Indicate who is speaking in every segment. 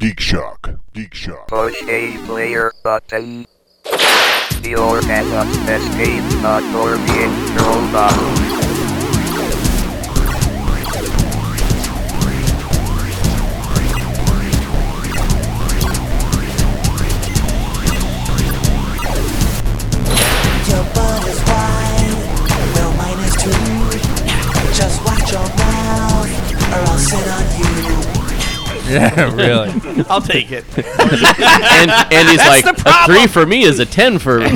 Speaker 1: Geek Shock. Geek Shock.
Speaker 2: Push A player button. The Orcana escape not Orbian robot.
Speaker 3: Your butt is wide, well mine is too. Just watch your mouth, or I'll sit on you.
Speaker 4: Yeah, really.
Speaker 5: I'll take it.
Speaker 6: and Andy's
Speaker 5: That's
Speaker 6: like,
Speaker 5: the
Speaker 6: a
Speaker 5: problem."
Speaker 6: three for me is a ten for
Speaker 4: There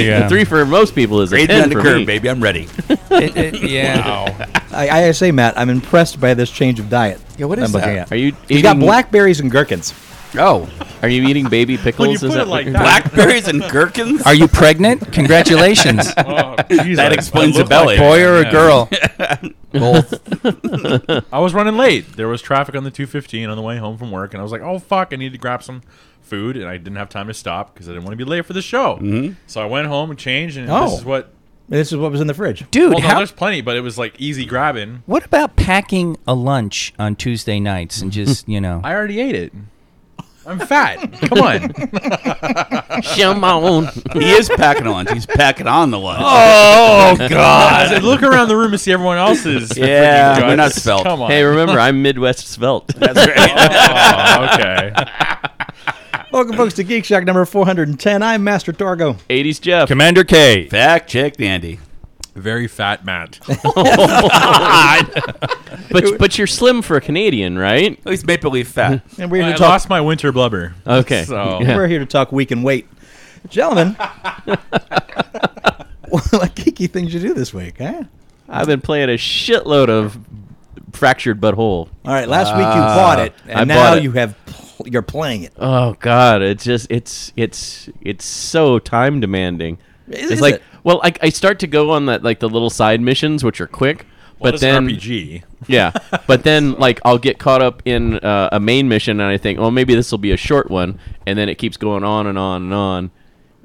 Speaker 4: you go.
Speaker 6: a three for most people is a
Speaker 5: Raid me
Speaker 6: ten
Speaker 5: on the
Speaker 6: for me.
Speaker 5: curb, baby. I'm ready.
Speaker 4: It- it- yeah.
Speaker 7: I, I say, Matt, I'm impressed by this change of diet. Yeah, what
Speaker 5: is
Speaker 7: I'm looking
Speaker 5: that?
Speaker 7: at.
Speaker 6: Are you
Speaker 7: He's
Speaker 6: eating
Speaker 7: got blackberries and gherkins.
Speaker 5: Oh,
Speaker 6: Are you eating baby pickles?
Speaker 8: When you
Speaker 6: is
Speaker 8: put
Speaker 6: that
Speaker 8: it like
Speaker 6: what-
Speaker 8: that,
Speaker 5: blackberries and gherkins.
Speaker 4: Are you pregnant? Congratulations.
Speaker 8: oh, geez,
Speaker 5: That
Speaker 8: I-
Speaker 5: explains
Speaker 8: I
Speaker 5: the
Speaker 8: look
Speaker 5: belly.
Speaker 8: like
Speaker 4: Boy or a
Speaker 8: Yeah.
Speaker 4: girl? Both.
Speaker 8: I was running late. There was traffic on the 215 on the way home from work, and I was like, "Oh fuck, I need to grab some food," and I didn't have time to stop because I didn't want to be late for the show. Mm-hmm. So I went home and changed, and
Speaker 7: Oh.
Speaker 8: this is what.
Speaker 7: This is what was in the fridge.
Speaker 4: Dude,
Speaker 8: Well, no,
Speaker 4: how,
Speaker 8: there's plenty, but it was like easy grabbing.
Speaker 4: what about packing a lunch on Tuesday nights and just, you know,
Speaker 8: I already ate it. I'm fat. Come on.
Speaker 6: Come on.
Speaker 5: he is packing on. He's packing on the lunch.
Speaker 8: Oh God! I said, look around the room and see everyone else's.
Speaker 6: Yeah,
Speaker 8: freaking
Speaker 5: we're
Speaker 8: guts.
Speaker 5: not svelte.
Speaker 8: Come on.
Speaker 6: Hey, remember I'm Midwest svelte.
Speaker 8: oh, okay.
Speaker 7: Welcome, folks, to Geek Shock number 410. I'm Master Torgo.
Speaker 6: 80s Jeff.
Speaker 4: Commander K.
Speaker 5: Fact check, Andy.
Speaker 8: Very fat Matt.
Speaker 6: But but you're slim for a Canadian, right?
Speaker 5: At least maple leaf fat.
Speaker 7: And we're here
Speaker 8: I
Speaker 7: to talk.
Speaker 8: lost my winter blubber.
Speaker 4: Uh,
Speaker 6: Okay.
Speaker 8: So
Speaker 6: Yeah.
Speaker 7: We're here to talk week and weight, gentlemen. what geeky things you do this week, huh?
Speaker 6: I've been playing a shitload of fractured butthole.
Speaker 7: All right, last week you
Speaker 4: Ah,
Speaker 7: bought it, and
Speaker 6: I
Speaker 7: now
Speaker 6: bought it.
Speaker 7: you have pl- you're playing it.
Speaker 6: Oh God, it's just it's it's it's so time demanding.
Speaker 7: Is-
Speaker 6: it's
Speaker 7: is
Speaker 6: like
Speaker 7: it?
Speaker 6: well, I, I start to go on that like the little side missions which are quick,
Speaker 8: what
Speaker 6: but
Speaker 8: is
Speaker 6: then
Speaker 8: RPG.
Speaker 6: yeah, but then like I'll get caught up in uh, a main mission and I think, oh, maybe this will be a short one, and then it keeps going on and on and on.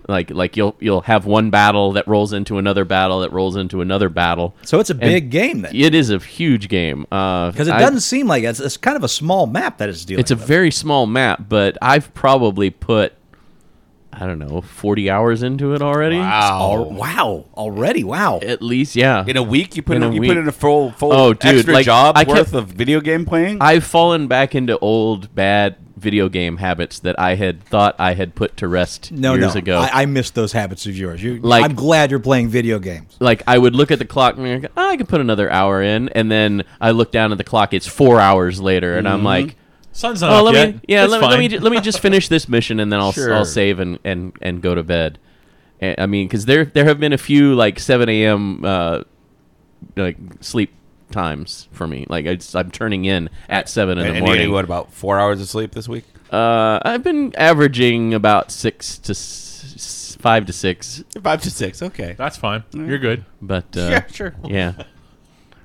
Speaker 6: Like like you'll you'll have one battle that rolls into another battle that rolls into another battle.
Speaker 7: So it's a big game then.
Speaker 6: It is a huge game because
Speaker 7: Because it doesn't seem like it. it's, it's kind of a small map that it's dealing.
Speaker 6: It's a
Speaker 7: with.
Speaker 6: very small map, but I've probably put I don't know, 40 hours into it already.
Speaker 7: Al-
Speaker 5: Wow.
Speaker 7: wow already wow.
Speaker 6: At least, yeah.
Speaker 5: In a week, you put
Speaker 6: In
Speaker 5: in,
Speaker 6: a
Speaker 5: you
Speaker 6: week.
Speaker 5: put in a full full
Speaker 6: Oh, dude,
Speaker 5: extra
Speaker 6: like,
Speaker 5: job
Speaker 6: I
Speaker 5: worth
Speaker 6: kept-
Speaker 5: of video game playing.
Speaker 6: I've fallen back into old bad video game habits that I had thought I had put to rest
Speaker 7: no,
Speaker 6: years
Speaker 7: no,
Speaker 6: ago.
Speaker 7: I, I missed those habits of yours. You,
Speaker 6: Like-
Speaker 7: I'm glad you're playing video games.
Speaker 6: like I would look at the clock and be like, "Ah, I could put another hour in, and then I look down at the clock. It's four hours later, and
Speaker 7: Mm-hmm.
Speaker 6: I'm like,
Speaker 8: Sun's not
Speaker 6: "Oh,
Speaker 8: up
Speaker 6: let
Speaker 8: yet.
Speaker 6: me, yeah,
Speaker 8: That's
Speaker 6: let me, let
Speaker 8: fine.
Speaker 6: me, ju- let me just finish this mission, and then I'll,
Speaker 5: Sure.
Speaker 6: I'll save and, and, and go to bed." A- I mean, because there there have been a few like seven a.m. Uh, like sleep times for me. Like I just, I'm turning in at seven
Speaker 5: and
Speaker 6: in
Speaker 5: and
Speaker 6: the
Speaker 5: you
Speaker 6: morning.
Speaker 5: get, what about four hours of sleep this week?
Speaker 6: Uh, I've been averaging about six to s- s- five to six,
Speaker 5: Five to six. Okay.
Speaker 8: That's fine. You're good.
Speaker 6: but uh,
Speaker 5: Sure, sure.
Speaker 6: yeah.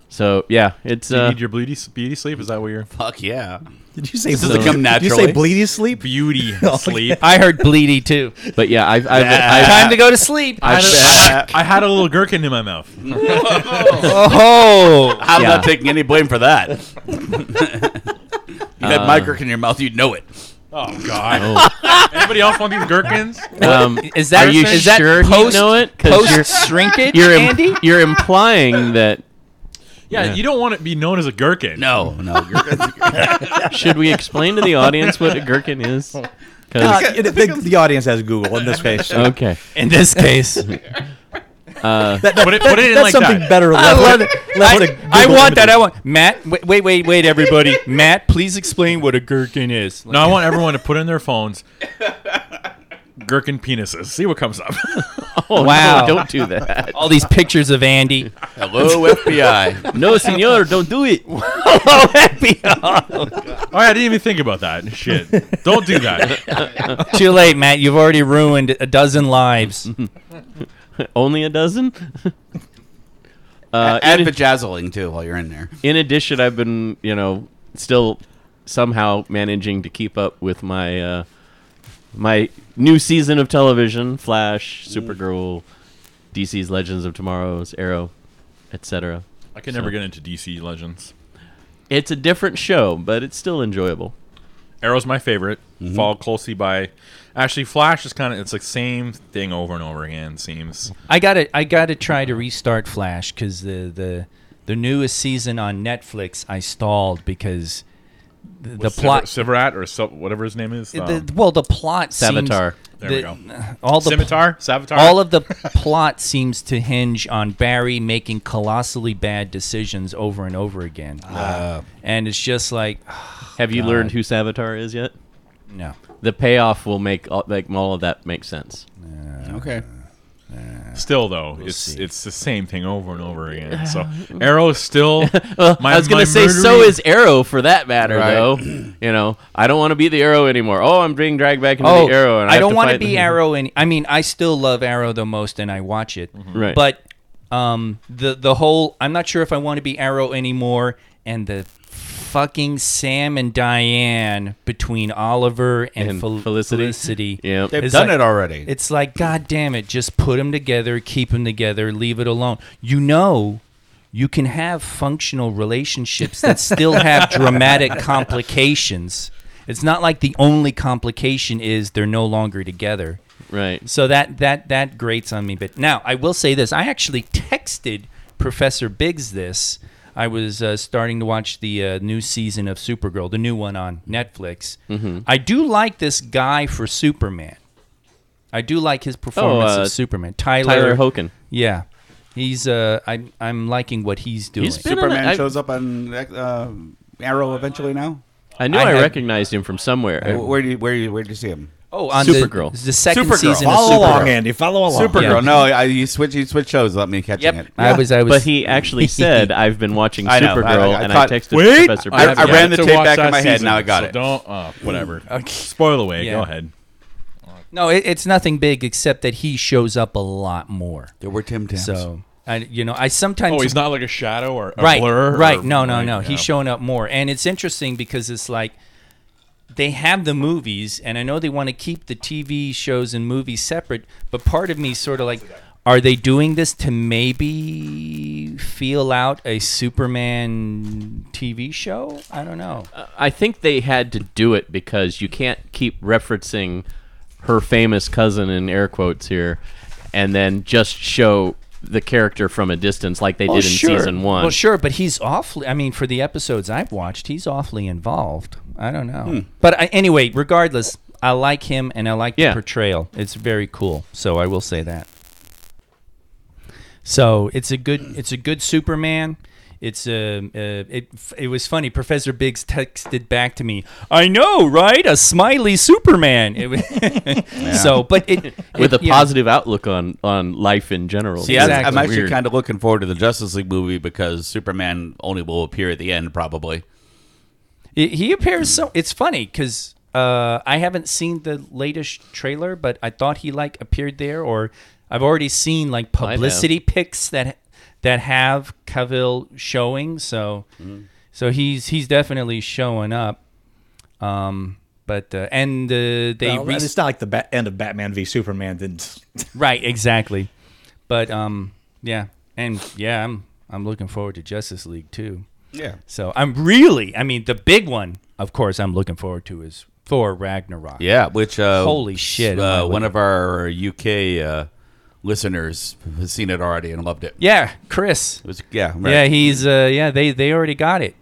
Speaker 6: So yeah, it's
Speaker 8: Do you
Speaker 6: uh,
Speaker 8: need your beauty, s- beauty sleep? Is that what your
Speaker 5: Fuck yeah.
Speaker 7: Did you say
Speaker 5: This has
Speaker 7: bleed-
Speaker 5: become
Speaker 7: Did you
Speaker 5: naturally.
Speaker 7: say bleedy sleep?
Speaker 8: beauty sleep?
Speaker 4: I heard bleedy too.
Speaker 6: But yeah, I've, I've, I've,
Speaker 4: Time to go to sleep.
Speaker 8: I
Speaker 6: I've,
Speaker 8: had, a, I, I had a little gherkin in my mouth.
Speaker 4: Oh,
Speaker 5: I'm
Speaker 6: Yeah.
Speaker 5: not taking any blame for that. you had my gherkin in your mouth, you'd know it.
Speaker 8: Oh God! Anybody else want these gherkins?
Speaker 6: um,
Speaker 4: is that
Speaker 6: are you
Speaker 4: is that
Speaker 6: sure
Speaker 4: post,
Speaker 6: you know it? 'Cause you're,
Speaker 4: post shrinkage?
Speaker 6: you're, im- you're implying that
Speaker 8: Yeah, you don't want to be known as a gherkin.
Speaker 5: No, no. gherkins-
Speaker 6: should we explain to the audience what a gherkin is? 'Cause-
Speaker 7: Uh, it- the, the audience has Google in this case.
Speaker 6: okay, Uh,
Speaker 4: in this case,
Speaker 7: That- that-
Speaker 8: Put it- put it in
Speaker 7: that's
Speaker 8: like
Speaker 7: something
Speaker 8: that.
Speaker 7: better.
Speaker 4: I
Speaker 7: left-
Speaker 4: love it.
Speaker 7: left
Speaker 4: I,
Speaker 7: to
Speaker 4: I
Speaker 7: Google
Speaker 4: want that.
Speaker 7: images.
Speaker 4: I want Matt. Wait, wait, wait, wait, everybody. Matt, please explain what a gherkin is.
Speaker 8: No, I want everyone to put in their phones. Gherkin penises. See what comes up.
Speaker 6: Oh,
Speaker 4: Wow.
Speaker 6: no, don't do that.
Speaker 4: All these pictures of Andy.
Speaker 5: Hello, FBI.
Speaker 6: No, senor, don't do it.
Speaker 8: Oh, I didn't even think about that. Shit. Don't do that.
Speaker 4: Too late, Matt. You've already ruined a dozen lives.
Speaker 6: Only a dozen. Uh,
Speaker 5: and
Speaker 6: in,
Speaker 5: vajazzling, too, while you're in there.
Speaker 6: in addition, I've been you know still somehow managing to keep up with my uh, my new season of television: Flash,
Speaker 4: Mm.
Speaker 6: Supergirl, DC's Legends of Tomorrow's Arrow, etc.
Speaker 8: I can never get into DC Legends.
Speaker 6: It's a different show, but it's still enjoyable.
Speaker 8: Arrow's my favorite,
Speaker 7: Mm-hmm.
Speaker 8: followed closely by. Actually, Flash is kind of it's like same thing over and over again. Seems
Speaker 4: I gotta I gotta try to restart Flash because the the the newest season on Netflix I stalled because the, the
Speaker 8: What's
Speaker 4: plot.
Speaker 8: Siver- Sivarat or Sil- whatever his name is.
Speaker 4: the,
Speaker 8: Um,
Speaker 4: well, the plot seems-
Speaker 6: Savitar.
Speaker 8: There we
Speaker 4: the-
Speaker 8: go.
Speaker 4: All the
Speaker 8: Scimitar, Savitar.
Speaker 4: All of the plot seems to hinge on Barry making colossally bad decisions over and over again, and it's just like
Speaker 6: Have you learned who Savitar is yet?
Speaker 4: no.
Speaker 6: The payoff will make all, like all of that make sense.
Speaker 5: Okay.
Speaker 8: Still though, it's it's the same thing over and over again. So Arrow is still. my-
Speaker 6: I was
Speaker 8: my
Speaker 6: gonna say, so
Speaker 8: murdering-
Speaker 6: is Arrow for that matter,
Speaker 5: Right.
Speaker 6: though. you know, I don't want to be the Arrow anymore. Oh, I'm being dragged back into the Arrow, and I,
Speaker 4: I, don't
Speaker 6: want to
Speaker 4: wanna be Arrow, and I mean, I still love Arrow the most, and I watch it.
Speaker 8: Mm-hmm.
Speaker 6: Right.
Speaker 4: But um, the the whole, I'm not sure if I want to be Arrow anymore, and the fucking Sam and Diane between Oliver and,
Speaker 6: And
Speaker 4: Fel-
Speaker 6: Felicity.
Speaker 4: Felicity.
Speaker 6: Yep. They've
Speaker 4: It's
Speaker 5: done
Speaker 4: like-
Speaker 5: it already.
Speaker 4: It's like, god damn it, just put them together, keep them together, leave it alone. You know. You can have functional relationships that still have dramatic complications. It's not like the only complication is they're no longer together.
Speaker 6: Right.
Speaker 4: So that that that grates on me. But now I will say this: I actually texted Professor Biggs this. I was uh, starting to watch the uh, new season of Supergirl, the new one on Netflix.
Speaker 6: Mm-hmm.
Speaker 4: I do like this guy for Superman. I do like his performance
Speaker 6: Oh, uh,
Speaker 4: of Superman, Tyler.
Speaker 6: Tyler Hoken.
Speaker 4: Yeah, he's. Uh, I, I'm liking what he's doing.
Speaker 6: He's been-
Speaker 5: Superman
Speaker 6: I-
Speaker 5: shows up on uh, Arrow eventually now.
Speaker 6: I knew
Speaker 4: I
Speaker 6: I,
Speaker 4: had-
Speaker 6: recognized him from somewhere.
Speaker 5: Wh- Where do you, where do you, where do you see him?
Speaker 4: oh, on
Speaker 6: Supergirl.
Speaker 4: The, the second
Speaker 5: Supergirl.
Speaker 4: season of
Speaker 7: Follow
Speaker 4: Supergirl.
Speaker 7: along, Andy. Follow along.
Speaker 5: Supergirl.
Speaker 4: Yeah.
Speaker 5: No, I, you switch you switch shows. Let me catch
Speaker 4: Yep.
Speaker 5: it.
Speaker 4: I was. I was.
Speaker 6: but he actually said, "I've been watching
Speaker 5: I know, I-
Speaker 6: Supergirl,"
Speaker 5: I- I
Speaker 6: and
Speaker 5: thought-
Speaker 6: I texted
Speaker 8: Wait,
Speaker 6: Professor.
Speaker 5: I-
Speaker 6: Babcock.
Speaker 5: I ran the
Speaker 8: to
Speaker 5: tape
Speaker 8: watch
Speaker 5: back in
Speaker 8: that
Speaker 5: my head, now I got
Speaker 8: so
Speaker 5: it.
Speaker 8: Don't uh, whatever. Spoil away.
Speaker 4: Yeah.
Speaker 8: Go ahead.
Speaker 4: no, it, it's nothing big except that he shows up a lot more.
Speaker 5: There were Tim Tams.
Speaker 4: So I, you know, I sometimes
Speaker 8: Oh, he's not like a shadow or a
Speaker 4: right,
Speaker 8: blur. or-
Speaker 4: right? no, no,
Speaker 8: like,
Speaker 4: no.
Speaker 8: yeah.
Speaker 4: He's showing up more, and it's interesting because it's like they have the movies, and I know they want to keep the TV shows and movies separate, but part of me sort of like. Are they doing this to maybe feel out a Superman TV show? I don't know.
Speaker 6: I think they had to do it because you can't keep referencing her famous cousin in air quotes here, and then just show the character from a distance like they did in season one.
Speaker 4: Well, Oh, sure, but he's awfully. I mean, for the episodes I've watched, he's awfully involved. I don't know, but I, anyway, regardless, I like him and I like
Speaker 6: Yeah.
Speaker 4: the portrayal. It's very cool, so I will say that. So it's a good, it's a good Superman. It's a, uh, it, it was funny. Professor Biggs texted back to me. I know, right? A smiley Superman. It was, So, but it
Speaker 6: With a
Speaker 4: it- you know,
Speaker 6: positive outlook on, on life in general.
Speaker 4: See, that's-
Speaker 6: It's
Speaker 5: I'm
Speaker 4: Exactly.
Speaker 5: actually
Speaker 6: weird.
Speaker 5: kind of looking forward to the Justice League movie because Superman only will appear at the end, probably.
Speaker 4: He- He appears so. It's funny because uh, I haven't seen the latest trailer, but I thought he like appeared there, or I've already seen like
Speaker 6: have.
Speaker 4: publicity pics that that have Cavill showing. So, so he's he's definitely showing up. Um, but uh, and uh, they
Speaker 7: Well,
Speaker 4: re-
Speaker 7: it's not like the ba- end of Batman v Superman didn't.
Speaker 4: right exactly, but um yeah and yeah I'm I'm looking forward to Justice League too.
Speaker 5: Yeah.
Speaker 4: So I'm really, I mean, the big one, of course, I'm looking forward to is Thor Ragnarok.
Speaker 5: Yeah, which uh,
Speaker 4: Holy shit, am I
Speaker 5: Uh,
Speaker 4: looking-
Speaker 5: one of our UK uh, listeners has seen it already and loved it.
Speaker 4: Yeah, Chris.
Speaker 5: It was, yeah, right.
Speaker 4: Yeah, he's, uh, yeah, they, they already got it.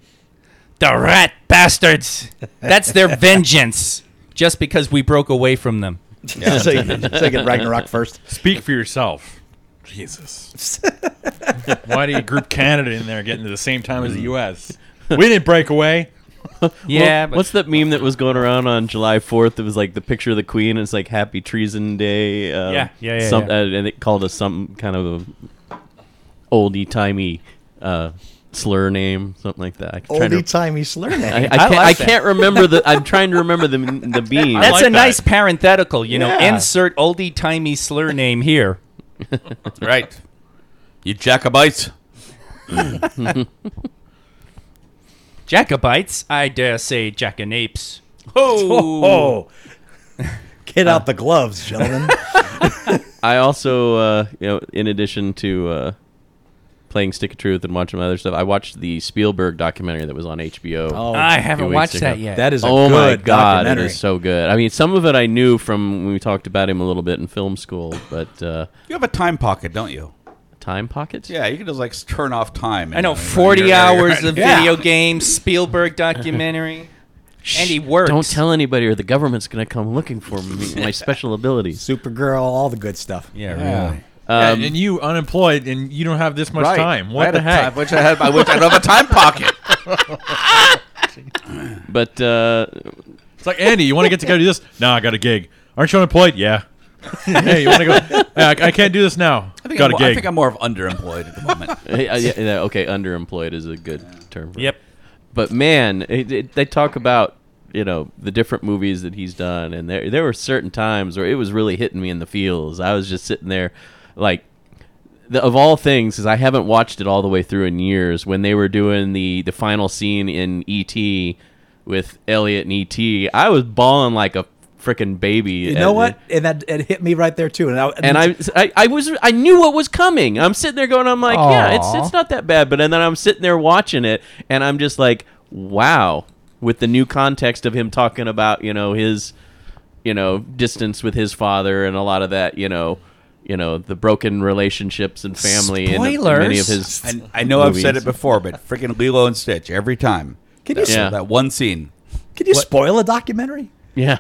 Speaker 4: The rat bastards. That's their vengeance. Just because we broke away from them.
Speaker 7: so, you, so you get Ragnarok first.
Speaker 8: Speak for yourself. Jesus. Why do you group Canada in there getting to the same time
Speaker 5: Mm.
Speaker 8: as the U.S.? We didn't break away.
Speaker 4: Yeah, but
Speaker 6: What's that meme that was going around on July 4th? It was like the picture of the queen, and it's like Happy Treason Day. Um,
Speaker 4: Yeah, yeah, yeah,
Speaker 6: some-
Speaker 4: yeah.
Speaker 6: uh, and it called us some kind of oldie timey uh, slur name, something like that. I can try to-
Speaker 7: Oldie timey slur name.
Speaker 6: I, I,
Speaker 4: I
Speaker 6: can't,
Speaker 4: like
Speaker 6: I
Speaker 4: that.
Speaker 6: can't remember the. I'm trying to remember the the beam.
Speaker 4: that's
Speaker 8: like
Speaker 4: a
Speaker 8: that.
Speaker 4: nice parenthetical, you
Speaker 7: Yeah.
Speaker 4: know, insert oldie timey slur name here.
Speaker 5: right. You Jacobites.
Speaker 4: Jacobites, I dare say jackanapes.
Speaker 7: Oh, get
Speaker 6: Uh,
Speaker 7: out the gloves, gentlemen.
Speaker 6: I also, uh, you know, in addition to uh, playing Stick of Truth and watching my other stuff, I watched the Spielberg documentary that was on HBO.
Speaker 7: Oh,
Speaker 6: a
Speaker 4: I
Speaker 6: few
Speaker 4: haven't
Speaker 6: weeks
Speaker 4: watched
Speaker 6: ago.
Speaker 4: that yet.
Speaker 7: that is a
Speaker 6: oh
Speaker 7: good
Speaker 6: my god, it
Speaker 7: documentary.
Speaker 6: is so good. I mean, some of it I knew from when we talked about him a little bit in film school, but uh,
Speaker 5: You have a time pocket, don't you?
Speaker 6: time pockets.
Speaker 5: Yeah, you can just like s- turn off time.
Speaker 4: I know
Speaker 5: and- uh,
Speaker 4: forty
Speaker 5: you're- you're-
Speaker 4: hours of
Speaker 5: Yeah.
Speaker 4: video games, Spielberg documentary, and he works.
Speaker 6: Don't tell anybody, or the government's gonna come looking for me, my special abilities.
Speaker 9: Supergirl, all the good stuff.
Speaker 4: Yeah,
Speaker 5: Yeah.
Speaker 8: Yeah,
Speaker 6: Um,
Speaker 8: and you unemployed and you don't have this much
Speaker 5: Right.
Speaker 8: time.
Speaker 5: I
Speaker 8: What
Speaker 5: had
Speaker 8: the
Speaker 5: a
Speaker 8: heck?
Speaker 5: Time, which I had. I wish I don't have a time pocket.
Speaker 6: But uh,
Speaker 8: It's like Andy, you want to get to go do this? No, I got a gig. Aren't you unemployed? Yeah. hey, you want to go? Yeah, I, I can't do this now.
Speaker 5: I think
Speaker 8: got
Speaker 5: I'm,
Speaker 8: a
Speaker 5: mo- I
Speaker 8: gig.
Speaker 5: think I'm more of underemployed at the moment.
Speaker 6: hey, uh, yeah, yeah, okay, underemployed is a good term. For It. But man, it, it, they talk about you know the different movies that he's done, and there there were certain times where it was really hitting me in the feels. I was just sitting there, like. The, of all things, because I haven't watched it all the way through in years, when they were doing the the final scene in E.T. with Elliot and E.T., I was bawling like a freaking baby.
Speaker 9: You
Speaker 6: at
Speaker 9: know
Speaker 6: the-
Speaker 9: what? And that it hit me right there too. And I,
Speaker 6: and I, I, I was, I knew what was coming. I'm sitting there going, I'm like, yeah, it's, it's not that bad. But and then I'm sitting there watching it, and I'm just like, wow, with the new context of him talking about, you know, his, you know, distance with his father and a lot of that, you know, you know, the broken relationships and family and many of
Speaker 4: Spoilers.
Speaker 6: his.
Speaker 5: I, I know I've said it
Speaker 6: movies.
Speaker 5: before, but freaking Lilo and Stitch every time.
Speaker 9: can you
Speaker 6: Yeah.
Speaker 5: That one scene.
Speaker 9: can you spoil a documentary?
Speaker 6: Yeah,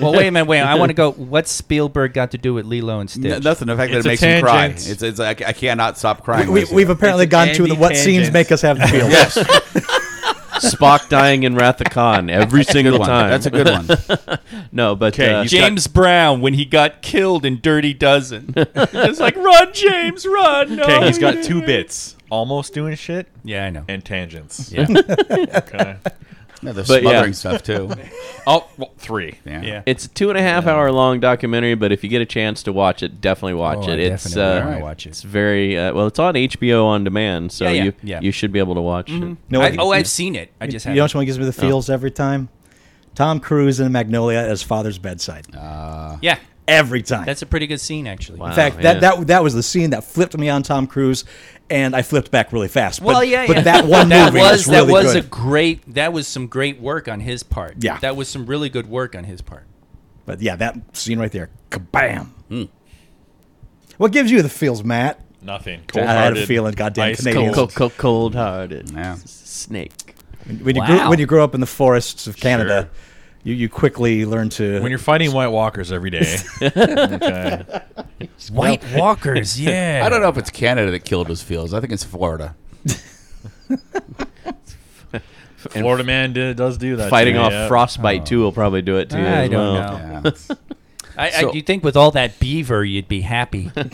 Speaker 4: well, wait a minute, wait. A minute. I want to go. What's Spielberg got to do with Lilo and Stitch?
Speaker 5: N- nothing. The fact that
Speaker 8: It's
Speaker 5: it
Speaker 8: a
Speaker 5: makes me cry.
Speaker 8: tangent.
Speaker 5: It's, it's like I cannot stop
Speaker 9: We,
Speaker 5: crying.
Speaker 9: we,
Speaker 5: listening.
Speaker 9: we've apparently
Speaker 7: It's
Speaker 9: gone to the
Speaker 7: Andy
Speaker 9: what scenes
Speaker 7: tangents.
Speaker 9: make us have the feels.
Speaker 5: yes,
Speaker 6: Spock dying in Wrath of Khan every single
Speaker 5: good one.
Speaker 6: time.
Speaker 5: That's a good one.
Speaker 6: no, but uh,
Speaker 8: you-
Speaker 4: James Brown when he got killed in Dirty Dozen. it's like run, James, run. No.
Speaker 8: okay, he's got two bits: almost doing shit
Speaker 4: Yeah, I know.
Speaker 8: and tangents.
Speaker 4: Yeah.
Speaker 8: Okay.
Speaker 5: Yeah, the
Speaker 6: But yeah.
Speaker 5: smothering stuff too.
Speaker 8: Oh, well, three.
Speaker 5: Yeah.
Speaker 4: Yeah.
Speaker 6: It's a two and a half hour long documentary, but if you get a chance to watch it, definitely watch
Speaker 4: Oh, I
Speaker 6: it. It's
Speaker 4: definitely wanna
Speaker 6: uh,
Speaker 4: watch it.
Speaker 6: It's very uh, well. It's on HBO on demand, so
Speaker 4: Yeah, yeah,
Speaker 6: you
Speaker 4: yeah.
Speaker 6: you should be able to watch it.
Speaker 7: No,
Speaker 4: I,
Speaker 7: it-
Speaker 4: oh, I've seen it. I just
Speaker 9: You
Speaker 4: have.
Speaker 9: know which one gives me the feels every time? Tom Cruise in Magnolia at his father's bedside.
Speaker 4: Yeah,
Speaker 9: every time.
Speaker 4: that's Oh, a pretty good scene actually.
Speaker 9: in fact,
Speaker 6: Wow,
Speaker 9: that,
Speaker 6: yeah.
Speaker 9: that that was the scene that flipped me on Tom Cruise, and I flipped back really fast. But,
Speaker 4: Well, yeah,
Speaker 9: but
Speaker 4: yeah.
Speaker 9: that one
Speaker 4: That
Speaker 9: movie
Speaker 4: was
Speaker 9: was really
Speaker 4: that was
Speaker 9: good.
Speaker 4: a great. That was some great work on his part.
Speaker 9: Yeah.
Speaker 4: that was some really good work on his part.
Speaker 9: but yeah, that scene right there, kabam!
Speaker 4: Hmm.
Speaker 9: What gives you the feels, Matt?
Speaker 8: Nothing.
Speaker 9: I had a feeling, goddamn
Speaker 8: Ice
Speaker 9: Canadians.
Speaker 6: Cold,
Speaker 9: Aliens.
Speaker 6: cold, cold, cold hearted
Speaker 5: Yeah.
Speaker 6: snake.
Speaker 9: When you grew, when you grow up in the forests of Canada,
Speaker 8: Sure.
Speaker 9: you, you quickly learn to.
Speaker 8: When you're fighting White Walkers every day. Okay.
Speaker 4: White Walkers. Yeah,
Speaker 5: I don't know if it's Canada that killed his feels. I think it's Florida.
Speaker 8: Florida man did, does do that. to
Speaker 6: Fighting
Speaker 8: me,
Speaker 6: off
Speaker 8: yeah.
Speaker 6: frostbite too will probably do it too.
Speaker 4: I
Speaker 6: as
Speaker 4: don't
Speaker 6: well.
Speaker 4: know.
Speaker 5: Yeah.
Speaker 4: I,
Speaker 5: So-
Speaker 4: I you think with all that beaver, you'd be happy.
Speaker 9: Yep.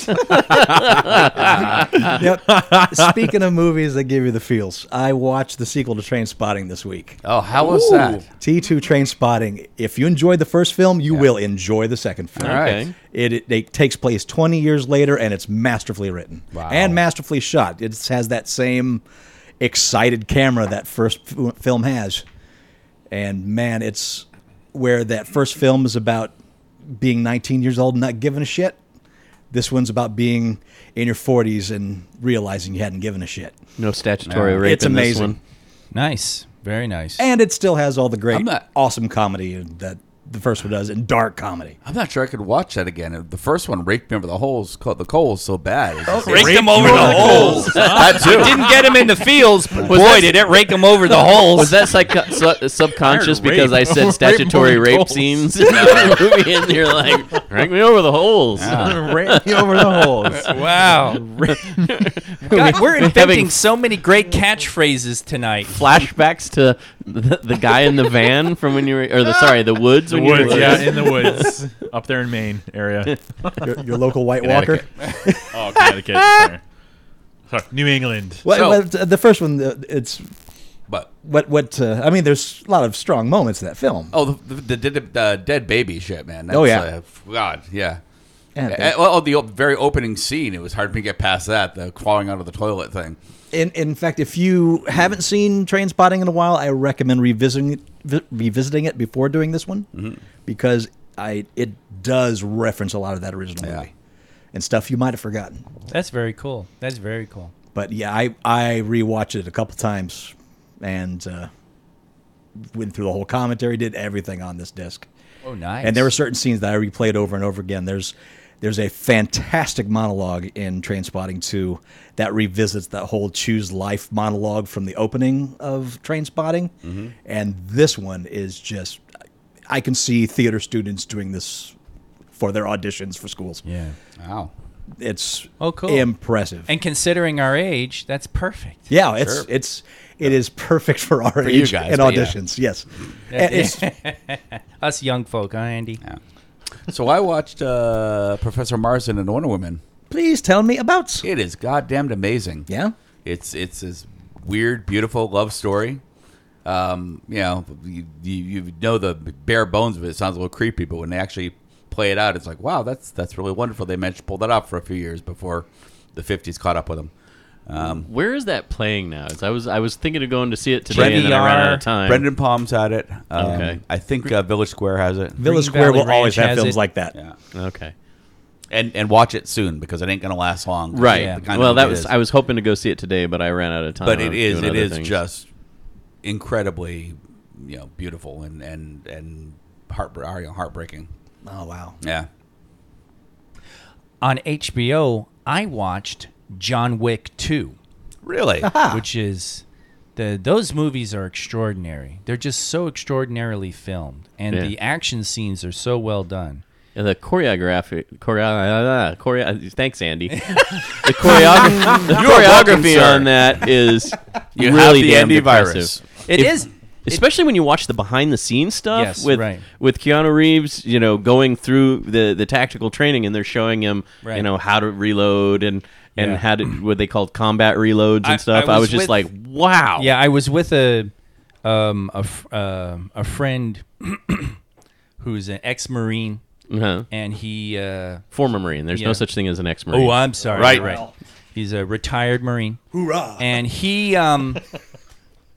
Speaker 9: Speaking of movies that give you the feels, I watched the sequel to Train Spotting this week.
Speaker 5: oh, how was that?
Speaker 9: T2 Train Spotting. If you enjoyed the first film, you will enjoy the second film.
Speaker 5: All right.
Speaker 6: Okay.
Speaker 9: It, it, it takes place 20 years later, and it's masterfully written
Speaker 5: Wow.
Speaker 9: and masterfully shot. It has that same excited camera that first f- film has. And man, it's where that first film is about being 19 years old and not giving a shit. This one's about being in your 40s and realizing you hadn't given a shit.
Speaker 6: No statutory rape.
Speaker 9: It's
Speaker 6: in this
Speaker 9: amazing.
Speaker 6: one.
Speaker 4: nice, very nice.
Speaker 9: And it still has all the great,
Speaker 5: I'm not-
Speaker 9: awesome comedy that the first one does and dark comedy.
Speaker 5: I'm not sure I could watch that again. The first one raked me over the holes, called the coals so bad. It's just-
Speaker 4: Rake him over the holes.
Speaker 5: that too.
Speaker 4: Didn't get him in the fields, but boy, did it rake him over the
Speaker 6: Was
Speaker 4: holes.
Speaker 6: that psycho- su- subconscious
Speaker 8: Iron rape.
Speaker 6: because I said
Speaker 8: Rape
Speaker 6: statutory
Speaker 8: movie
Speaker 6: rape
Speaker 8: goals.
Speaker 6: scenes in the movie, and you're like, "Rank me over the holes."
Speaker 5: Ah.
Speaker 8: Right over the holes.
Speaker 4: Wow. God, we're
Speaker 6: Having-
Speaker 4: inventing so many great catchphrases tonight.
Speaker 6: flashbacks to the, the guy in the van from when you were, or the sorry, the woods
Speaker 8: The
Speaker 6: when you
Speaker 8: woods,
Speaker 6: were
Speaker 8: yeah, in the woods, up there in Maine area.
Speaker 9: Your, your local White Walker.
Speaker 8: Oh, Connecticut. Sorry. Sorry, New England.
Speaker 5: So-
Speaker 9: Well, well, the first one, uh, it's
Speaker 5: But
Speaker 9: what what uh, I mean. There's a lot of strong moments in that film.
Speaker 5: oh, the the, the, the, the dead baby shit, man. That's,
Speaker 9: Oh, yeah.
Speaker 5: uh, God, yeah.
Speaker 9: And,
Speaker 5: Uh, well, the op- very opening scene, it was hard for me to get past that, the crawling out of the toilet thing.
Speaker 9: in in fact, if you haven't seen Train Spotting in a while, I recommend revisiting it, vi- revisiting it before doing this one
Speaker 5: Mm-hmm.
Speaker 9: because I it does reference a lot of that original
Speaker 5: Yeah.
Speaker 9: movie and stuff you might have forgotten.
Speaker 4: That's very cool. That's very cool.
Speaker 9: But yeah, I I rewatched it a couple times, and uh, went through the whole commentary, did everything on this disc.
Speaker 4: Oh, nice.
Speaker 9: And there were certain scenes that I replayed over and over again. There's there's a fantastic monologue in Trainspotting 2 that revisits that whole choose life monologue from the opening of Trainspotting.
Speaker 4: Mm-hmm.
Speaker 9: And this one is just I can see theater students doing this for their auditions for schools.
Speaker 4: yeah.
Speaker 5: Wow.
Speaker 9: It's
Speaker 4: Oh, cool.
Speaker 9: impressive.
Speaker 4: And considering our age, that's perfect.
Speaker 9: yeah, it's it's it is perfect for our
Speaker 5: you
Speaker 9: age
Speaker 5: guys,
Speaker 9: and
Speaker 5: but yeah.
Speaker 9: auditions. Yes. And it's-
Speaker 4: Us young folk, huh, Andy?
Speaker 5: So I watched uh, Professor Marsden and Wonder Woman.
Speaker 9: please tell me about
Speaker 5: It is goddamn amazing.
Speaker 9: Yeah.
Speaker 5: It's it's this weird, beautiful love story. Um, you know, you, you, you know the bare bones of it. It sounds a little creepy, but when they actually play it out, it's like, wow, that's that's really wonderful. They managed to pull that off for a few years before the '50s caught up with them.
Speaker 6: Where is that playing now? 'Cause I was I was thinking of going to see it today, and then I ran out
Speaker 4: TBR.
Speaker 6: of time.
Speaker 5: Brendan Palm's had it. Um,
Speaker 6: Okay.
Speaker 5: I think uh, Village Square has it.
Speaker 9: Village
Speaker 4: Green
Speaker 9: Square
Speaker 4: Valley
Speaker 9: will always
Speaker 4: Ranch
Speaker 9: have
Speaker 4: has
Speaker 9: films
Speaker 4: it.
Speaker 9: like that.
Speaker 5: Yeah.
Speaker 6: Okay.
Speaker 5: And and watch it soon because it ain't gonna last long.
Speaker 6: Right.
Speaker 5: The kind of
Speaker 6: Well,
Speaker 5: movie
Speaker 6: that
Speaker 5: it
Speaker 6: was
Speaker 5: is.
Speaker 6: I was hoping to go see it today, but I ran out of time.
Speaker 5: but
Speaker 6: I
Speaker 5: it
Speaker 6: was
Speaker 5: is
Speaker 6: doing
Speaker 5: it
Speaker 6: other
Speaker 5: is
Speaker 6: things.
Speaker 5: just incredibly you know beautiful and and and heartbreak you know, heartbreaking
Speaker 9: Oh wow.
Speaker 5: yeah
Speaker 4: On HBO, I watched John Wick 2.
Speaker 5: really
Speaker 6: Ah.
Speaker 4: which is the those movies are extraordinary. They're just so extraordinarily filmed, and
Speaker 6: Yeah.
Speaker 4: the action scenes are so well done.
Speaker 6: And the choreography. Choreo- uh, choreo- uh, thanks, Andy. the choreography. the choreography
Speaker 5: sir.
Speaker 6: on that is
Speaker 5: you
Speaker 6: really
Speaker 5: have
Speaker 6: damn
Speaker 5: the antivirus
Speaker 6: impressive.
Speaker 4: It
Speaker 6: If-
Speaker 4: is.
Speaker 6: especially when you watch the behind the scenes stuff
Speaker 4: Yes,
Speaker 6: with
Speaker 4: right.
Speaker 6: with Keanu Reeves, you know, going through the the tactical training and they're showing him,
Speaker 4: Right.
Speaker 6: you know, how to reload and and
Speaker 4: Yeah.
Speaker 6: how to what they called combat reloads and
Speaker 4: I-
Speaker 6: stuff.
Speaker 4: I
Speaker 6: I was,
Speaker 4: was
Speaker 6: just
Speaker 4: with-
Speaker 6: like, wow.
Speaker 4: Yeah, I was with a um, a f- um a friend who's an ex Marine,
Speaker 6: Uh-huh.
Speaker 4: and he. Uh,
Speaker 6: Former Marine. There's
Speaker 4: Yeah.
Speaker 6: no such thing as an ex Marine.
Speaker 4: oh, I'm sorry. Right, right. He's a retired Marine.
Speaker 9: Hoorah.
Speaker 4: and he um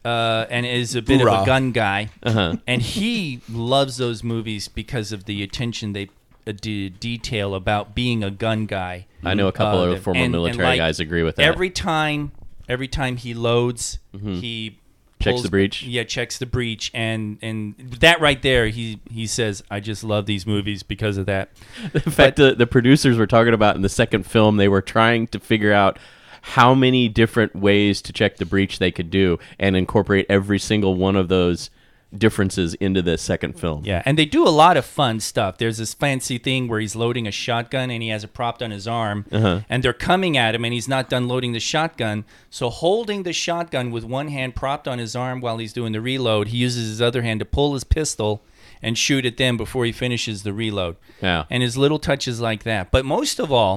Speaker 4: uh and is a bit of
Speaker 5: Hoorah.
Speaker 4: a gun guy
Speaker 6: Uh-huh.
Speaker 4: and he loves those movies because of the attention they uh, de- detail about being a gun guy
Speaker 6: I know a couple
Speaker 4: Uh,
Speaker 6: of former
Speaker 4: and- and,
Speaker 6: military
Speaker 4: like,
Speaker 6: guys agree with that. Mm-hmm.
Speaker 4: every time every time he loads he
Speaker 6: Checks
Speaker 4: pulls-
Speaker 6: the breech.
Speaker 4: yeah checks the breach and and that right there he he says i just love these movies because of that
Speaker 6: In fact, the, the producers were talking about in the second film, they were trying to figure out how many different ways to check the breach they could do and incorporate every single one of those differences into the second film.
Speaker 4: Yeah, and they do a lot of fun stuff. There's this fancy thing where he's loading a shotgun and he has it propped on his arm, and they're coming at him, and he's not done loading the shotgun. So, holding the shotgun with one hand propped on his arm while he's doing the reload, he uses his other hand to pull his pistol and shoot at them before he finishes the reload.
Speaker 6: Yeah.
Speaker 4: And his little touches like that. But most of all,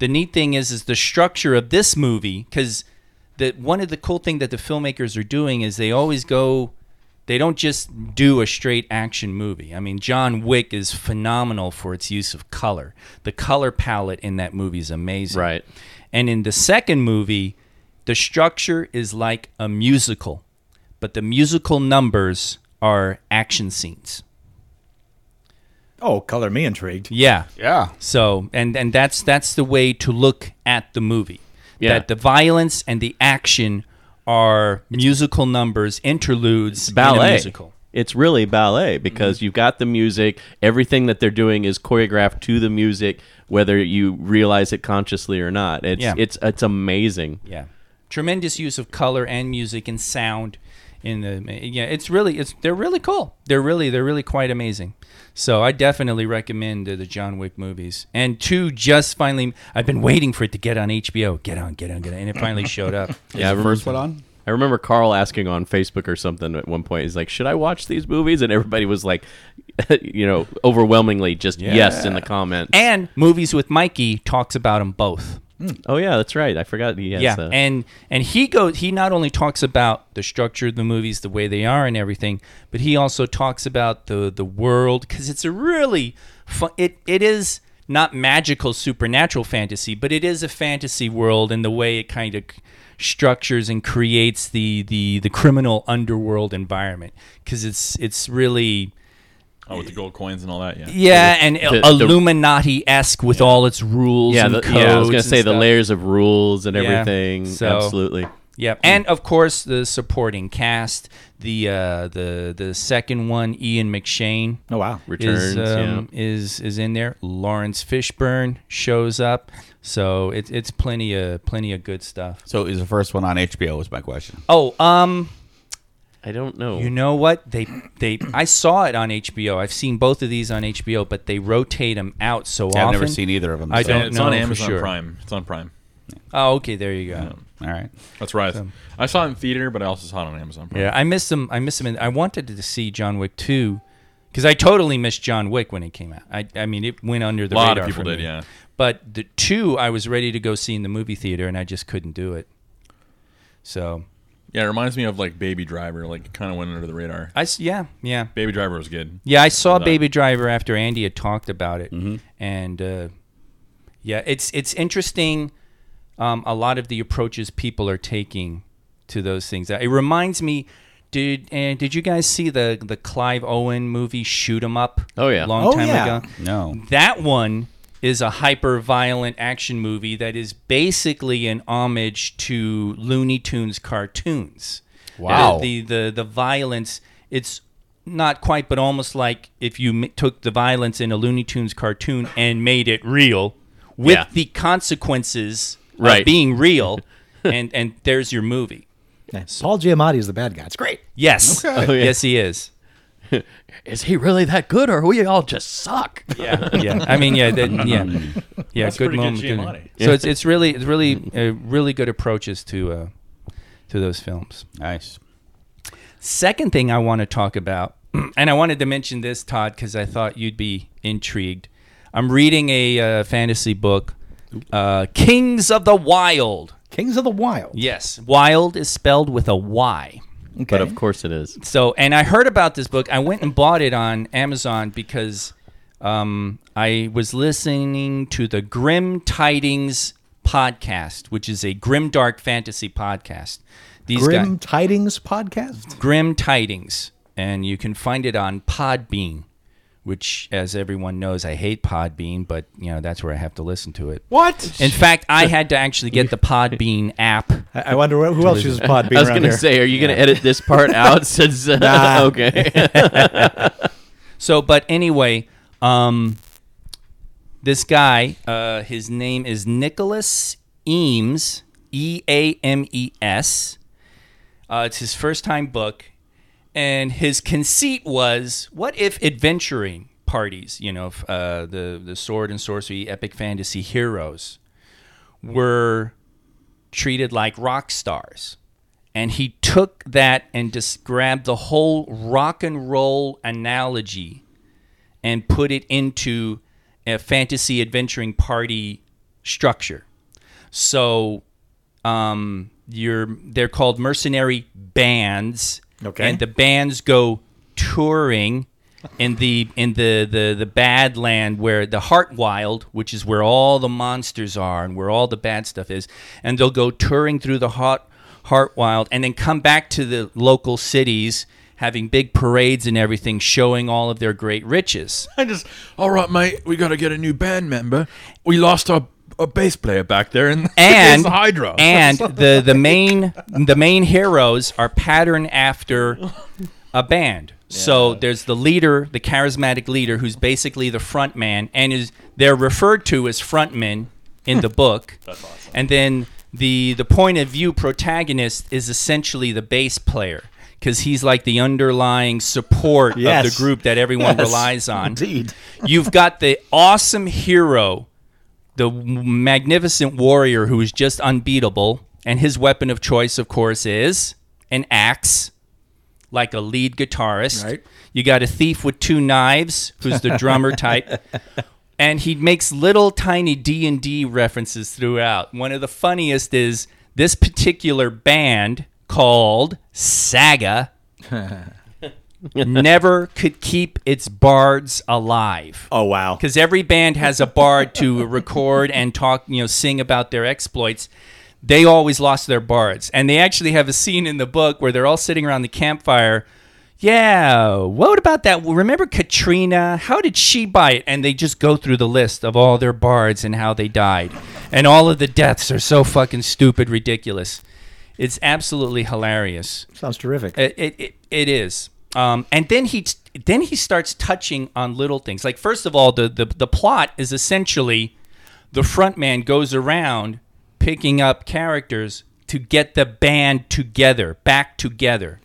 Speaker 4: the neat thing is is the structure of this movie because that one of the cool thing that the filmmakers are doing is they always go they don't just do a straight action movie. I mean, John Wick is phenomenal for its use of color. The color palette in that movie is amazing.
Speaker 6: Right.
Speaker 4: And in the second movie, the structure is like a musical, but the musical numbers are action scenes.
Speaker 9: Oh, color me intrigued.
Speaker 4: Yeah.
Speaker 5: yeah
Speaker 4: So, and and that's that's the way to look at the movie.
Speaker 6: Yeah.
Speaker 4: That the violence and the action are musical numbers, interludes, in a
Speaker 6: Ballet.
Speaker 4: musical. Mm-hmm.
Speaker 6: It's really ballet because you've got the music, everything that they're doing is choreographed to the music, whether you realize it consciously or not. It's
Speaker 4: Yeah.
Speaker 6: it's it's amazing.
Speaker 4: Yeah, tremendous use of color and music and sound. In the yeah, it's really it's they're really cool. They're really they're really quite amazing. So I definitely recommend uh, the John Wick movies. And two just finally, I've been waiting for it to get on HBO. Get on, get on, get on, and it finally showed up.
Speaker 6: Yeah, I remember,
Speaker 5: first one on
Speaker 6: I remember Carl asking on Facebook or something at one point. He's like, "Should I watch these movies?" And everybody was like, you know, overwhelmingly just yes in the comments.
Speaker 4: And movies with Mikey talks about them both.
Speaker 6: oh yeah, that's right. I forgot. He has
Speaker 4: yeah,
Speaker 6: the-
Speaker 4: and and he goes. He not only talks about the structure of the movies, the way they are, and everything, but he also talks about the the world because it's a really fun. It it is not magical supernatural fantasy, but it is a fantasy world, and the way it kind of structures and creates the the the criminal underworld environment because it's it's really
Speaker 8: Oh, with the gold coins and all that, yeah.
Speaker 4: Yeah, and
Speaker 6: the- the-
Speaker 4: Illuminati esque with all its rules
Speaker 6: yeah,
Speaker 4: and
Speaker 6: the,
Speaker 4: codes.
Speaker 6: yeah, I was gonna
Speaker 4: and
Speaker 6: say the
Speaker 4: stuff.
Speaker 6: layers of rules and
Speaker 4: Yeah.
Speaker 6: everything.
Speaker 4: So-
Speaker 6: Absolutely.
Speaker 4: Yep, and of course the supporting cast. The uh, the the second one, Ian McShane.
Speaker 9: Oh wow.
Speaker 6: Returns.
Speaker 4: is, um, is is in there. Lawrence Fishburne shows up, so it's it's plenty of plenty of good stuff.
Speaker 5: So is the first one on HBO? Was my question.
Speaker 4: Oh, um,
Speaker 6: yeah. I don't know.
Speaker 4: you know what they they I saw it on HBO. I've seen both of these on HBO, but they rotate them out so
Speaker 5: Yeah,
Speaker 4: often.
Speaker 5: I've never seen either of them.
Speaker 4: I
Speaker 5: so-
Speaker 4: don't
Speaker 8: it's
Speaker 4: know
Speaker 8: on
Speaker 4: for
Speaker 8: Amazon
Speaker 4: sure.
Speaker 8: Prime. It's on Prime.
Speaker 4: Oh, okay, there you go.
Speaker 5: All right.
Speaker 8: That's right. I saw it in theater, but I also saw it on Amazon Prime.
Speaker 4: Yeah, I missed them. I missed them. In, I wanted to see John Wick two because I totally missed John Wick when it came out. I, I mean, it went under the
Speaker 8: Lot of
Speaker 4: radar
Speaker 8: people
Speaker 4: for
Speaker 8: did,
Speaker 4: me.
Speaker 8: yeah.
Speaker 4: But the two, I was ready to go see in the movie theater, and I just couldn't do it. So
Speaker 8: Yeah, it reminds me of like Baby Driver. Like it kind of went under the radar.
Speaker 4: I s- yeah yeah
Speaker 8: Baby Driver was good.
Speaker 4: yeah I saw
Speaker 8: that.
Speaker 4: Baby Driver after Andy had talked about it,
Speaker 6: Mm-hmm.
Speaker 4: and uh, yeah, it's it's interesting. Um, a lot of the approaches people are taking to those things. Uh, It reminds me. Did and did you guys see the the Clive Owen movie Shoot 'Em Up?
Speaker 6: Oh, yeah.
Speaker 4: long
Speaker 9: Oh,
Speaker 4: time
Speaker 9: yeah.
Speaker 4: ago.
Speaker 5: No.
Speaker 4: That one is a hyper violent action movie that is basically an homage to Looney Tunes cartoons.
Speaker 5: Wow.
Speaker 4: The the the, the violence it's not quite but almost like if you m- took the violence in a Looney Tunes cartoon and made it real with
Speaker 6: Yeah.
Speaker 4: the consequences
Speaker 6: Right.
Speaker 4: of being real and and there's your movie.
Speaker 9: Yeah. Paul Giamatti is the bad guy. It's great.
Speaker 4: Yes.
Speaker 6: Oh, yeah.
Speaker 4: Yes he is.
Speaker 6: Is he really that good, or we all just suck?
Speaker 4: Yeah, yeah. I mean, yeah, that, yeah, yeah.
Speaker 8: That's
Speaker 4: good
Speaker 8: pretty good
Speaker 4: moment. good
Speaker 8: Giamatti.
Speaker 4: moment. So it's it's really it's really uh, really good approaches to uh, to those films.
Speaker 5: Nice.
Speaker 4: Second thing I want to talk about, and I wanted to mention this, Todd, because I thought you'd be intrigued. I'm reading a uh, fantasy book, uh, Kings of the Wild.
Speaker 9: Kings of the Wild.
Speaker 4: Yes, Wild is spelled with a Y.
Speaker 9: Okay.
Speaker 6: But of course it is.
Speaker 4: So, and I heard about this book. I went and bought it on Amazon because um, I was listening to the Grim Tidings podcast, which is a grim dark fantasy podcast. These
Speaker 9: Grim
Speaker 4: guys,
Speaker 9: Tidings podcast.
Speaker 4: Grim Tidings, and you can find it on Podbean, which, as everyone knows, I hate Podbean, but you know that's where I have to listen to it.
Speaker 6: What?
Speaker 4: In fact, I had to actually get the Podbean app.
Speaker 9: I, I wonder who- who else uses Podbean
Speaker 6: I was
Speaker 9: around
Speaker 6: gonna
Speaker 9: here.
Speaker 6: say, are you gonna edit this part out? Since uh,
Speaker 9: Nah.
Speaker 6: okay,
Speaker 4: So, but anyway, um, this guy, uh, his name is Nicholas Eames, E A M E S. Uh, it's his first time book, and his conceit was, what if adventuring parties, you know, f- uh, the the sword and sorcery, epic fantasy heroes, were treated like rock stars? and he took that and just grabbed the whole rock and roll analogy and put it into a fantasy adventuring party structure. So um, you're they're called mercenary bands.
Speaker 9: Okay.
Speaker 4: And the bands go touring in the in the the the bad land where the heart wild, which is where all the monsters are and where all the bad stuff is, and they'll go touring through the hot heart wild and then come back to the local cities having big parades and everything showing all of their great riches.
Speaker 8: I just, all right, mate, we got to get a new band member. We lost our, our bass player back there, and
Speaker 4: and
Speaker 8: it's Hydra.
Speaker 4: and the the main the main heroes are patterned after a band. So there's the leader, the charismatic leader, who's basically the front man, and is they're referred to as frontmen in the book. That's awesome. And then the the point of view protagonist is essentially the bass player because he's like the underlying support of
Speaker 9: Yes.
Speaker 4: the group that everyone relies on.
Speaker 9: Indeed.
Speaker 4: You've got the awesome hero the magnificent warrior who is just unbeatable, and his weapon of choice, of course, is an axe, like a lead guitarist.
Speaker 9: Right.
Speaker 4: You got a thief with two knives, who's the drummer type, and he makes little tiny D and D references throughout. One of the funniest is this particular band called Saga. never could keep its bards alive
Speaker 9: Oh wow.
Speaker 4: because every band has a bard to record and talk, you know, sing about their exploits. They always lost their bards, and they actually have a scene in the book where they're all sitting around the campfire Yeah. What about that? Remember Katrina? How did she buy it? And they just go through the list of all their bards and how they died. And all of the deaths are so fucking stupid, ridiculous. It's absolutely hilarious.
Speaker 9: Sounds terrific.
Speaker 4: It it, it, it is. Um, and then he then he starts touching on little things. Like first of all, the the, the plot is essentially the front man goes around picking up characters to get the band together, back together.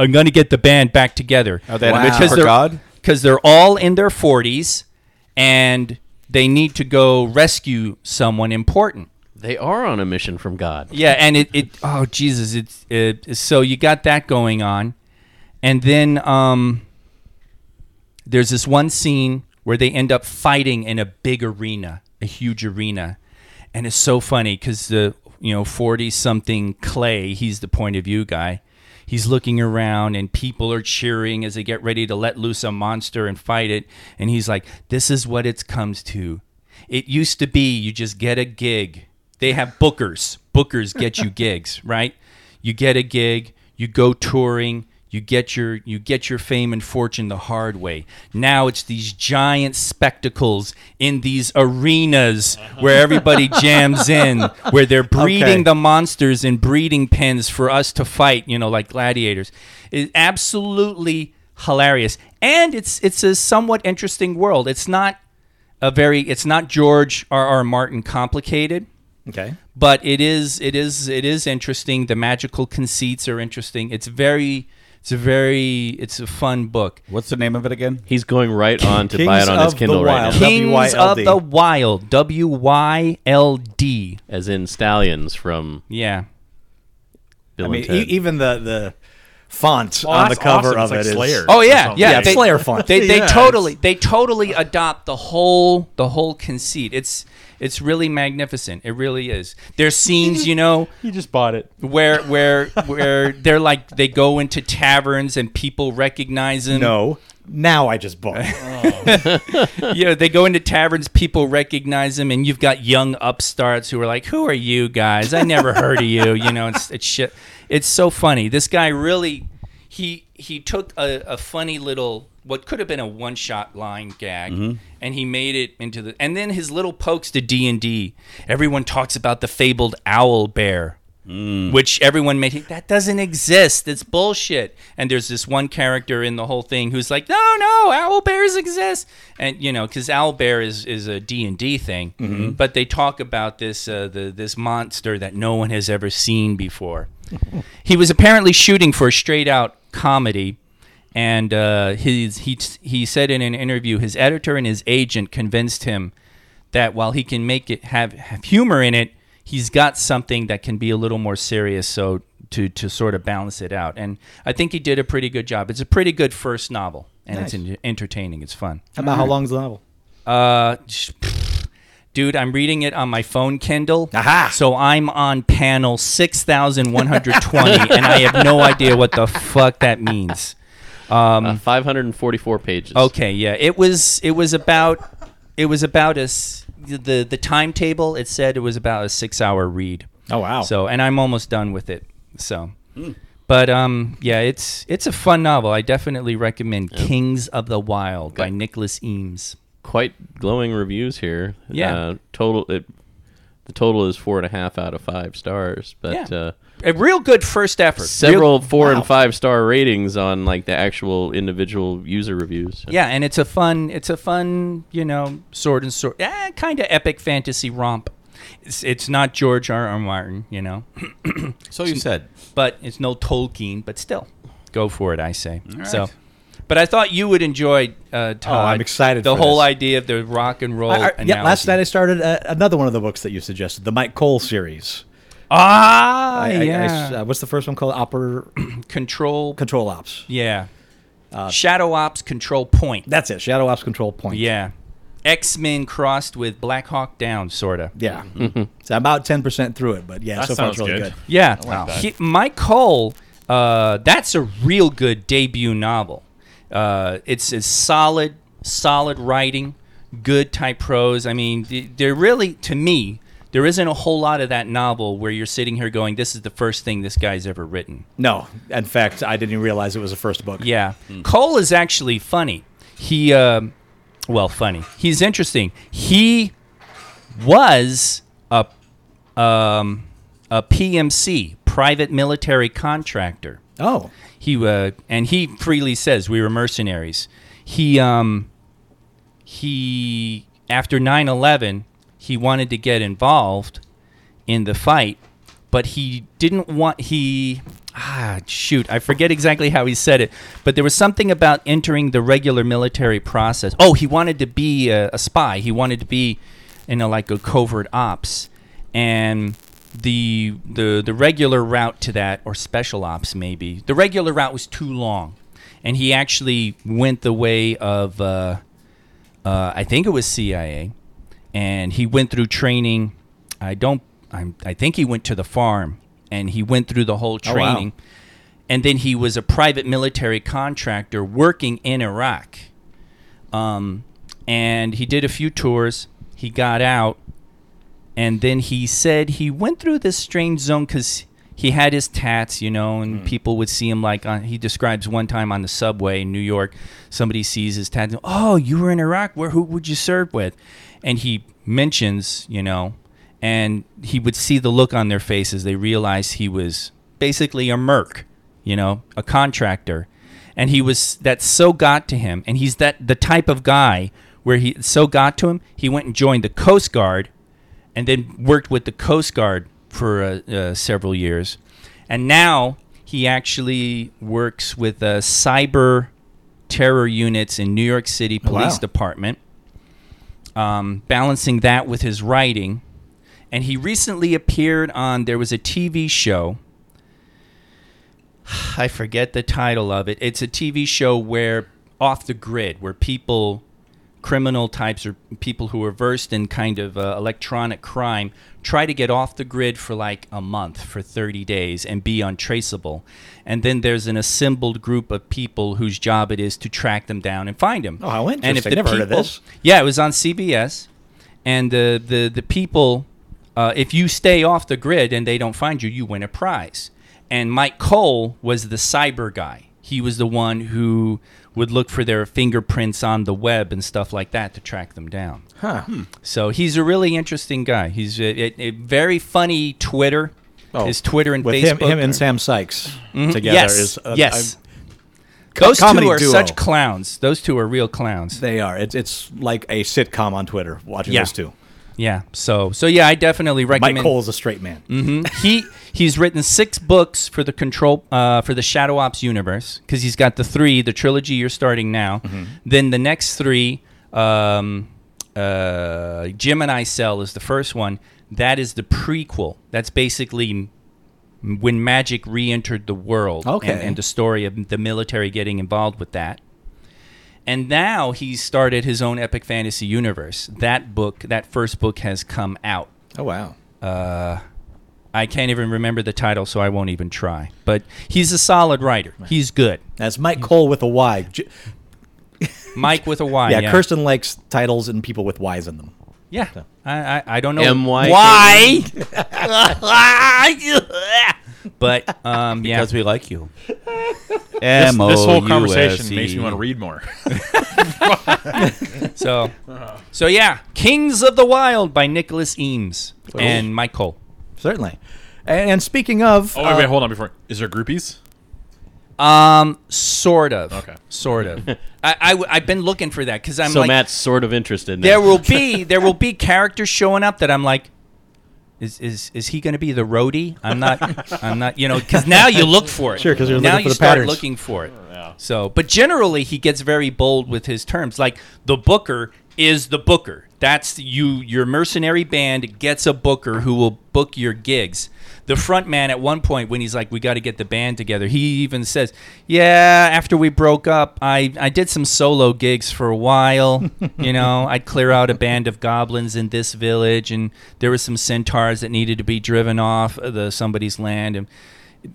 Speaker 4: I'm going to get the band back together. Are
Speaker 5: they in a mission for God?
Speaker 4: Because they're all in their 40s and they need to go rescue someone important.
Speaker 6: They are on a mission from God.
Speaker 4: Yeah, and it, it oh Jesus, it's it, so you got that going on, and then um, there's this one scene where they end up fighting in a big arena, a huge arena, and it's so funny because the you know forty something Clay, he's the point of view guy. He's looking around and people are cheering as they get ready to let loose a monster and fight it. And he's like, This is what it comes to. It used to be you just get a gig. They have bookers. Bookers get you gigs, right? You get a gig, you go touring, you get your you get your fame and fortune the hard way. Now it's these giant spectacles in these arenas where everybody jams in, where they're breeding the monsters in breeding pens for us to fight, you know, like gladiators. It's absolutely hilarious. And it's it's a somewhat interesting world. It's not a very it's not George R. R. Martin complicated,
Speaker 9: Okay.
Speaker 4: but it is it is it is interesting. The magical conceits are interesting. It's very it's a very it's a fun book.
Speaker 5: What's the name of it again?
Speaker 6: He's going right on to buy
Speaker 9: Kings
Speaker 6: it on his
Speaker 9: of the
Speaker 6: Kindle right
Speaker 9: Wild.
Speaker 6: now,
Speaker 4: Kings
Speaker 9: W.Y.L.D..
Speaker 4: of the Wild, W Y L D.
Speaker 6: as in stallions from
Speaker 4: Yeah.
Speaker 6: Bill
Speaker 9: I mean,
Speaker 6: and Ted.
Speaker 9: e- even the the font
Speaker 8: Well,
Speaker 9: on the
Speaker 8: that's
Speaker 9: cover
Speaker 8: awesome. It's
Speaker 9: of
Speaker 8: like
Speaker 9: it is
Speaker 8: Slayer.
Speaker 4: Oh yeah,
Speaker 8: something.
Speaker 4: yeah.
Speaker 9: Yeah, it's Slayer font.
Speaker 4: They, they
Speaker 8: Yeah, it's-
Speaker 4: totally they totally adopt the whole the whole conceit. It's it's really magnificent. It really is. There's scenes, you know,
Speaker 8: You just bought it.
Speaker 4: where where where they're like they go into taverns and people recognize them.
Speaker 9: No. Now I just bought. it.
Speaker 4: you know, they go into taverns, people recognize them, and you've got young upstarts who are like, "Who are you guys? I never heard of you." You know, it's it's shit. It's so funny. This guy really, he he took a, a funny little what could have been a one shot line gag, and he made it into the. And then his little pokes to D and D. Everyone talks about the fabled owl bear which everyone made that doesn't exist. It's bullshit. And there's this one character in the whole thing who's like, no, no, owl bears exist, and you know, because owl bear is is a D and D thing. But they talk about this uh, the this monster that no one has ever seen before. he was apparently shooting for a straight out comedy. And uh, his, he, he said in an interview, his editor and his agent convinced him that while he can make it have, have humor in it, he's got something that can be a little more serious. So to to sort of balance it out, and I think he did a pretty good job. It's a pretty good first novel, and it's en- entertaining. It's fun.
Speaker 9: About how long's the novel?
Speaker 4: Uh, sh- dude, I'm reading it on my phone Kindle. So I'm on panel six thousand one hundred twenty, and I have no idea what the fuck that means.
Speaker 6: Uh, 544 pages.
Speaker 4: Okay, yeah. It was it was about it was about a s- the the timetable. It said it was about a six hour read.
Speaker 9: Oh wow.
Speaker 4: So and I'm almost done with it. So. But um, yeah, it's it's a fun novel. I definitely recommend Kings of the Wild by Nicholas Eames.
Speaker 6: Quite glowing reviews here.
Speaker 4: Yeah.
Speaker 6: Uh, total. It, the total is four and a half out of five stars, but
Speaker 4: Yeah.
Speaker 6: uh,
Speaker 4: A real good first effort.
Speaker 6: several four and five star ratings on like the actual individual user reviews.
Speaker 4: yeah, and it's a fun it's a fun you know sword and sword eh, kind of epic fantasy romp. It's it's not George R. R. Martin, you know,
Speaker 5: So you said.
Speaker 4: but it's no Tolkien, but still, go for it, I say. So, but I thought you would enjoy uh, Todd.
Speaker 9: Oh, I'm excited
Speaker 4: The
Speaker 9: for
Speaker 4: whole
Speaker 9: this.
Speaker 4: idea of the rock and roll.
Speaker 9: I- I- yeah, last
Speaker 4: analogy.
Speaker 9: night I started uh, another one of the books that you suggested, the Mike Cole series.
Speaker 4: Ah,
Speaker 9: I- I- I
Speaker 4: yeah.
Speaker 9: s- uh, what's the first one called? Opera
Speaker 4: control.
Speaker 9: Control Ops.
Speaker 4: yeah.
Speaker 9: Uh,
Speaker 4: Shadow Ops Control Point.
Speaker 9: That's it. Shadow Ops Control Point.
Speaker 4: Yeah. X Men crossed with Black Hawk Down, sorta.
Speaker 9: Yeah.
Speaker 4: Mm-hmm.
Speaker 9: So I'm about 10% through it, but yeah,
Speaker 8: That
Speaker 9: so far
Speaker 8: sounds
Speaker 9: it's really
Speaker 8: good.
Speaker 9: good.
Speaker 4: Yeah. He- Mike Cole, uh, that's a real good debut novel. Uh, it's, it's solid, solid writing, good type prose. I mean, th- they're really, to me, there isn't a whole lot of that novel where you're sitting here going, "This is the first thing this guy's ever written."
Speaker 9: No, in fact, I didn't even realize it was the first book.
Speaker 4: Yeah. Cole is actually funny. He, um, well, funny. He's interesting. He was a, um, a PMC, private military contractor.
Speaker 9: Oh,
Speaker 4: He uh, and he freely says we were mercenaries. He um, he after 9/11, he wanted to get involved in the fight, but he didn't want he ah shoot, I forget exactly how he said it, but there was something about entering the regular military process. Oh, he wanted to be a, a spy. He wanted to be you know like a covert ops and the the the regular route to that or special ops maybe. The regular route was too long. And he actually went the way of uh, uh, I think it was CIA, and he went through training. I don't. I'm, I think he went to the farm, and he went through the whole
Speaker 9: wow.
Speaker 4: training, and then he was a private military contractor working in Iraq. Um, and he did a few tours. He got out, and then he said he went through this strange zone because he had his tats, you know, and people would see him like on, he describes one time on the subway in New York, somebody sees his tats. And, oh, you were in Iraq. Where who would you serve with? And he mentions, you know, and he would see the look on their faces. They realized he was basically a merc, you know, a contractor and he was that so got to him and he's that the type of guy where he so got to him he went and joined the coast guard and then worked with the coast guard for uh, uh, several years and now he actually works with uh, cyber terror units in new york city police department um, balancing that with his writing and he recently appeared on there was a tv show I forget the title of it. It's a TV show where off the grid, where people, criminal types or people who are versed in kind of uh, electronic crime, try to get off the grid for like a month, for 30 days, and be untraceable. And then there's an assembled group of people whose job it is to track them down and find them.
Speaker 9: Oh, how
Speaker 4: And if
Speaker 9: interesting.
Speaker 4: the
Speaker 9: Never heard of
Speaker 4: people-
Speaker 9: this.
Speaker 4: Yeah, it was on CBS, and the the the people, uh, if you stay off the grid and they don't find you, you win a prize. And Mike Cole was the cyber guy. He was the one who would look for their fingerprints on the web and stuff like that to track them down. Huh.
Speaker 9: Hmm.
Speaker 4: So he's a really interesting guy. He's a, a, a very funny Twitter.
Speaker 9: Oh.
Speaker 4: His Twitter and
Speaker 9: with him,
Speaker 4: Facebook.
Speaker 9: him
Speaker 4: are-
Speaker 9: and Sam Sykes together
Speaker 4: yes,
Speaker 9: is uh, a,
Speaker 4: yes.
Speaker 9: a-
Speaker 4: Those
Speaker 9: comedy
Speaker 4: two are
Speaker 9: duo.
Speaker 4: such clowns. Those two are real clowns.
Speaker 9: they are. It's it's like a sitcom on Twitter. Watching
Speaker 4: Yeah.
Speaker 9: those two,
Speaker 4: Yeah. So so yeah, I definitely
Speaker 9: Mike
Speaker 4: recommend. Mm.
Speaker 9: Cole is a straight man.
Speaker 4: he he's written six books for the control uh, for the Shadow Ops universe because he's got the three the trilogy you're starting now, then the next three. Um, uh, Gemini Cell is the first one. That is the prequel. That's basically m- when magic re-entered the world,
Speaker 9: Okay.
Speaker 4: and, and the story of the military getting involved with that. And now he's started his own epic fantasy universe. That book, that first book, has come out.
Speaker 9: Oh wow,
Speaker 4: I can't even remember the title, so I won't even try. But he's a solid writer. He's good.
Speaker 9: that's Mike Cole with a Y. J-
Speaker 4: Mike with a Y.
Speaker 9: yeah,
Speaker 4: Yeah,
Speaker 9: Kirsten likes titles and people with Y's in them.
Speaker 4: Yeah. I, I, I don't know
Speaker 6: M.Y.
Speaker 4: why. but um, yeah,
Speaker 5: Because we like you. E.
Speaker 8: This whole conversation makes me want to read more.
Speaker 4: so so yeah, Kings of the Wild by Nicholas Eames and Mike Cole.
Speaker 9: Certainly. And, and speaking of, uh,
Speaker 8: Oh wait, wait, hold on. Before is there groupies?
Speaker 4: Um, sort of.
Speaker 8: Okay.
Speaker 4: Sort of. I, I have been looking for that because I'm
Speaker 6: so
Speaker 4: like,
Speaker 6: Matt's sort of interested. Now.
Speaker 4: there will be there will be characters showing up that I'm like, is is is he going to be the roadie? I'm not. I'm not. You know, because now you look for it.
Speaker 9: Sure, 'cause you're
Speaker 4: now
Speaker 9: looking for
Speaker 4: you
Speaker 9: the
Speaker 4: start
Speaker 9: patterns.
Speaker 4: looking for it. So, but generally he gets very bold with his terms. Like the booker is the booker. That's you. Your mercenary band gets a booker who will book your gigs. The front man at one point when he's like, "We got to get the band together," he even says, "Yeah, after we broke up, I I did some solo gigs for a while. you know, I'd clear out a band of goblins in this village, and there were some centaurs that needed to be driven off of the somebody's land, and."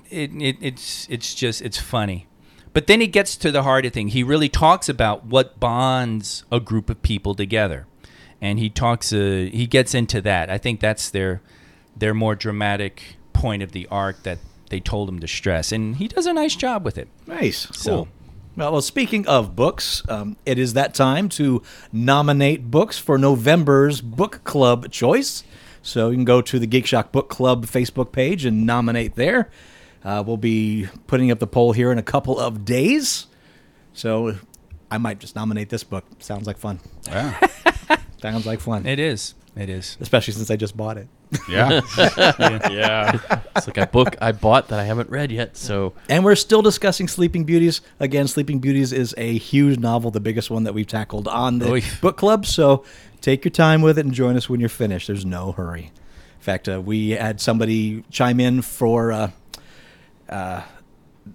Speaker 4: it, it it's it's just it's funny. But then he gets to the heart of thing. He really talks about what bonds a group of people together. and he talks. Uh, he gets into that. I think that's their their more dramatic point of the arc that they told him to stress, and he does a nice job with it.
Speaker 9: Nice.
Speaker 4: So-
Speaker 9: Cool. Well, well, speaking of books, um, it is that time to nominate books for November's book club choice. So you can go to the Geek Shock Book Club Facebook page and nominate there. Uh, we'll be putting up the poll here in a couple of days. So I might just nominate this book. Sounds like fun.
Speaker 5: Yeah.
Speaker 9: Sounds like fun.
Speaker 4: It is. It is.
Speaker 9: Especially since I just bought it.
Speaker 5: Yeah.
Speaker 8: Yeah.
Speaker 6: It's like a book I bought that I haven't read yet. So
Speaker 9: And we're still discussing Sleeping Beauties. Again, Sleeping Beauties is a huge novel, the biggest one that we've tackled on the
Speaker 4: Oy.
Speaker 9: book club. So take your time with it and join us when you're finished. There's no hurry. In fact, uh, we had somebody chime in for uh, uh,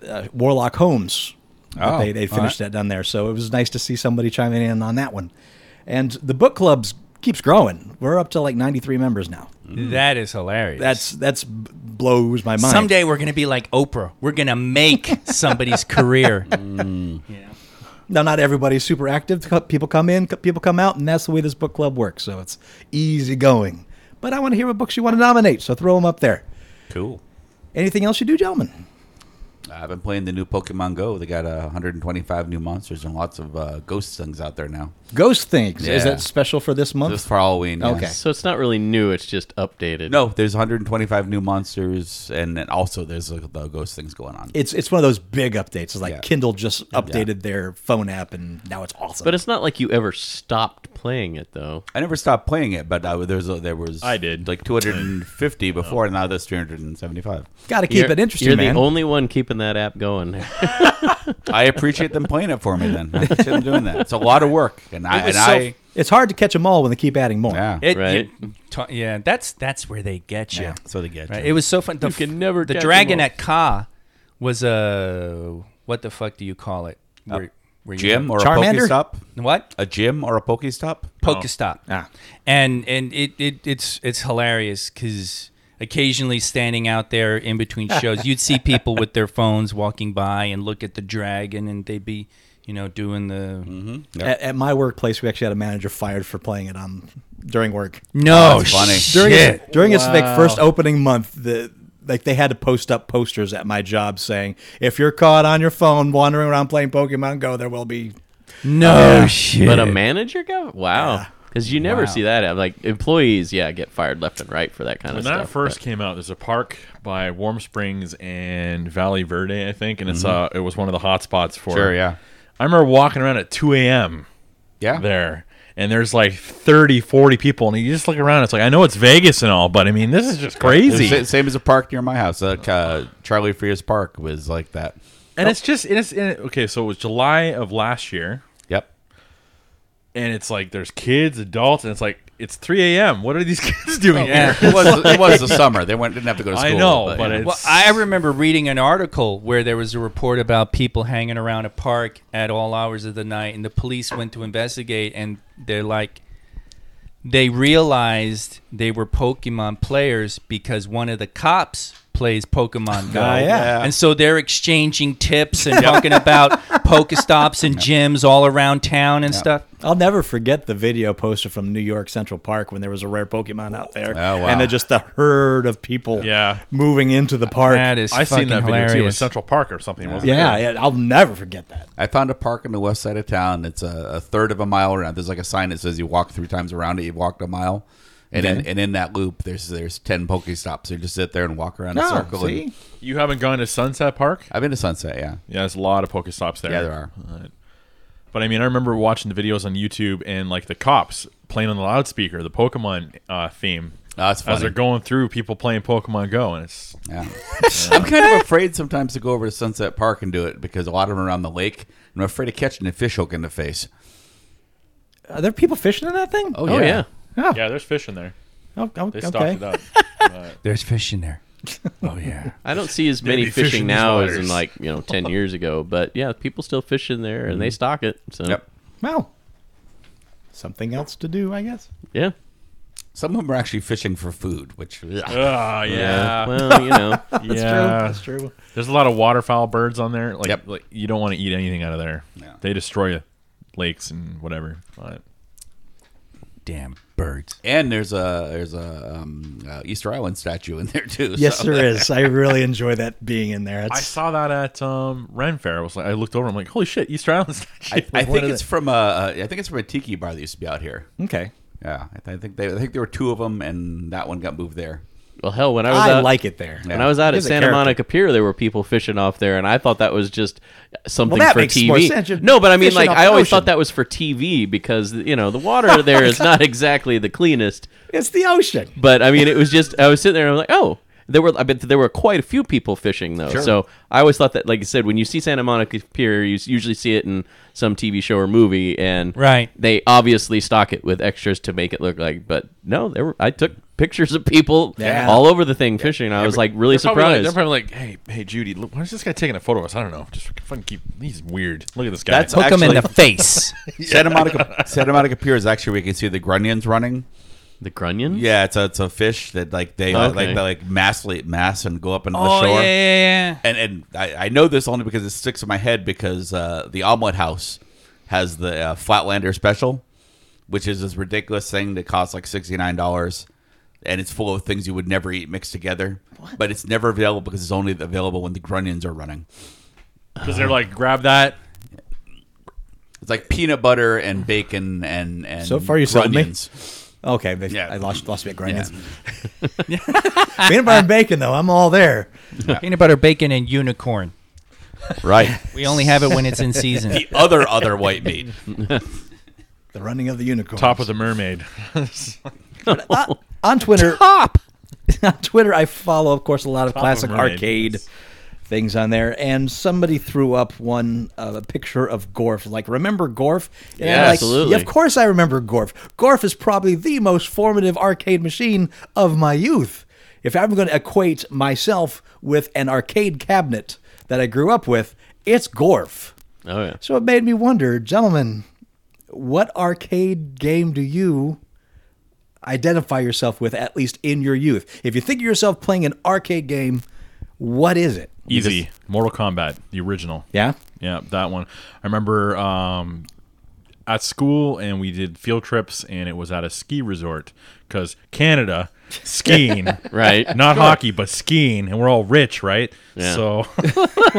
Speaker 9: uh, Warlock Holmes.
Speaker 5: Oh,
Speaker 9: they, they
Speaker 5: all
Speaker 9: finished that done there. So it was nice to see somebody chiming in on that one. And the book club's keeps growing. We're up to like 93 members now.
Speaker 4: That is hilarious.
Speaker 9: That's that's b- blows my mind.
Speaker 4: Someday we're gonna be like Oprah. We're gonna make somebody's career.
Speaker 9: Now, not everybody's super active. Co- People come in, co- people come out, and that's the way this book club works. So it's easy going. But I want to hear what books you want to nominate, so throw them up there.
Speaker 5: Cool.
Speaker 9: Anything else you do, gentlemen?
Speaker 5: I've been playing the new Pokemon Go. They got uh, 125 new monsters and lots of uh, ghost things out there now.
Speaker 9: Ghost Things. Is
Speaker 5: Yeah.
Speaker 9: that special for this month?
Speaker 5: This Halloween. yeah.
Speaker 9: Okay.
Speaker 6: so it's not really new. It's just updated.
Speaker 5: No, there's 125 new monsters, and then also there's uh, the ghost things going on.
Speaker 9: it's it's one of those big updates. It's like
Speaker 5: Yeah.
Speaker 9: Kindle just updated their phone app, and now it's awesome.
Speaker 6: but it's not like you ever stopped playing it though.
Speaker 5: I never stopped playing it, but I, there was there was
Speaker 8: I did.
Speaker 5: like 250 before, and now there's 375.
Speaker 9: got to keep
Speaker 6: You're-
Speaker 9: it interesting,
Speaker 6: You're
Speaker 9: man.
Speaker 6: the only one keeping that app going.
Speaker 5: I appreciate them playing it for me. Then I appreciate them doing that. It's a lot of work, and I and
Speaker 4: was so-
Speaker 5: I
Speaker 9: it's hard to catch them all when they keep adding more.
Speaker 5: yeah.
Speaker 4: It,
Speaker 6: Right.
Speaker 4: you- ta- yeah, that's that's where they get you.
Speaker 5: that's what they get.
Speaker 4: Right?
Speaker 5: you.
Speaker 4: It was so fun. The,
Speaker 6: You can never
Speaker 4: The
Speaker 6: catch 'em
Speaker 4: dragon
Speaker 6: all.
Speaker 4: at Ka was a what the fuck do you call it? Where, where you-
Speaker 5: gym or
Speaker 9: Charmander?
Speaker 5: a Pokestop?
Speaker 4: what?
Speaker 5: A gym or a Pokestop?
Speaker 4: Pokestop.
Speaker 9: Ah.
Speaker 4: And and it, it it's it's hilarious because occasionally standing out there in between shows, you'd see people with their phones walking by and look at the dragon, and they'd be, you know, doing the
Speaker 5: Mm-hmm.
Speaker 9: At, at my workplace, we actually had a manager fired for playing it on during work.
Speaker 8: Oh,
Speaker 4: no
Speaker 5: That's funny.
Speaker 9: during
Speaker 4: shit.
Speaker 9: its, during its like first opening month, the like they had to post up posters at my job saying, "If you're caught on your phone wandering around playing Pokemon Go, there will be."
Speaker 4: no shit.
Speaker 6: But a manager go? Wow. Because you never see that. Like employees, yeah, get fired left and right for that kind
Speaker 8: When
Speaker 6: of
Speaker 8: that
Speaker 6: stuff.
Speaker 8: first
Speaker 6: but-
Speaker 8: came out, there's a park by Warm Springs and Valley Verde, I think, and it's uh, it was one of the hot spots for.
Speaker 5: Oh, Sure, yeah,
Speaker 8: I remember walking around at 2 a.m.
Speaker 5: yeah.
Speaker 8: there, and there's like 30, 40 people, and you just look around. It's like I know it's Vegas and all, but I mean, this is just crazy.
Speaker 5: It was the same as a park near my house. Uh, uh, Charlie Frears Park was like that.
Speaker 8: and it's just it's and it, okay. So it was July of last year,
Speaker 5: Yep.
Speaker 8: and it's like there's kids, adults, and it's like it's 3 a.m. What are these kids doing
Speaker 4: yeah.
Speaker 8: here?
Speaker 5: It was it was the summer. They went, didn't have to go to
Speaker 8: I
Speaker 5: school.
Speaker 8: know, Oh, but
Speaker 5: yeah.
Speaker 8: it's-
Speaker 4: Well, I remember reading an article where there was a report about people hanging around a park at all hours of the night, and the police went to investigate, and they're like, they realized they were Pokemon players because one of the cops plays Pokemon Go.
Speaker 9: yeah.
Speaker 4: And so they're exchanging tips and talking about Pokestops and gyms all around town and stuff.
Speaker 9: I'll never forget the video poster from New York Central Park when there was a rare Pokemon out there,
Speaker 5: wow.
Speaker 9: and then just the herd of people,
Speaker 8: Oh, Yeah.
Speaker 9: moving into the park.
Speaker 4: That is
Speaker 8: I seen
Speaker 4: fucking
Speaker 8: that video too. It was
Speaker 4: hilarious.
Speaker 8: Central Park or something. Wasn't
Speaker 9: yeah, yeah, I'll never forget that.
Speaker 5: I found a park on the west side of town. It's a, a third of a mile around. There's like a sign that says you walk three times around it. You've walked a mile, and in, and in that loop, there's there's ten Pokestops. You just sit there and walk around
Speaker 4: Oh,
Speaker 5: a
Speaker 9: No,
Speaker 5: circle. and-
Speaker 9: see?
Speaker 8: it? You haven't gone to Sunset Park?
Speaker 5: I've been to Sunset. Yeah,
Speaker 8: Yeah, there's a lot of Pokestops there.
Speaker 5: Yeah, there are.
Speaker 8: But, but I mean, I remember watching the videos on YouTube and like the cops playing on the loudspeaker the Pokemon uh, theme
Speaker 5: Oh, that's
Speaker 8: as
Speaker 5: funny.
Speaker 8: they're going through people playing Pokemon Go, and it's
Speaker 5: Yeah. I'm kind of afraid sometimes to go over to Sunset Park and do it because a lot of them are around the lake. And I'm afraid of catching a fishhook in the face.
Speaker 9: Are there people fishing in that thing?
Speaker 6: Oh, yeah.
Speaker 8: yeah, there's fish in there.
Speaker 9: Oh, oh,
Speaker 8: They stocked
Speaker 9: okay.
Speaker 8: it up.
Speaker 4: There's fish in there. Oh, yeah.
Speaker 6: I don't see as many
Speaker 8: be fishing
Speaker 6: fishing
Speaker 8: these
Speaker 6: now as in
Speaker 8: waters.
Speaker 6: like, you know, 10 years ago. But yeah, people still fish in there
Speaker 9: Mm-hmm.
Speaker 6: and they stock it. So,
Speaker 5: Yep.
Speaker 9: Well, something else to do, I guess.
Speaker 6: yeah.
Speaker 5: Some of them are actually fishing for food, which ugh.
Speaker 8: Ah,
Speaker 6: Yeah.
Speaker 8: yeah,
Speaker 6: Well, you know,
Speaker 8: yeah.
Speaker 9: That's true. That's true.
Speaker 8: There's a lot of waterfowl birds on there. Like,
Speaker 5: Yep.
Speaker 8: like, you don't want to eat anything out of there.
Speaker 5: Yeah.
Speaker 8: They destroy lakes and whatever. But
Speaker 4: Damn birds.
Speaker 5: And there's a there's a um, uh, Easter Island statue in there too.
Speaker 9: Yes,
Speaker 5: so.
Speaker 9: there is. I really enjoy that being in there.
Speaker 8: I
Speaker 9: It's,
Speaker 8: saw that at um, Ren Fair. I was like, I looked over. I'm like, holy shit, Easter Island statue.
Speaker 5: I, I
Speaker 9: What
Speaker 5: think
Speaker 9: are
Speaker 5: it's from a a- I think it's from a tiki bar that used to be out here.
Speaker 9: okay.
Speaker 5: Yeah, I, th- I think they, I think there were two of them, and that one got moved there.
Speaker 6: Well, hell, when I was uh,
Speaker 9: I
Speaker 6: out,
Speaker 9: like it there.
Speaker 6: when I was out at
Speaker 9: Gives it
Speaker 6: Santa
Speaker 9: character.
Speaker 6: Monica Pier, there were people fishing off there, and I thought that was just something
Speaker 9: that
Speaker 6: for
Speaker 9: makes
Speaker 6: TV.
Speaker 9: more sense. You're
Speaker 6: No, but I mean,
Speaker 9: fishing
Speaker 6: like
Speaker 9: off
Speaker 6: I
Speaker 9: the
Speaker 6: always
Speaker 9: ocean.
Speaker 6: thought that was for TV because you know the water there is not exactly the cleanest.
Speaker 9: It's the ocean.
Speaker 6: But I mean, it was just I was sitting there and I'm like, oh, there were I bet there were quite a few people fishing though. So I always thought that, like you said, when you see Santa Monica Pier, you s- usually see it in some TV show or movie, and
Speaker 4: Right.
Speaker 6: they obviously stock it with extras to make it look like. But no, there were I took pictures of people
Speaker 9: Yeah.
Speaker 6: all over the thing fishing. And I was like really
Speaker 8: They're probably
Speaker 6: surprised.
Speaker 8: like- they're probably like, hey, hey, Judy, look, why is this guy taking a photo of us? I don't know. Just fucking keep. He's weird. Look at this guy.
Speaker 5: That's
Speaker 4: Hook
Speaker 5: actually,
Speaker 4: them in the face.
Speaker 5: Santa Monica. Santa Monica Pier is actually where you can see the grunions running. Oh,
Speaker 6: The grunions?
Speaker 5: Yeah, it's a it's a fish that like they uh,
Speaker 6: Okay.
Speaker 5: like they like massly mass and go up into
Speaker 4: oh
Speaker 5: the
Speaker 4: yeah,
Speaker 5: shore.
Speaker 4: yeah, yeah.
Speaker 5: And and I, I know this only because it sticks in my head because uh, the omelet house has the uh, Flatlander special, which is this ridiculous thing that costs like sixty nine dollars, and it's full of things you would never eat mixed together. But it's never available because it's only available when the grunions are running.
Speaker 8: because they're like, grab that.
Speaker 5: It's like peanut butter and bacon and and
Speaker 9: So far you sold me.
Speaker 5: grunions.
Speaker 9: Okay, they-
Speaker 5: Yeah.
Speaker 9: I lost lost me at
Speaker 5: Yeah.
Speaker 9: Grunions. Peanut butter and bacon, though. I'm all there.
Speaker 4: Peanut butter, bacon, and unicorn.
Speaker 5: right.
Speaker 4: We only have it when it's in season.
Speaker 5: The other other white meat.
Speaker 9: The running of the unicorn.
Speaker 8: Top of the mermaid.
Speaker 9: Uh, on Twitter. Top. on Twitter, I follow, of course, a lot of
Speaker 8: of
Speaker 9: classic
Speaker 8: mermaid,
Speaker 9: arcade
Speaker 8: yes.
Speaker 9: things on there, and somebody threw up one uh, a picture of Gorf. Like, remember Gorf? And I'm
Speaker 6: Yeah,
Speaker 9: like,
Speaker 6: absolutely.
Speaker 9: "Yeah, of course, I remember Gorf. Gorf is probably the most formative arcade machine of my youth. If I'm going to equate myself with an arcade cabinet that I grew up with, it's Gorf.
Speaker 6: Oh yeah.
Speaker 9: So it made me wonder, gentlemen, what arcade game do you identify yourself with, at least in your youth? If you think of yourself playing an arcade game, what is it?
Speaker 8: Easy. Mortal Kombat, the original.
Speaker 9: Yeah?
Speaker 8: Yeah, that one. I remember um, at school, and we did field trips, and it was at a ski resort because Canada skiing,
Speaker 6: Right.
Speaker 8: Not hockey, but skiing, and we're all rich, right? So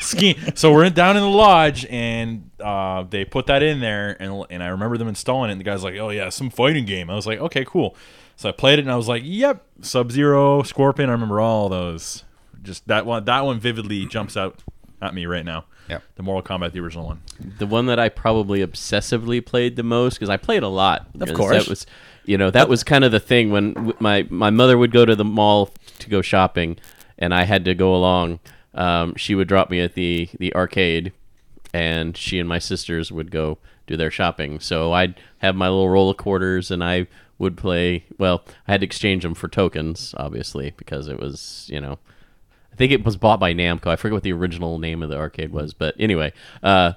Speaker 8: skiing. So we're in, down in the lodge, and uh, they put that in there, and and I remember them installing it. And the guy's like, "Oh yeah, some fighting game." I was like, "Okay, cool." So I played it, and I was like, "Yep, Sub Zero, Scorpion." I remember all those. Just that one. That one vividly jumps out at me right now.
Speaker 5: Yep.
Speaker 8: The Mortal Kombat, the original one.
Speaker 6: The one that I probably obsessively played the most because I played a lot. Of
Speaker 9: course.
Speaker 6: that was, you know, that was kind of the thing when w- my my mother would go to the mall to go shopping, and I had to go along. Um, she would drop me at the the arcade, and she and my sisters would go do their shopping. So I'd have my little roll of quarters, and I would play. Well, I had to exchange them for tokens, obviously, because it was you know I think it was bought by Namco. I forget what the original name of the arcade was, but anyway, uh,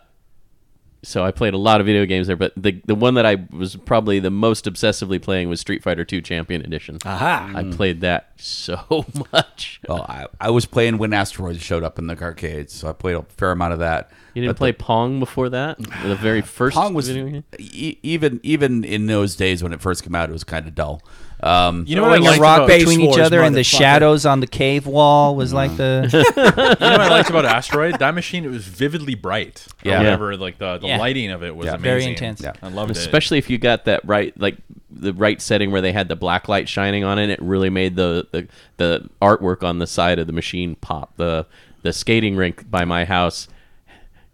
Speaker 6: so I played a lot of video games there. But the the one that I was probably the most obsessively playing was Street Fighter Two Champion Edition. Aha!
Speaker 5: Hmm.
Speaker 6: I played that so much.
Speaker 5: Well, I, I was playing when asteroids showed up in the arcades, so I played a fair amount of that.
Speaker 6: You didn't
Speaker 5: But
Speaker 6: play Pong before that? The very first
Speaker 5: Pong was
Speaker 6: video game?
Speaker 5: e- even even in those days when it first came out, it was kind of dull. Um,
Speaker 8: You know what I
Speaker 4: Throwing a
Speaker 8: liked
Speaker 4: rock
Speaker 8: about-
Speaker 4: between
Speaker 9: Space
Speaker 4: each
Speaker 9: Wars,
Speaker 4: other, and the
Speaker 9: motherfucker.
Speaker 4: shadows on the cave wall was like the.
Speaker 8: you know what I liked about Asteroid? That machine, it was vividly bright.
Speaker 5: Yeah.
Speaker 8: Yeah. Whatever, like the, the
Speaker 4: Yeah.
Speaker 8: lighting of it was
Speaker 5: Yeah.
Speaker 8: amazing.
Speaker 4: Very intense. Yeah.
Speaker 8: I loved it.
Speaker 6: Especially if you got that right, like the right setting where they had the black light shining on it, it really made the, the, the artwork on the side of the machine pop. The the skating rink by my house.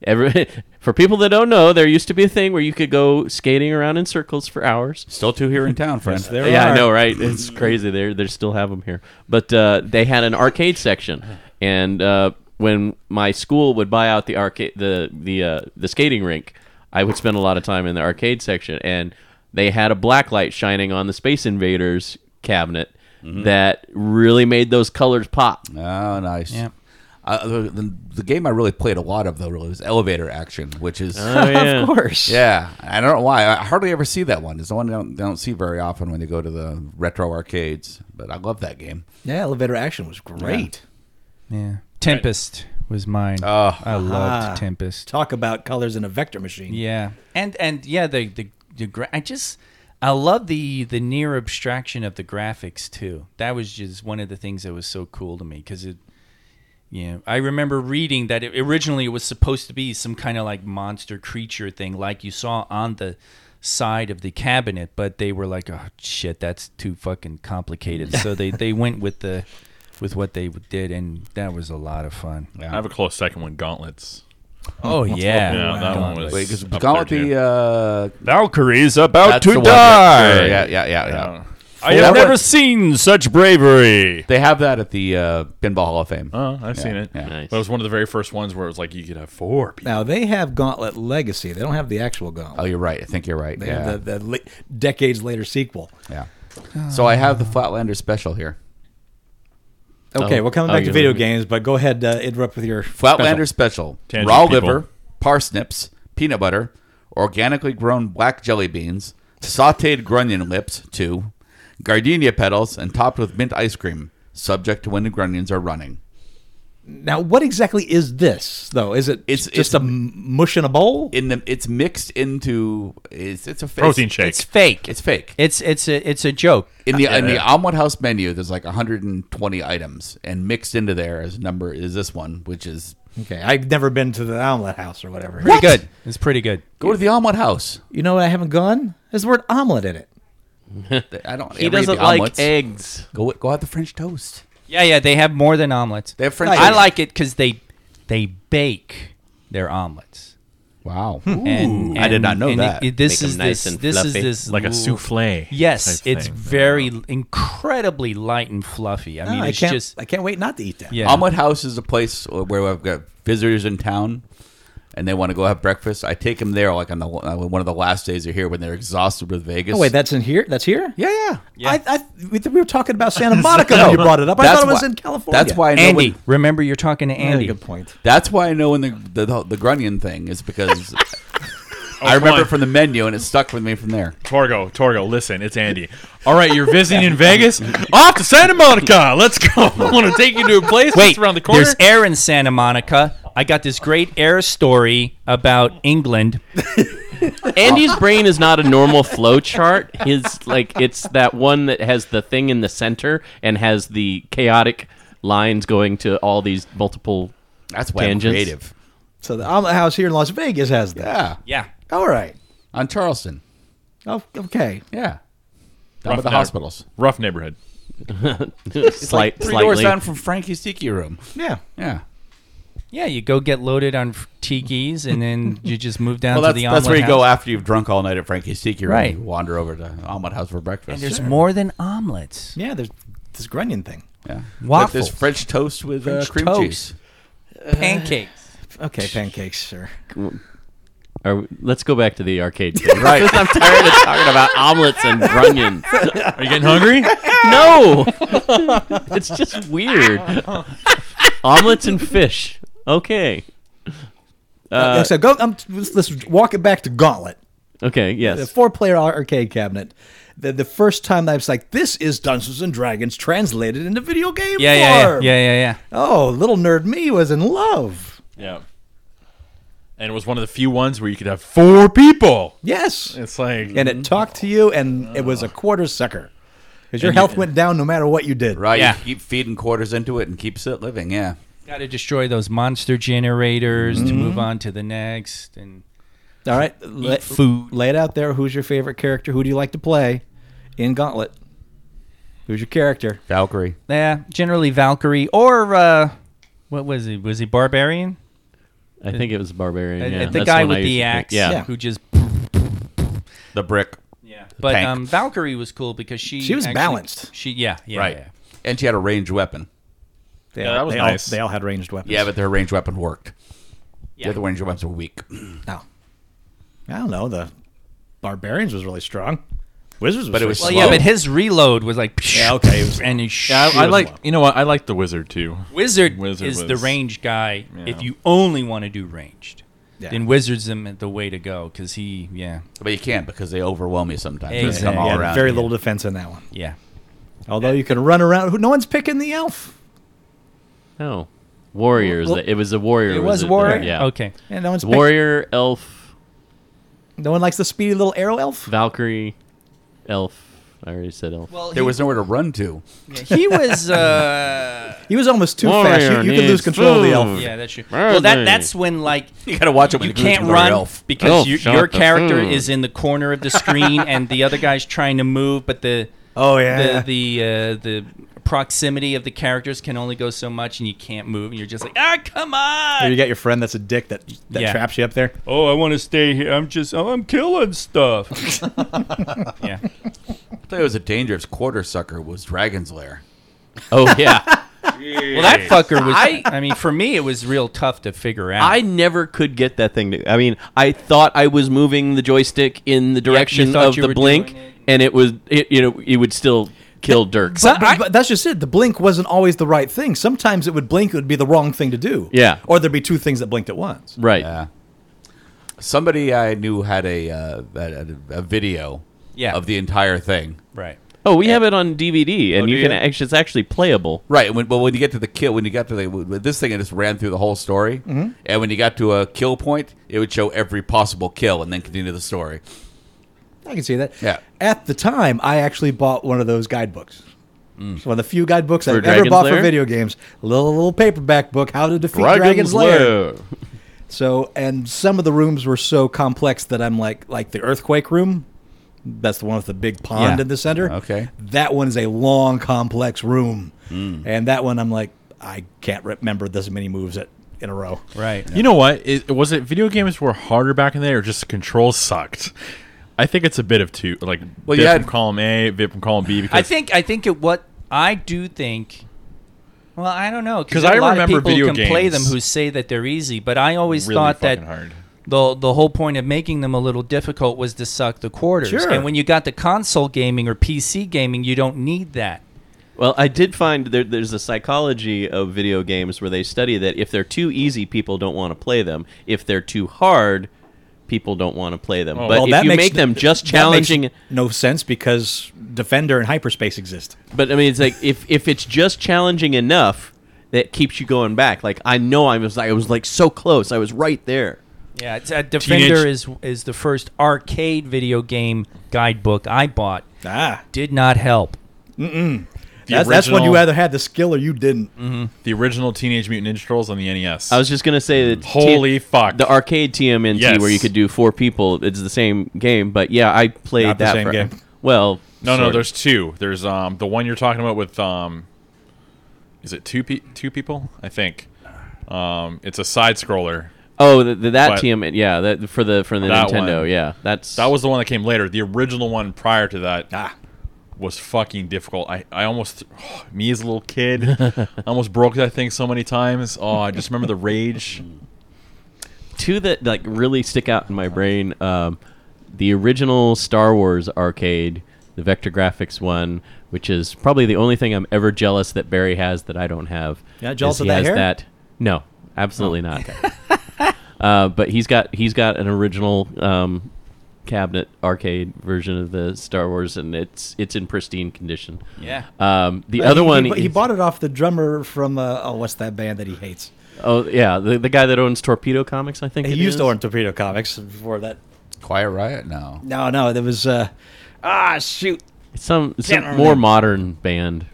Speaker 6: Every, for people that don't know, there used to be a thing where you could go skating around in circles for hours.
Speaker 5: still two here in town, friend.
Speaker 6: yeah, I know, right? It's crazy. They they still have them here, but uh, they had an arcade section, and uh, when my school would buy out the arcade, the the uh, the skating rink, I would spend a lot of time in the arcade section, and they had a black light shining on the Space Invaders cabinet that really made those colors pop.
Speaker 5: Oh, nice.
Speaker 4: Yeah.
Speaker 5: Uh, the, the, the game I really played a lot of though really was Elevator Action, which is
Speaker 6: yeah.
Speaker 9: Of course.
Speaker 5: yeah. I don't know why I hardly ever see that one. It's the one I don't, they don't see very often when they go to the retro arcades. But I love that game.
Speaker 9: Yeah, elevator action was great.
Speaker 4: yeah. Tempest was mine.
Speaker 5: Oh.
Speaker 4: I loved Tempest.
Speaker 9: Talk about colors in a vector machine.
Speaker 4: Yeah, and and yeah, the the, the gra- I just I love the the near abstraction of the graphics too. That was just one of the things that was so cool to me because it, you know, I remember reading that it originally it was supposed to be some kind of like monster creature thing, like you saw on the side of the cabinet, but they were like, oh shit, that's too fucking complicated. so they they went with the with what they did, and that was a lot of fun.
Speaker 8: I have a close second one, Gauntlets.
Speaker 4: Oh yeah,
Speaker 8: Yeah, that one was.
Speaker 5: Wait, because
Speaker 8: up
Speaker 5: Gauntlet
Speaker 8: there, too.
Speaker 5: the uh,
Speaker 1: Valkyrie's about
Speaker 5: that's
Speaker 1: to
Speaker 5: the one
Speaker 1: die.
Speaker 5: that- Yeah, yeah, yeah, yeah.
Speaker 8: Uh,
Speaker 1: I have
Speaker 5: That
Speaker 1: never
Speaker 5: one-
Speaker 1: seen such bravery.
Speaker 5: They have that at the uh, Pinball Hall of Fame.
Speaker 8: Oh, I've seen it.
Speaker 5: yeah.
Speaker 6: Nice.
Speaker 8: But it was one of the very first ones where it was like you could have four people.
Speaker 9: Now they have Gauntlet Legacy. They don't have the actual Gauntlet.
Speaker 5: Oh, you're right. I think you're right.
Speaker 9: They
Speaker 5: yeah,
Speaker 9: have the, the la- decades later sequel.
Speaker 5: yeah. So I have the Flatlander special here.
Speaker 9: Okay,
Speaker 6: Oh.
Speaker 9: we're coming
Speaker 6: Oh,
Speaker 9: back to
Speaker 6: you-
Speaker 9: video games, but go ahead uh, interrupt with your
Speaker 5: Flatlander special.
Speaker 8: Tangent
Speaker 5: Raw
Speaker 8: people.
Speaker 5: liver, parsnips, peanut butter, organically grown black jelly beans, sautéed grunion lips, two, gardenia petals, and topped with mint ice cream. Subject to when the grunions are running.
Speaker 9: Now, what exactly is this though? Is it
Speaker 5: It's-
Speaker 9: it's just
Speaker 5: it's-
Speaker 9: a m- mush in a bowl?
Speaker 5: In the, it's mixed into it's it's a fake,
Speaker 8: Protein shake.
Speaker 4: it's fake.
Speaker 5: It's fake.
Speaker 4: It's it's a it's a joke.
Speaker 5: in the in the omelet house menu, there's like 120 items, and mixed into there is number is this one, which is
Speaker 9: okay, I've never been to the omelet house or whatever.
Speaker 4: Pretty good. It's pretty good.
Speaker 5: go to the omelet house.
Speaker 9: You know what? I haven't gone. There's the word omelet in it.
Speaker 5: I don't.
Speaker 6: He doesn't like eggs.
Speaker 5: Go go have the French toast.
Speaker 4: Yeah, yeah. They have more than omelets.
Speaker 5: They have French.
Speaker 4: I
Speaker 5: toast.
Speaker 4: like it because they they bake their omelets.
Speaker 5: Wow.
Speaker 6: Hmm.
Speaker 4: And,
Speaker 5: I did not know
Speaker 4: and
Speaker 5: that.
Speaker 4: it- this
Speaker 6: Make 'em
Speaker 4: is
Speaker 6: nice
Speaker 4: this,
Speaker 6: and
Speaker 4: this is
Speaker 6: fluffy.
Speaker 4: this
Speaker 8: like a
Speaker 4: l-
Speaker 8: souffle.
Speaker 4: Yes,
Speaker 8: type
Speaker 4: it's
Speaker 8: thing.
Speaker 4: very incredibly light and fluffy. I
Speaker 9: No,
Speaker 4: mean,
Speaker 9: Ah, I
Speaker 4: it's
Speaker 9: can't.
Speaker 4: just
Speaker 9: I can't wait not to eat that.
Speaker 4: yeah.
Speaker 5: Omelet House is a place where I've got visitors in town, and they want to go have breakfast. I take them there like on the on one of the last days they're here when they're exhausted with Vegas.
Speaker 9: Oh wait, that's in here. That's here.
Speaker 5: yeah, yeah.
Speaker 9: I, I we we were talking about Santa Monica when you brought it up. I
Speaker 5: That's
Speaker 9: thought it was
Speaker 5: why-
Speaker 9: in California.
Speaker 5: That's why I know
Speaker 4: Andy,
Speaker 5: When,
Speaker 4: remember you're talking to
Speaker 9: Yeah,
Speaker 4: Andy.
Speaker 9: good point.
Speaker 5: that's why I know when the the, the, Grunion thing is because
Speaker 6: Oh,
Speaker 5: I remember
Speaker 8: on.
Speaker 5: it from the menu and it stuck with me from there.
Speaker 8: Torgo, Torgo, listen, it's Andy. All right, you're visiting in Vegas. Off to Santa Monica. Let's go. I want to take you to a place
Speaker 4: Wait,
Speaker 8: that's around the corner.
Speaker 4: there's air in Santa Monica. I got this great air story about England.
Speaker 6: Andy's brain is not a normal flow chart. His like it's that one that has the thing in the center and has the chaotic lines going to all these multiple.
Speaker 5: That's why I'm
Speaker 6: Tangents.
Speaker 5: creative.
Speaker 9: So the omelet house here in Las Vegas has that.
Speaker 5: Yeah,
Speaker 4: Yeah.
Speaker 9: All right.
Speaker 5: on Charleston.
Speaker 9: Oh, okay.
Speaker 5: Yeah, down by the
Speaker 8: Rough
Speaker 5: hospitals.
Speaker 8: Rough neighborhood.
Speaker 6: slight,
Speaker 5: Three doors
Speaker 6: slightly.
Speaker 5: down from Frankie's Tiki Room.
Speaker 9: Yeah.
Speaker 5: Yeah.
Speaker 4: Yeah, you go get loaded on f- tikis and then you just move down
Speaker 5: Well,
Speaker 4: to
Speaker 5: that's,
Speaker 4: the
Speaker 5: that's where you
Speaker 4: omelet
Speaker 5: go
Speaker 4: house.
Speaker 5: after you've drunk all night at Frankie's Tiki Room.
Speaker 4: Right.
Speaker 5: You wander over to Omelet House for breakfast.
Speaker 4: There's more than omelets.
Speaker 9: Yeah. There's this grunion thing.
Speaker 5: Yeah.
Speaker 4: Waffles.
Speaker 5: But there's French toast with uh,
Speaker 4: French
Speaker 5: cream
Speaker 4: toast.
Speaker 5: cheese.
Speaker 4: Pancakes.
Speaker 9: Okay, pancakes, sure.
Speaker 6: Are we- let's go back to the arcade. Thing. right, I'm tired of talking about omelets and grunions.
Speaker 8: Are you getting hungry?
Speaker 6: No, it's just weird. omelets and fish. Okay.
Speaker 9: Uh, so go. Um, let's, let's walk it back to Gauntlet,
Speaker 6: Okay.
Speaker 9: the
Speaker 6: Yes.
Speaker 9: four-player ar- arcade cabinet. The, the first time that I was like, "This is Dungeons and Dragons translated into video game
Speaker 4: Yeah, yeah, yeah, yeah,
Speaker 9: form."
Speaker 4: yeah, yeah.
Speaker 9: Oh, little nerd me was in love.
Speaker 8: yeah. And it was one of the few ones where you could have four people.
Speaker 9: Yes,
Speaker 8: It's like
Speaker 9: and it talked to you, and it was a quarter sucker because your health went down no matter what you did.
Speaker 5: Right.
Speaker 4: Yeah.
Speaker 5: You keep feeding quarters into it and keeps it living. Yeah.
Speaker 4: Got to destroy those monster generators to move on to the next. And
Speaker 9: All right, la-
Speaker 4: food.
Speaker 9: Lay it out there. Who's your favorite character? Who do you like to play in Gauntlet? Who's your character?
Speaker 5: Valkyrie.
Speaker 4: yeah, generally Valkyrie or uh, what was he? Was he barbarian?
Speaker 6: I think it was barbarian.
Speaker 4: Uh,
Speaker 6: Yeah.
Speaker 4: the
Speaker 6: That's
Speaker 4: guy
Speaker 6: one I
Speaker 4: with
Speaker 6: used
Speaker 4: the
Speaker 6: to
Speaker 4: axe,
Speaker 6: think. Yeah.
Speaker 9: Yeah.
Speaker 4: who just
Speaker 5: The brick.
Speaker 4: yeah. But
Speaker 5: Tank.
Speaker 4: um, Valkyrie was cool because she
Speaker 9: She was
Speaker 4: actually-
Speaker 9: balanced.
Speaker 4: She yeah yeah
Speaker 5: Right.
Speaker 4: yeah.
Speaker 5: And she had a ranged weapon.
Speaker 9: They,
Speaker 8: that was
Speaker 9: they
Speaker 8: nice.
Speaker 9: All, they all had ranged weapons.
Speaker 5: Yeah, but their ranged weapon worked.
Speaker 4: Yeah.
Speaker 5: The other ranged weapons were weak.
Speaker 9: No. I don't know. The barbarians was really strong. Wizards was
Speaker 5: But it was
Speaker 4: Well,
Speaker 5: slow.
Speaker 4: yeah, but his reload was like
Speaker 9: Yeah, okay, it was-
Speaker 4: and his
Speaker 8: Yeah, I, I
Speaker 4: shoot.
Speaker 8: like you know what I like the wizard too.
Speaker 4: Wizard,
Speaker 8: Wizard
Speaker 4: is
Speaker 8: was-
Speaker 4: the range guy.
Speaker 8: Yeah.
Speaker 4: If you only want to do ranged,
Speaker 9: Yeah.
Speaker 4: then Wizard's the, the way to go because he yeah
Speaker 5: But you can't because they overwhelm you sometimes. They
Speaker 4: Exactly.
Speaker 5: come all
Speaker 9: yeah,
Speaker 5: around.
Speaker 9: very little defense in that one.
Speaker 4: yeah.
Speaker 9: Although you can run around. Who? No one's picking the elf.
Speaker 6: No. Warriors.
Speaker 9: Well-
Speaker 6: it was a warrior.
Speaker 4: It was
Speaker 6: that-
Speaker 4: warrior.
Speaker 6: Yeah.
Speaker 4: Okay.
Speaker 9: Yeah, no one's pick-
Speaker 6: Warrior, elf,
Speaker 9: No one likes the speedy little arrow elf.
Speaker 6: Valkyrie. Elf. I already said Elf.
Speaker 4: Well,
Speaker 5: There was nowhere to run to.
Speaker 4: he was. Uh,
Speaker 9: He was almost too
Speaker 6: Warrior
Speaker 9: fast. You, you could lose
Speaker 6: needs
Speaker 9: control of the elf.
Speaker 6: food.
Speaker 4: yeah, that's true.
Speaker 6: Where
Speaker 4: Well,
Speaker 6: is
Speaker 4: that
Speaker 6: he?
Speaker 4: that's when like
Speaker 5: You gotta watch it when
Speaker 4: you
Speaker 5: goes
Speaker 4: can't
Speaker 5: with
Speaker 4: run
Speaker 5: Elf.
Speaker 4: because
Speaker 6: Elf,
Speaker 4: you,
Speaker 6: Oh, shut Mm.
Speaker 4: your
Speaker 6: the
Speaker 4: character
Speaker 6: food.
Speaker 4: is in the corner of the screen and the other guy's trying to move, but the
Speaker 9: Oh yeah.
Speaker 4: the the, uh, the proximity of the characters can only go so much, and you can't move, and you're just like, ah, come
Speaker 9: Or
Speaker 4: on.
Speaker 9: you got your friend that's a dick that that
Speaker 4: Yeah.
Speaker 9: traps you up there.
Speaker 1: Oh, I want to stay here. I'm just, oh, I'm killing stuff.
Speaker 4: Yeah.
Speaker 5: I thought it was a dangerous quarter sucker was Dragon's Lair.
Speaker 6: Oh yeah,
Speaker 4: Well, that fucker was. I, mean, for me, it was real tough to figure out.
Speaker 6: I never could get that thing to. I mean, I thought I was moving the joystick in the direction
Speaker 4: thought
Speaker 6: of
Speaker 4: you
Speaker 6: the
Speaker 4: were
Speaker 6: blink,
Speaker 4: doing it.
Speaker 6: and it was it, you know it would still kill Dirk.
Speaker 9: But, but- but that's just it. The blink wasn't always the right thing. Sometimes it would blink. It would be the wrong thing to do.
Speaker 6: Yeah.
Speaker 9: Or there'd be two things that blinked at once.
Speaker 6: Right.
Speaker 5: Yeah. Somebody I knew had a uh, had a, a video
Speaker 4: Yeah.
Speaker 5: of the entire thing.
Speaker 4: right.
Speaker 6: Oh, we have it on DVD, and
Speaker 5: Oh, do
Speaker 6: you can
Speaker 5: you?
Speaker 6: actually it's actually playable.
Speaker 5: Right, when, but when you get to the kill, when you got to the with this thing, it just ran through the whole story. Mm-hmm. And when you got to a kill point, it would show every possible kill and then continue the story.
Speaker 9: I can see that.
Speaker 5: Yeah.
Speaker 9: At the time, I actually bought one of those guidebooks. It's one of the few guidebooks I've ever
Speaker 6: Mm. Dragon's
Speaker 9: bought for
Speaker 6: Lair?
Speaker 9: video games. A little little paperback book, How to Defeat Dragon's, Lair. So, and some of the rooms were so complex that I'm like, like the earthquake room. That's the one with the big pond
Speaker 6: Yeah.
Speaker 9: in the center.
Speaker 5: Okay.
Speaker 9: That one is a long, complex room.
Speaker 6: Mm.
Speaker 9: And that one, I'm like, I can't remember this many moves at, in a row.
Speaker 4: Right.
Speaker 8: You know what? It, was it video games were harder back in the day, or just the control sucked? I think it's a bit of two, like
Speaker 5: Well,
Speaker 8: bit
Speaker 5: you had-
Speaker 8: from column A, bit from column B. Because
Speaker 4: I think. I think it. What I do think. Well, I don't know
Speaker 8: 'Cause
Speaker 4: there are
Speaker 8: I
Speaker 4: a lot of
Speaker 8: remember
Speaker 4: people
Speaker 8: video
Speaker 4: who can play them
Speaker 8: games
Speaker 4: who say that they're easy, but I always
Speaker 8: really
Speaker 4: thought that
Speaker 8: fucking hard.
Speaker 4: the the whole point of making them a little difficult was to suck the quarters.
Speaker 9: Sure.
Speaker 4: And when you got to console gaming or PC gaming, you don't need that.
Speaker 6: Well, I did find there, there's a psychology of video games where they study that if they're too easy, people don't want to play them. If they're too hard, people don't want to play them. but
Speaker 8: Well,
Speaker 6: if you make them just
Speaker 9: that makes
Speaker 6: challenging,
Speaker 9: no sense because Defender and Hyperspace exist.
Speaker 6: but I mean, it's like if if it's just challenging enough, that keeps you going back. Like I know I was like I was like so close, I was right there.
Speaker 4: Yeah, it's, uh, Defender is is the first arcade video game guidebook I bought.
Speaker 9: Ah.
Speaker 4: Did not help.
Speaker 8: The
Speaker 9: That's, that's when you
Speaker 8: original-
Speaker 9: either had the skill or you didn't.
Speaker 8: the original Teenage Mutant Ninja Turtles on the NES.
Speaker 6: I was just gonna say that. T-
Speaker 8: Holy fuck.
Speaker 6: The arcade TMNT
Speaker 8: Yes.
Speaker 6: where you could do four people. It's the same game, but yeah, I played
Speaker 9: Not the
Speaker 6: that.
Speaker 9: same
Speaker 6: for-
Speaker 9: game.
Speaker 6: Well,
Speaker 8: no,
Speaker 6: sort
Speaker 8: no.
Speaker 6: of.
Speaker 8: There's two. There's um the one you're talking about with um, is it two pe- two people? I think. Um, it's a side scroller.
Speaker 6: Oh, the, the, that
Speaker 8: But-
Speaker 6: TM, yeah, that for the for the
Speaker 8: That
Speaker 6: Nintendo,
Speaker 8: one.
Speaker 6: yeah, that's
Speaker 8: That was the one that came later. The original one prior to that was fucking difficult. I, I almost, me as a little kid, I almost broke that thing so many times. Oh, I just remember the rage.
Speaker 6: two that like really stick out in my brain. Um, the original Star Wars arcade, the vector graphics one, which is probably the only thing I'm ever jealous that Barry has that I don't have.
Speaker 9: Yeah, jealous
Speaker 6: is
Speaker 9: of
Speaker 6: he
Speaker 9: that
Speaker 6: has
Speaker 9: hair? Oh,
Speaker 6: That no, absolutely not. uh, but he's got he's got an original um, cabinet arcade version of the Star Wars, and it's it's in pristine condition.
Speaker 4: Yeah.
Speaker 6: Um, the
Speaker 9: But
Speaker 6: other
Speaker 9: Uh, he,
Speaker 6: one
Speaker 9: he, bu- he
Speaker 6: is-
Speaker 9: bought it off the drummer from uh, oh, what's that band that he hates?
Speaker 6: Oh yeah, the, the guy that owns Torpedo Comics, I think.
Speaker 9: He
Speaker 6: it
Speaker 9: used
Speaker 6: is.
Speaker 9: to own Torpedo Comics before that.
Speaker 5: Quiet Riot? No.
Speaker 9: No, no, there was uh, ah shoot,
Speaker 6: some
Speaker 9: Can't
Speaker 6: some
Speaker 9: remember. Mm.
Speaker 6: more modern band.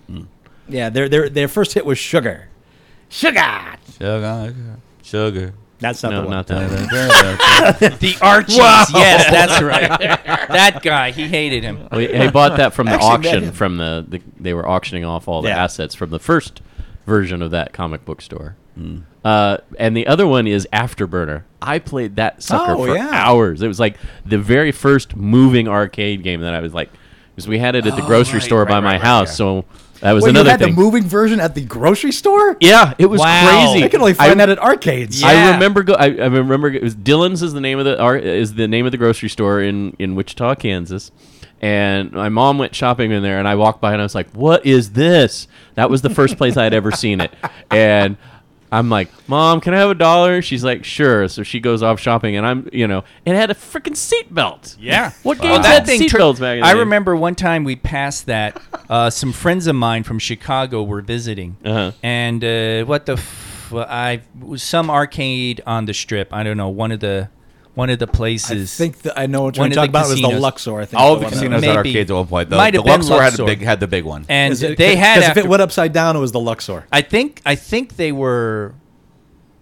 Speaker 9: yeah. Their their their first hit was Sugar. Sugar.
Speaker 5: Sugar. Sugar.
Speaker 9: That's not
Speaker 6: No,
Speaker 9: the one.
Speaker 6: not that. one.
Speaker 4: The Archies. Yes, that's right. that guy, he hated him.
Speaker 6: Well, he he bought that from the
Speaker 9: Actually,
Speaker 6: auction.
Speaker 9: that-
Speaker 6: From the, the they were auctioning off all the
Speaker 9: Yeah.
Speaker 6: assets from the first version of that comic book store.
Speaker 9: Mm.
Speaker 6: Uh, and the other one is Afterburner. I played that sucker
Speaker 9: Oh,
Speaker 6: for
Speaker 9: yeah.
Speaker 6: hours. It was like the very first moving arcade game that I was like, because we had it
Speaker 9: Oh,
Speaker 6: at the grocery store by my house. So that was
Speaker 9: Well, you
Speaker 6: another
Speaker 9: had
Speaker 6: thing.
Speaker 9: the moving version at the grocery store.
Speaker 6: yeah, it was
Speaker 4: Wow.
Speaker 6: crazy.
Speaker 9: I can only
Speaker 6: I-
Speaker 9: find that at arcades.
Speaker 4: Yeah.
Speaker 6: I remember. Go, I, I remember it was Dylan's is the name of the ar- is the name of the grocery store in in Wichita, Kansas. And my mom went shopping in there, and I walked by, and I was like, "What is this?" That was the first place I had ever seen it, and I'm like, "Mom, can I have a dollar?" She's like, "Sure." So she goes off shopping, and I'm, you know, it had a freaking seatbelt.
Speaker 4: Yeah.
Speaker 6: What
Speaker 4: Well,
Speaker 6: games
Speaker 4: Oh, that
Speaker 6: had
Speaker 4: thing tur-
Speaker 6: seatbelts back in the
Speaker 4: I
Speaker 6: day?
Speaker 4: remember one time we passed that. Uh, some friends of mine from Chicago were visiting,
Speaker 6: Uh-huh.
Speaker 4: and uh, what the f- I was some arcade on the strip. I don't know one of the one of the
Speaker 9: I
Speaker 4: places.
Speaker 9: think that I know what you're
Speaker 4: One of
Speaker 9: talking
Speaker 4: the
Speaker 9: about was the
Speaker 4: casinos.
Speaker 9: Luxor. I think
Speaker 5: All
Speaker 9: is
Speaker 5: the
Speaker 9: one that-
Speaker 5: casinos had
Speaker 4: Maybe.
Speaker 5: arcades at one point. The,
Speaker 4: Might
Speaker 5: the
Speaker 4: have been
Speaker 5: Luxor, had the
Speaker 4: Luxor.
Speaker 5: big had the big one.
Speaker 4: and
Speaker 9: Is it-
Speaker 4: they had
Speaker 9: 'cause
Speaker 4: after,
Speaker 9: if it went upside down, it was the Luxor.
Speaker 4: I think I think they were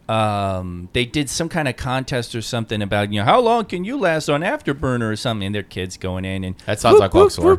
Speaker 4: um, they did some kind of contest or something about you know how long can you last on afterburner or something and their kids going in and
Speaker 5: That sounds like Luxor.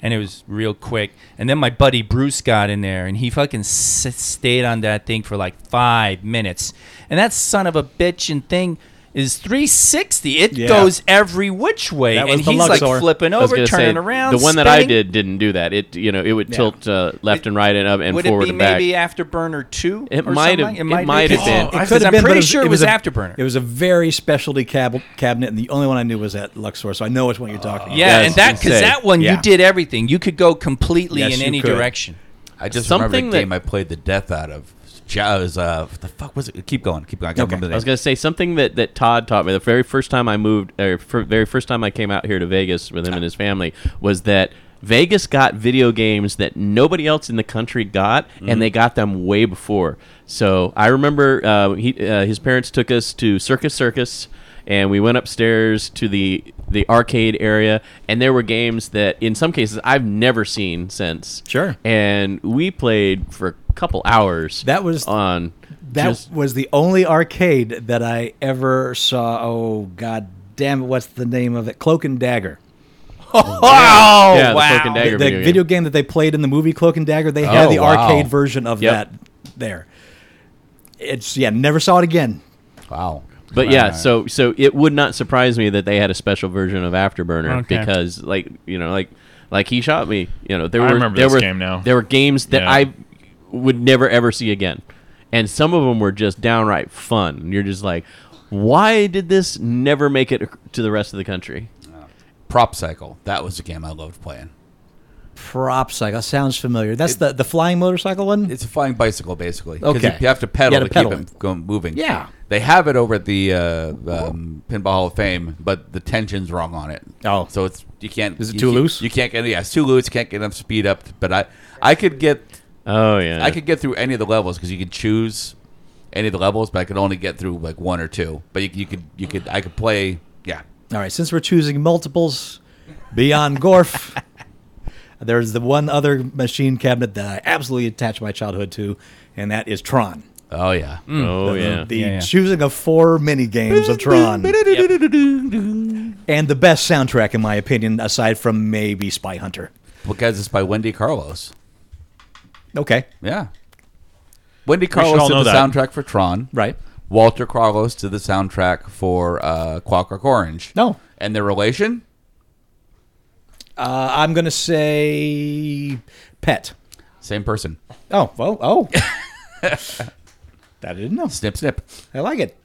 Speaker 4: and it was real quick and then my buddy Bruce got in there and he fucking s- stayed on that thing for like 5 minutes and that son of a bitch and thing is 360 it
Speaker 9: Yeah.
Speaker 4: goes every which way
Speaker 9: That was
Speaker 4: and
Speaker 9: the
Speaker 4: he's
Speaker 9: Luxor.
Speaker 4: like flipping
Speaker 6: I was
Speaker 4: over
Speaker 6: gonna say,
Speaker 4: turning around
Speaker 6: The one that I
Speaker 4: spinning.
Speaker 6: did didn't do that. It you know it would tilt uh, left and right and up and
Speaker 4: would
Speaker 6: forward
Speaker 4: it be
Speaker 6: and back.
Speaker 4: maybe Afterburner 2
Speaker 6: It
Speaker 4: or
Speaker 6: might
Speaker 4: something?
Speaker 6: have- it might have been.
Speaker 4: because
Speaker 9: could have
Speaker 4: I'm
Speaker 9: been, but
Speaker 4: pretty sure it was,
Speaker 9: a-
Speaker 4: Afterburner
Speaker 9: It was a very specialty cab- cabinet, and the only one I knew was at Luxor, so I know which one you're talking about.
Speaker 4: Yeah,
Speaker 6: Yeah,
Speaker 4: and
Speaker 6: I
Speaker 4: that
Speaker 6: was
Speaker 4: because
Speaker 6: gonna say.
Speaker 4: that one
Speaker 9: Yeah.
Speaker 4: you did everything. You could go completely
Speaker 9: Yes,
Speaker 4: in
Speaker 9: you
Speaker 4: any
Speaker 9: could.
Speaker 4: direction.
Speaker 5: I just
Speaker 6: Something
Speaker 5: remember the
Speaker 6: that-
Speaker 5: game I played the death out of. Ja- it was, uh, what the fuck was it? Keep going, keep going. I can't remember the
Speaker 6: I was
Speaker 5: name.
Speaker 6: gonna say something that, that Todd taught me. The very first time I moved, or fir- very first time I came out here to Vegas with him and his family, was that Vegas got video games that nobody else in the country got,
Speaker 9: Mm-hmm.
Speaker 6: and they got them way before. So I remember uh, he, uh, his parents took us to Circus Circus, and we went upstairs to the the arcade area, and there were games that, in some cases, I've never seen since.
Speaker 9: Sure.
Speaker 6: And we played for a couple hours.
Speaker 9: That was-
Speaker 6: on
Speaker 9: That
Speaker 6: just-
Speaker 9: was the only arcade that I ever saw. Oh god damn it! What's the name of it? Cloak and Dagger.
Speaker 4: Wow!
Speaker 6: yeah, the Cloak and Dagger
Speaker 9: Oh, The video,
Speaker 6: game.
Speaker 9: game that they played in the movie Cloak and Dagger. They had
Speaker 5: Oh,
Speaker 9: the
Speaker 5: wow.
Speaker 9: arcade version of
Speaker 6: Yep.
Speaker 9: that there. It's yeah, never saw it again.
Speaker 5: wow.
Speaker 6: But
Speaker 5: Right,
Speaker 6: yeah,
Speaker 5: right.
Speaker 6: so so it would not surprise me that they had a special version of Afterburner
Speaker 1: Okay.
Speaker 6: because like you know like like he shot me. You know there
Speaker 8: I
Speaker 6: were
Speaker 8: remember
Speaker 6: there
Speaker 8: this
Speaker 6: were
Speaker 8: game now.
Speaker 6: there were games that
Speaker 8: Yeah.
Speaker 6: I would never ever see again, and some of them were just downright fun. And You're just like, why did this never make it to the rest of the country?
Speaker 5: Prop Cycle. That was a game I loved playing.
Speaker 9: Prop cycle sounds familiar. That's the the flying motorcycle one.
Speaker 5: It's a flying bicycle, basically. 'cause
Speaker 9: Okay.
Speaker 5: You, you have to pedal
Speaker 9: You had
Speaker 5: to
Speaker 9: to pedal
Speaker 5: keep
Speaker 9: it.
Speaker 5: it going, moving.
Speaker 9: Yeah.
Speaker 5: They have it over at the uh, um, Pinball Hall of Fame, but the tension's wrong on it.
Speaker 9: Oh.
Speaker 5: So it's you can't.
Speaker 9: Is it
Speaker 5: you
Speaker 9: too
Speaker 5: can't-
Speaker 9: loose?
Speaker 5: You can't get. Yeah, it's too loose. Can't get enough speed up. But I, I could get,
Speaker 6: Oh yeah,
Speaker 5: I could get through any of the levels because you could choose any of the levels, but I could only get through like one or two. But you, you could, you could, I could play. Yeah.
Speaker 9: All right, since we're choosing multiples, Beyond Gorf. There's the one other machine cabinet that I absolutely attached my childhood to, and that is Tron.
Speaker 5: Oh yeah.
Speaker 9: Hmm.
Speaker 6: oh yeah.
Speaker 9: The choosing of four mini games of Tron. And the best soundtrack, in my opinion, aside from maybe Spy Hunter.
Speaker 5: Because it's by Wendy Carlos.
Speaker 9: Okay.
Speaker 5: Yeah. Wendy
Speaker 8: all
Speaker 5: Carlos
Speaker 8: know
Speaker 5: did the
Speaker 8: that.
Speaker 5: soundtrack for Tron.
Speaker 9: Right.
Speaker 5: Walter Carlos did the soundtrack for uh, Clockwork Orange.
Speaker 9: No.
Speaker 5: And their relation?
Speaker 9: Uh, I'm going to say Pet.
Speaker 5: Same person.
Speaker 9: Oh, well, oh. that I didn't know.
Speaker 5: Snip, snip.
Speaker 9: I like it.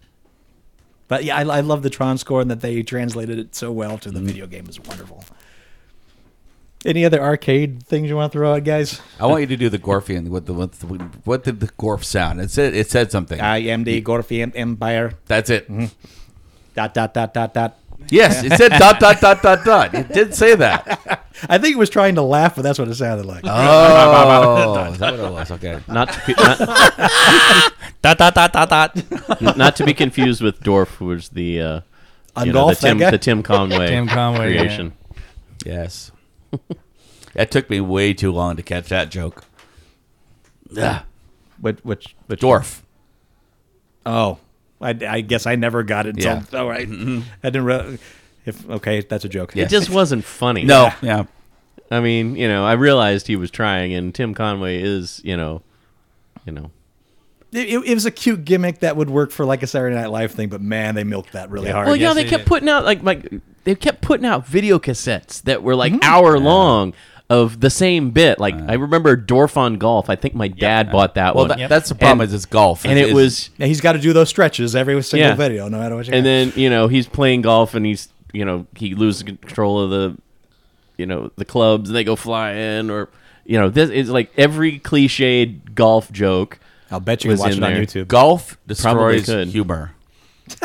Speaker 9: But yeah, I, I love the Tron score and that they translated it so well to the video game is wonderful. Any other arcade things you want to throw out, guys?
Speaker 5: I want you to do the Gorfian. What, the, what, the, what did the Gorf sound? It said, it said something.
Speaker 9: I am the Gorfian Empire.
Speaker 5: That's it.
Speaker 9: Dot dot dot dot dot.
Speaker 5: Yes, it said dot, dot, dot, dot, dot. It did say that.
Speaker 9: I think it was trying to laugh, but that's what it sounded like.
Speaker 5: Oh, is that what it was? Okay.
Speaker 6: Not to be, not,
Speaker 4: Dot dot dot dot dot.
Speaker 6: not to be confused with Dorf, who was the uh, you know, the
Speaker 9: Undolph, that
Speaker 6: Tim
Speaker 9: guy?
Speaker 6: the Tim Conway
Speaker 4: Tim Conway, yeah.
Speaker 6: creation.
Speaker 5: Yes. That took me way too long to catch that joke. Yeah.
Speaker 9: Which, which, which
Speaker 5: Dwarf.
Speaker 9: Oh, I, I guess I never got it. Until,
Speaker 5: Yeah.
Speaker 9: All right. I didn't. Re- if okay, that's a joke.
Speaker 5: Yeah.
Speaker 6: It just wasn't funny.
Speaker 5: No. Yeah.
Speaker 6: I mean, you know, I realized he was trying, and Tim Conway is, you know, you know,
Speaker 9: It, it, it was a cute gimmick that would work for like a Saturday Night Live thing, but man, they milked that really hard.
Speaker 6: well, yeah, they kept putting out like like they kept putting out video cassettes that were like
Speaker 5: Mm-hmm.
Speaker 6: hour long of the same bit. Like I remember Dorf on Golf. I think my dad bought
Speaker 5: Uh.
Speaker 6: that
Speaker 5: Well,
Speaker 6: one.
Speaker 5: that, that's the problem
Speaker 6: And-
Speaker 5: is it's golf.
Speaker 6: and it
Speaker 5: It's-
Speaker 6: was,
Speaker 9: Now he's got to do those stretches every single
Speaker 6: Yeah.
Speaker 9: video, no matter what. You
Speaker 6: and
Speaker 9: got.
Speaker 6: then you know he's playing golf, and he's you know he loses control of the, you know, the clubs, and they go flying, or you know, this is like every cliched golf joke.
Speaker 9: I'll bet you can
Speaker 6: was
Speaker 9: watch it
Speaker 6: in
Speaker 9: on
Speaker 6: there.
Speaker 9: YouTube.
Speaker 5: Golf
Speaker 6: Probably
Speaker 5: destroys
Speaker 6: could.
Speaker 5: humor.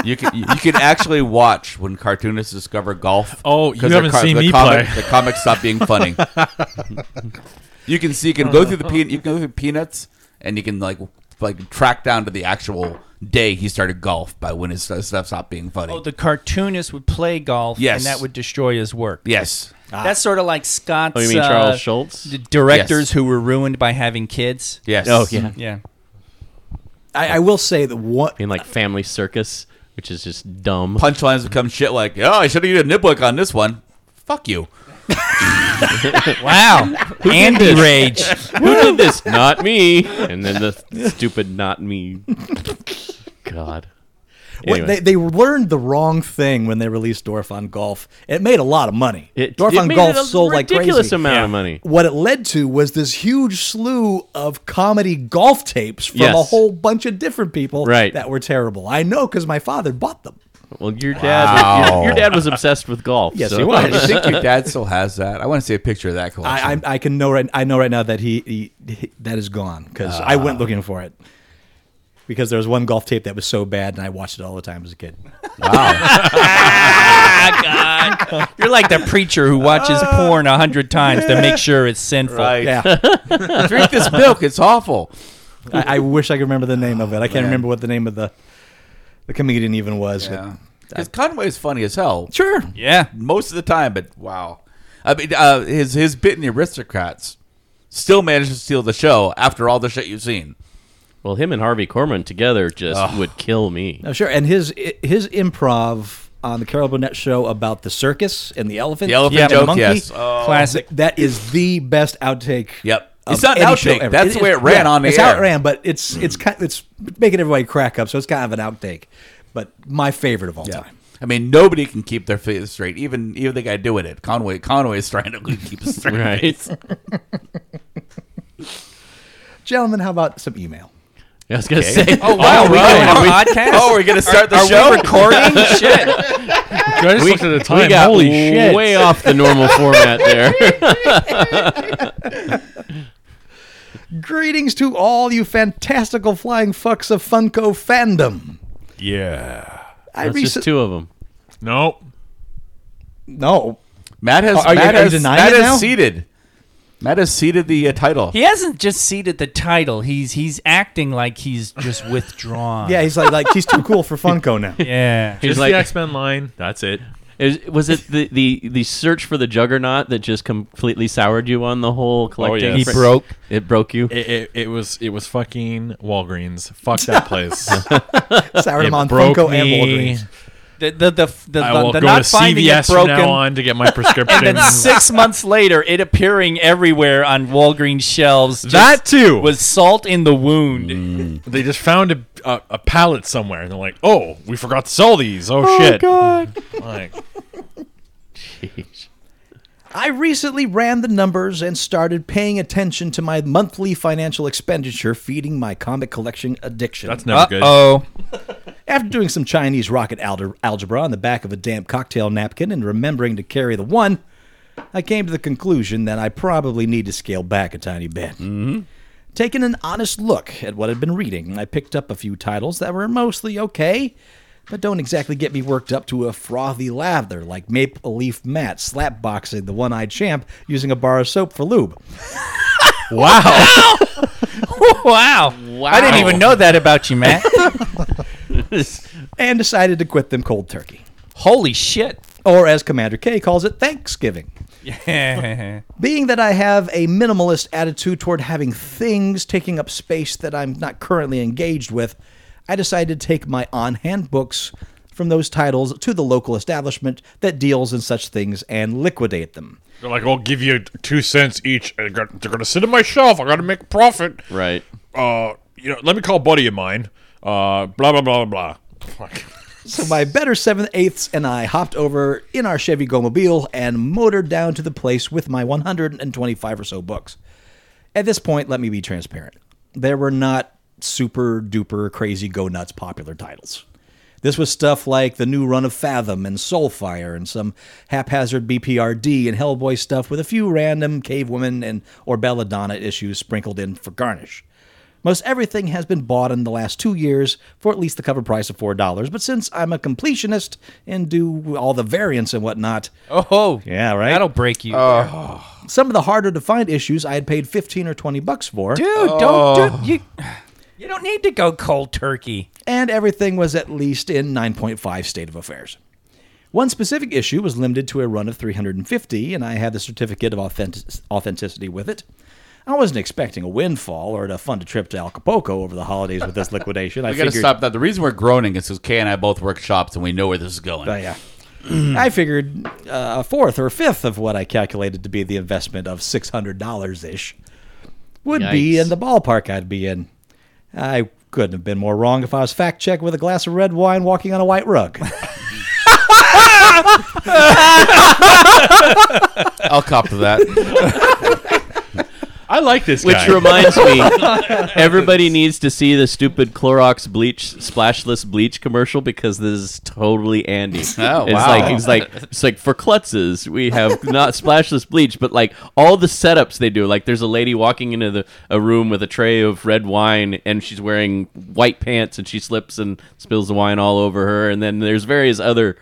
Speaker 5: You can you can actually watch when cartoonists discover golf.
Speaker 8: Oh, you
Speaker 5: 'cause
Speaker 8: haven't
Speaker 5: car-
Speaker 8: seen me
Speaker 5: comic,
Speaker 8: play.
Speaker 5: The comics stop being funny. you can see you can go through the peanut you can go through peanuts and you can like like track down to the actual day he started golf by when his st- stuff stopped being funny.
Speaker 4: Oh, the cartoonist would play golf,
Speaker 5: Yes.
Speaker 4: and that would destroy his work.
Speaker 5: yes.
Speaker 4: That's sort of like Scott's.
Speaker 6: Oh, you mean
Speaker 4: uh,
Speaker 6: Charles Schultz?
Speaker 4: d-
Speaker 5: Yes.
Speaker 4: directors who were ruined by having kids.
Speaker 5: Yes.
Speaker 6: Oh, yeah.
Speaker 4: Yeah.
Speaker 9: I, I will say that one.
Speaker 6: In like Family Circus, which is just dumb.
Speaker 5: Punchlines become shit like, oh, I should have used a nipwick on this one. Fuck you.
Speaker 4: Wow. Andy Rage.
Speaker 6: Who did this? Not me. And then the stupid not me. God.
Speaker 9: What-
Speaker 6: Anyway.
Speaker 9: they, they learned the wrong thing when they released Dorf on Golf. It made a lot of money.
Speaker 6: It,
Speaker 9: Dorf
Speaker 6: it
Speaker 9: on
Speaker 6: made
Speaker 9: Golf
Speaker 6: it a
Speaker 9: sold like
Speaker 6: ridiculous
Speaker 9: crazy.
Speaker 6: amount of money.
Speaker 9: What it led to was this huge slew of comedy golf tapes from a
Speaker 6: Yes.
Speaker 9: whole bunch of different people
Speaker 6: Right.
Speaker 9: that were terrible. I know because my father bought them.
Speaker 6: Well, your dad, your, your dad was obsessed with golf.
Speaker 9: Yes,
Speaker 6: so.
Speaker 9: he
Speaker 5: I think your dad still has that. I want to see a picture of that collection.
Speaker 9: I, I, I can know right. I know right now that he, he, he- that is gone because I went looking for it because there was one golf tape that was so bad and I watched it all the time as a kid.
Speaker 4: Ah, God. You're like the preacher who watches porn a hundred times to make sure it's sinful.
Speaker 5: Right.
Speaker 9: Yeah,
Speaker 5: Drink this milk. It's awful.
Speaker 9: I, I wish I could remember the name of it. I can't remember what the name of the the comedian even was.
Speaker 5: Yeah. Because Conway's funny as hell.
Speaker 9: Sure.
Speaker 4: Yeah.
Speaker 5: most of the time, but wow. I mean, uh, his his bit in the Aristocrats still managed to steal the show after all the shit you've seen.
Speaker 6: Well, him and Harvey Korman together just would kill me.
Speaker 9: No, sure. And his his improv on the Carol Burnett show about the circus and the elephant,
Speaker 5: The elephant
Speaker 9: and the
Speaker 5: joke,
Speaker 9: monkey,
Speaker 5: yes. Oh.
Speaker 4: Classic.
Speaker 9: That is the best outtake.
Speaker 5: Yep.
Speaker 9: of
Speaker 5: It's not an
Speaker 9: any show
Speaker 5: outtake.
Speaker 9: ever.
Speaker 5: That's the way it ran
Speaker 9: yeah,
Speaker 5: on the
Speaker 9: it's
Speaker 5: air.
Speaker 9: how it ran, but it's it's kind it's making everybody crack up, so it's kind of an outtake. But my favorite of all time.
Speaker 5: I mean, nobody can keep their face straight. Even even the guy doing it, Conway. Conway's trying to keep his straight.
Speaker 6: Right.
Speaker 9: Gentlemen, how about some email?
Speaker 6: I was gonna say.
Speaker 5: Oh wow, we
Speaker 4: doing a
Speaker 5: podcast? Oh, we're gonna start the
Speaker 4: Are
Speaker 5: show.
Speaker 4: we recording? Shit.
Speaker 8: I just looked at the time.
Speaker 6: We got
Speaker 8: Holy shit!
Speaker 6: way off the normal format there.
Speaker 9: Greetings to all you fantastical flying fucks of Funko fandom.
Speaker 8: Yeah.
Speaker 9: I
Speaker 6: That's just
Speaker 9: recently
Speaker 6: two of them.
Speaker 8: Nope.
Speaker 9: no.
Speaker 5: Matt has
Speaker 9: Are- are you-
Speaker 5: Matt
Speaker 9: are you
Speaker 5: has,
Speaker 9: denying
Speaker 5: Matt
Speaker 9: it
Speaker 5: has
Speaker 9: now?
Speaker 5: seated. Matt has seated the uh, title.
Speaker 4: He hasn't just seated the title. He's he's acting like he's just withdrawn.
Speaker 9: Yeah, he's like like he's too cool for Funko now.
Speaker 4: Yeah.
Speaker 6: He's
Speaker 8: Just
Speaker 6: like,
Speaker 8: the X Men line. That's it.
Speaker 6: is- was it the, the the search for the juggernaut that just completely soured you on the whole collecting?
Speaker 8: yes. He
Speaker 6: fr-
Speaker 4: broke.
Speaker 6: It broke you.
Speaker 8: It, it, it was it was fucking Walgreens. Fuck that place.
Speaker 9: Sour
Speaker 8: it
Speaker 9: him on
Speaker 8: broke
Speaker 9: Funko
Speaker 8: me.
Speaker 9: and Walgreens.
Speaker 4: The the the the,
Speaker 8: I
Speaker 4: the-
Speaker 8: will
Speaker 4: the
Speaker 8: go to
Speaker 4: not finding it
Speaker 8: CVS from
Speaker 4: broken.
Speaker 8: now on to get my
Speaker 4: And then
Speaker 8: prescriptions.
Speaker 4: six months later, it appearing everywhere on Walgreens shelves. just
Speaker 8: that too
Speaker 4: was salt in the wound.
Speaker 8: they just found a, a, a pallet somewhere and they're like oh we forgot to sell these oh, shit god like
Speaker 9: I recently ran the numbers and started paying attention to my monthly financial expenditure feeding my comic collection addiction.
Speaker 8: that's never good
Speaker 4: Oh,
Speaker 9: After doing some Chinese rocket alge- algebra on the back of a damp cocktail napkin and remembering to carry the one, I came to the conclusion that I probably need to scale back a tiny bit. Mm-hmm. Taking an honest look at what I'd been reading, I picked up a few titles that were mostly okay, but don't exactly get me worked up to a frothy lather like Maple Leaf Matt slapboxing the one eyed champ using a bar of soap for lube.
Speaker 4: wow. wow! I didn't even know that about you, Matt.
Speaker 9: and decided to quit them cold turkey.
Speaker 4: Holy shit!
Speaker 9: Or as Commander K calls it, Thanksgiving.
Speaker 4: Oh,
Speaker 9: Being that I have a minimalist attitude toward having things taking up space that I'm not currently engaged with, I decided to take my on hand books from those titles to the local establishment that deals in such things and liquidate them.
Speaker 8: they're like i'll give you two cents each I got, they're gonna sit on my shelf i gotta make a profit
Speaker 6: Right.
Speaker 8: uh you know let me call a buddy of mine uh blah blah blah blah blah
Speaker 9: So my better seventh eighths and I hopped over in our Chevy Go Mobile and motored down to the place with my 125 or so books. At this point, let me be transparent. There were not super duper crazy go nuts popular titles. This was stuff like the new run of Fathom and Soulfire and some haphazard BPRD and Hellboy stuff with a few random Cavewoman and or Belladonna issues sprinkled in for garnish. Most everything has been bought in the last two years for at least the cover price of $4, but since I'm a completionist and do all the variants and whatnot,
Speaker 4: Oh,
Speaker 9: Yeah, right?
Speaker 4: That'll break you,
Speaker 5: Uh,
Speaker 9: some of the harder to find issues I had paid 15 or 20 bucks for.
Speaker 5: oh.
Speaker 4: dude. Don't do you. You don't need to go cold turkey.
Speaker 9: and everything was at least in 9.5 state of affairs. One specific issue was limited to a run of 350, and I had the certificate of authentic- authenticity with it. I wasn't expecting a windfall or to fund a trip to Acapulco over the holidays with this liquidation. I
Speaker 5: We got to
Speaker 9: figured-
Speaker 5: stop that. The reason we're groaning is because Kay and I both work shops and we know where this is going.
Speaker 9: Oh, yeah. I figured uh, a fourth or a fifth of what I calculated to be the investment of six hundred dollars ish would be
Speaker 6: Yikes.
Speaker 9: in the ballpark I'd be in. I couldn't have been more wrong if I was fact checked with a glass of red wine walking on a white rug.
Speaker 5: I'll cop to that.
Speaker 8: I like this
Speaker 6: Which
Speaker 8: guy.
Speaker 6: reminds me, everybody needs to see the stupid Clorox bleach splashless bleach commercial because this is totally Andy.
Speaker 5: wow.
Speaker 6: it's like it's like it's like for klutzes we have not splashless bleach, but like all the setups they do. Like there's a lady walking into the a room with a tray of red wine and she's wearing white pants and she slips and spills the wine all over her, and then there's various other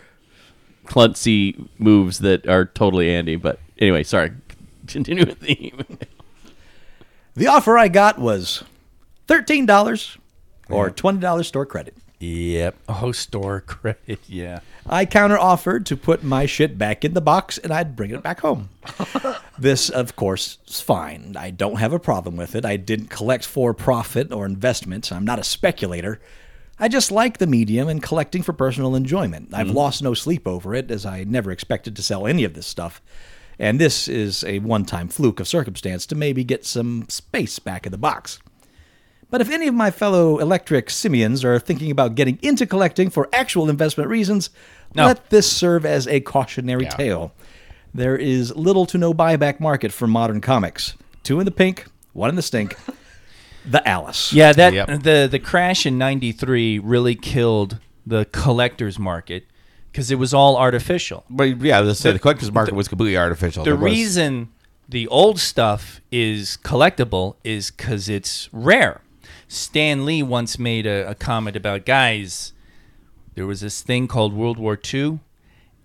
Speaker 6: klutzy moves that are totally Andy. But anyway, sorry. Continue with the email.
Speaker 9: the offer I got was thirteen dollars or twenty dollars store credit.
Speaker 4: Yep. Oh, store credit. Yeah.
Speaker 9: I counter offered to put my shit back in the box and I'd bring it back home. this, of course, is fine. I don't have a problem with it. I didn't collect for profit or investment. I'm not a speculator. I just like the medium and collecting for personal enjoyment. I've lost no sleep over it, as I never expected to sell any of this stuff. And this is a one time fluke of circumstance to maybe get some space back in the box. But if any of my fellow electric simians are thinking about getting into collecting for actual investment reasons, let this serve as a cautionary tale. There is little to no buyback market for modern comics. Two in the pink, one in the stink. the Alice.
Speaker 4: Yeah, that
Speaker 5: Yep.
Speaker 4: the the crash in '93 really killed the collector's market because it was all artificial.
Speaker 5: but yeah, let's say the collector's market was completely artificial.
Speaker 4: The
Speaker 5: There was-
Speaker 4: reason the old stuff is collectible is because it's rare. Stan Lee once made a, a comment about guys. There was this thing called World War II,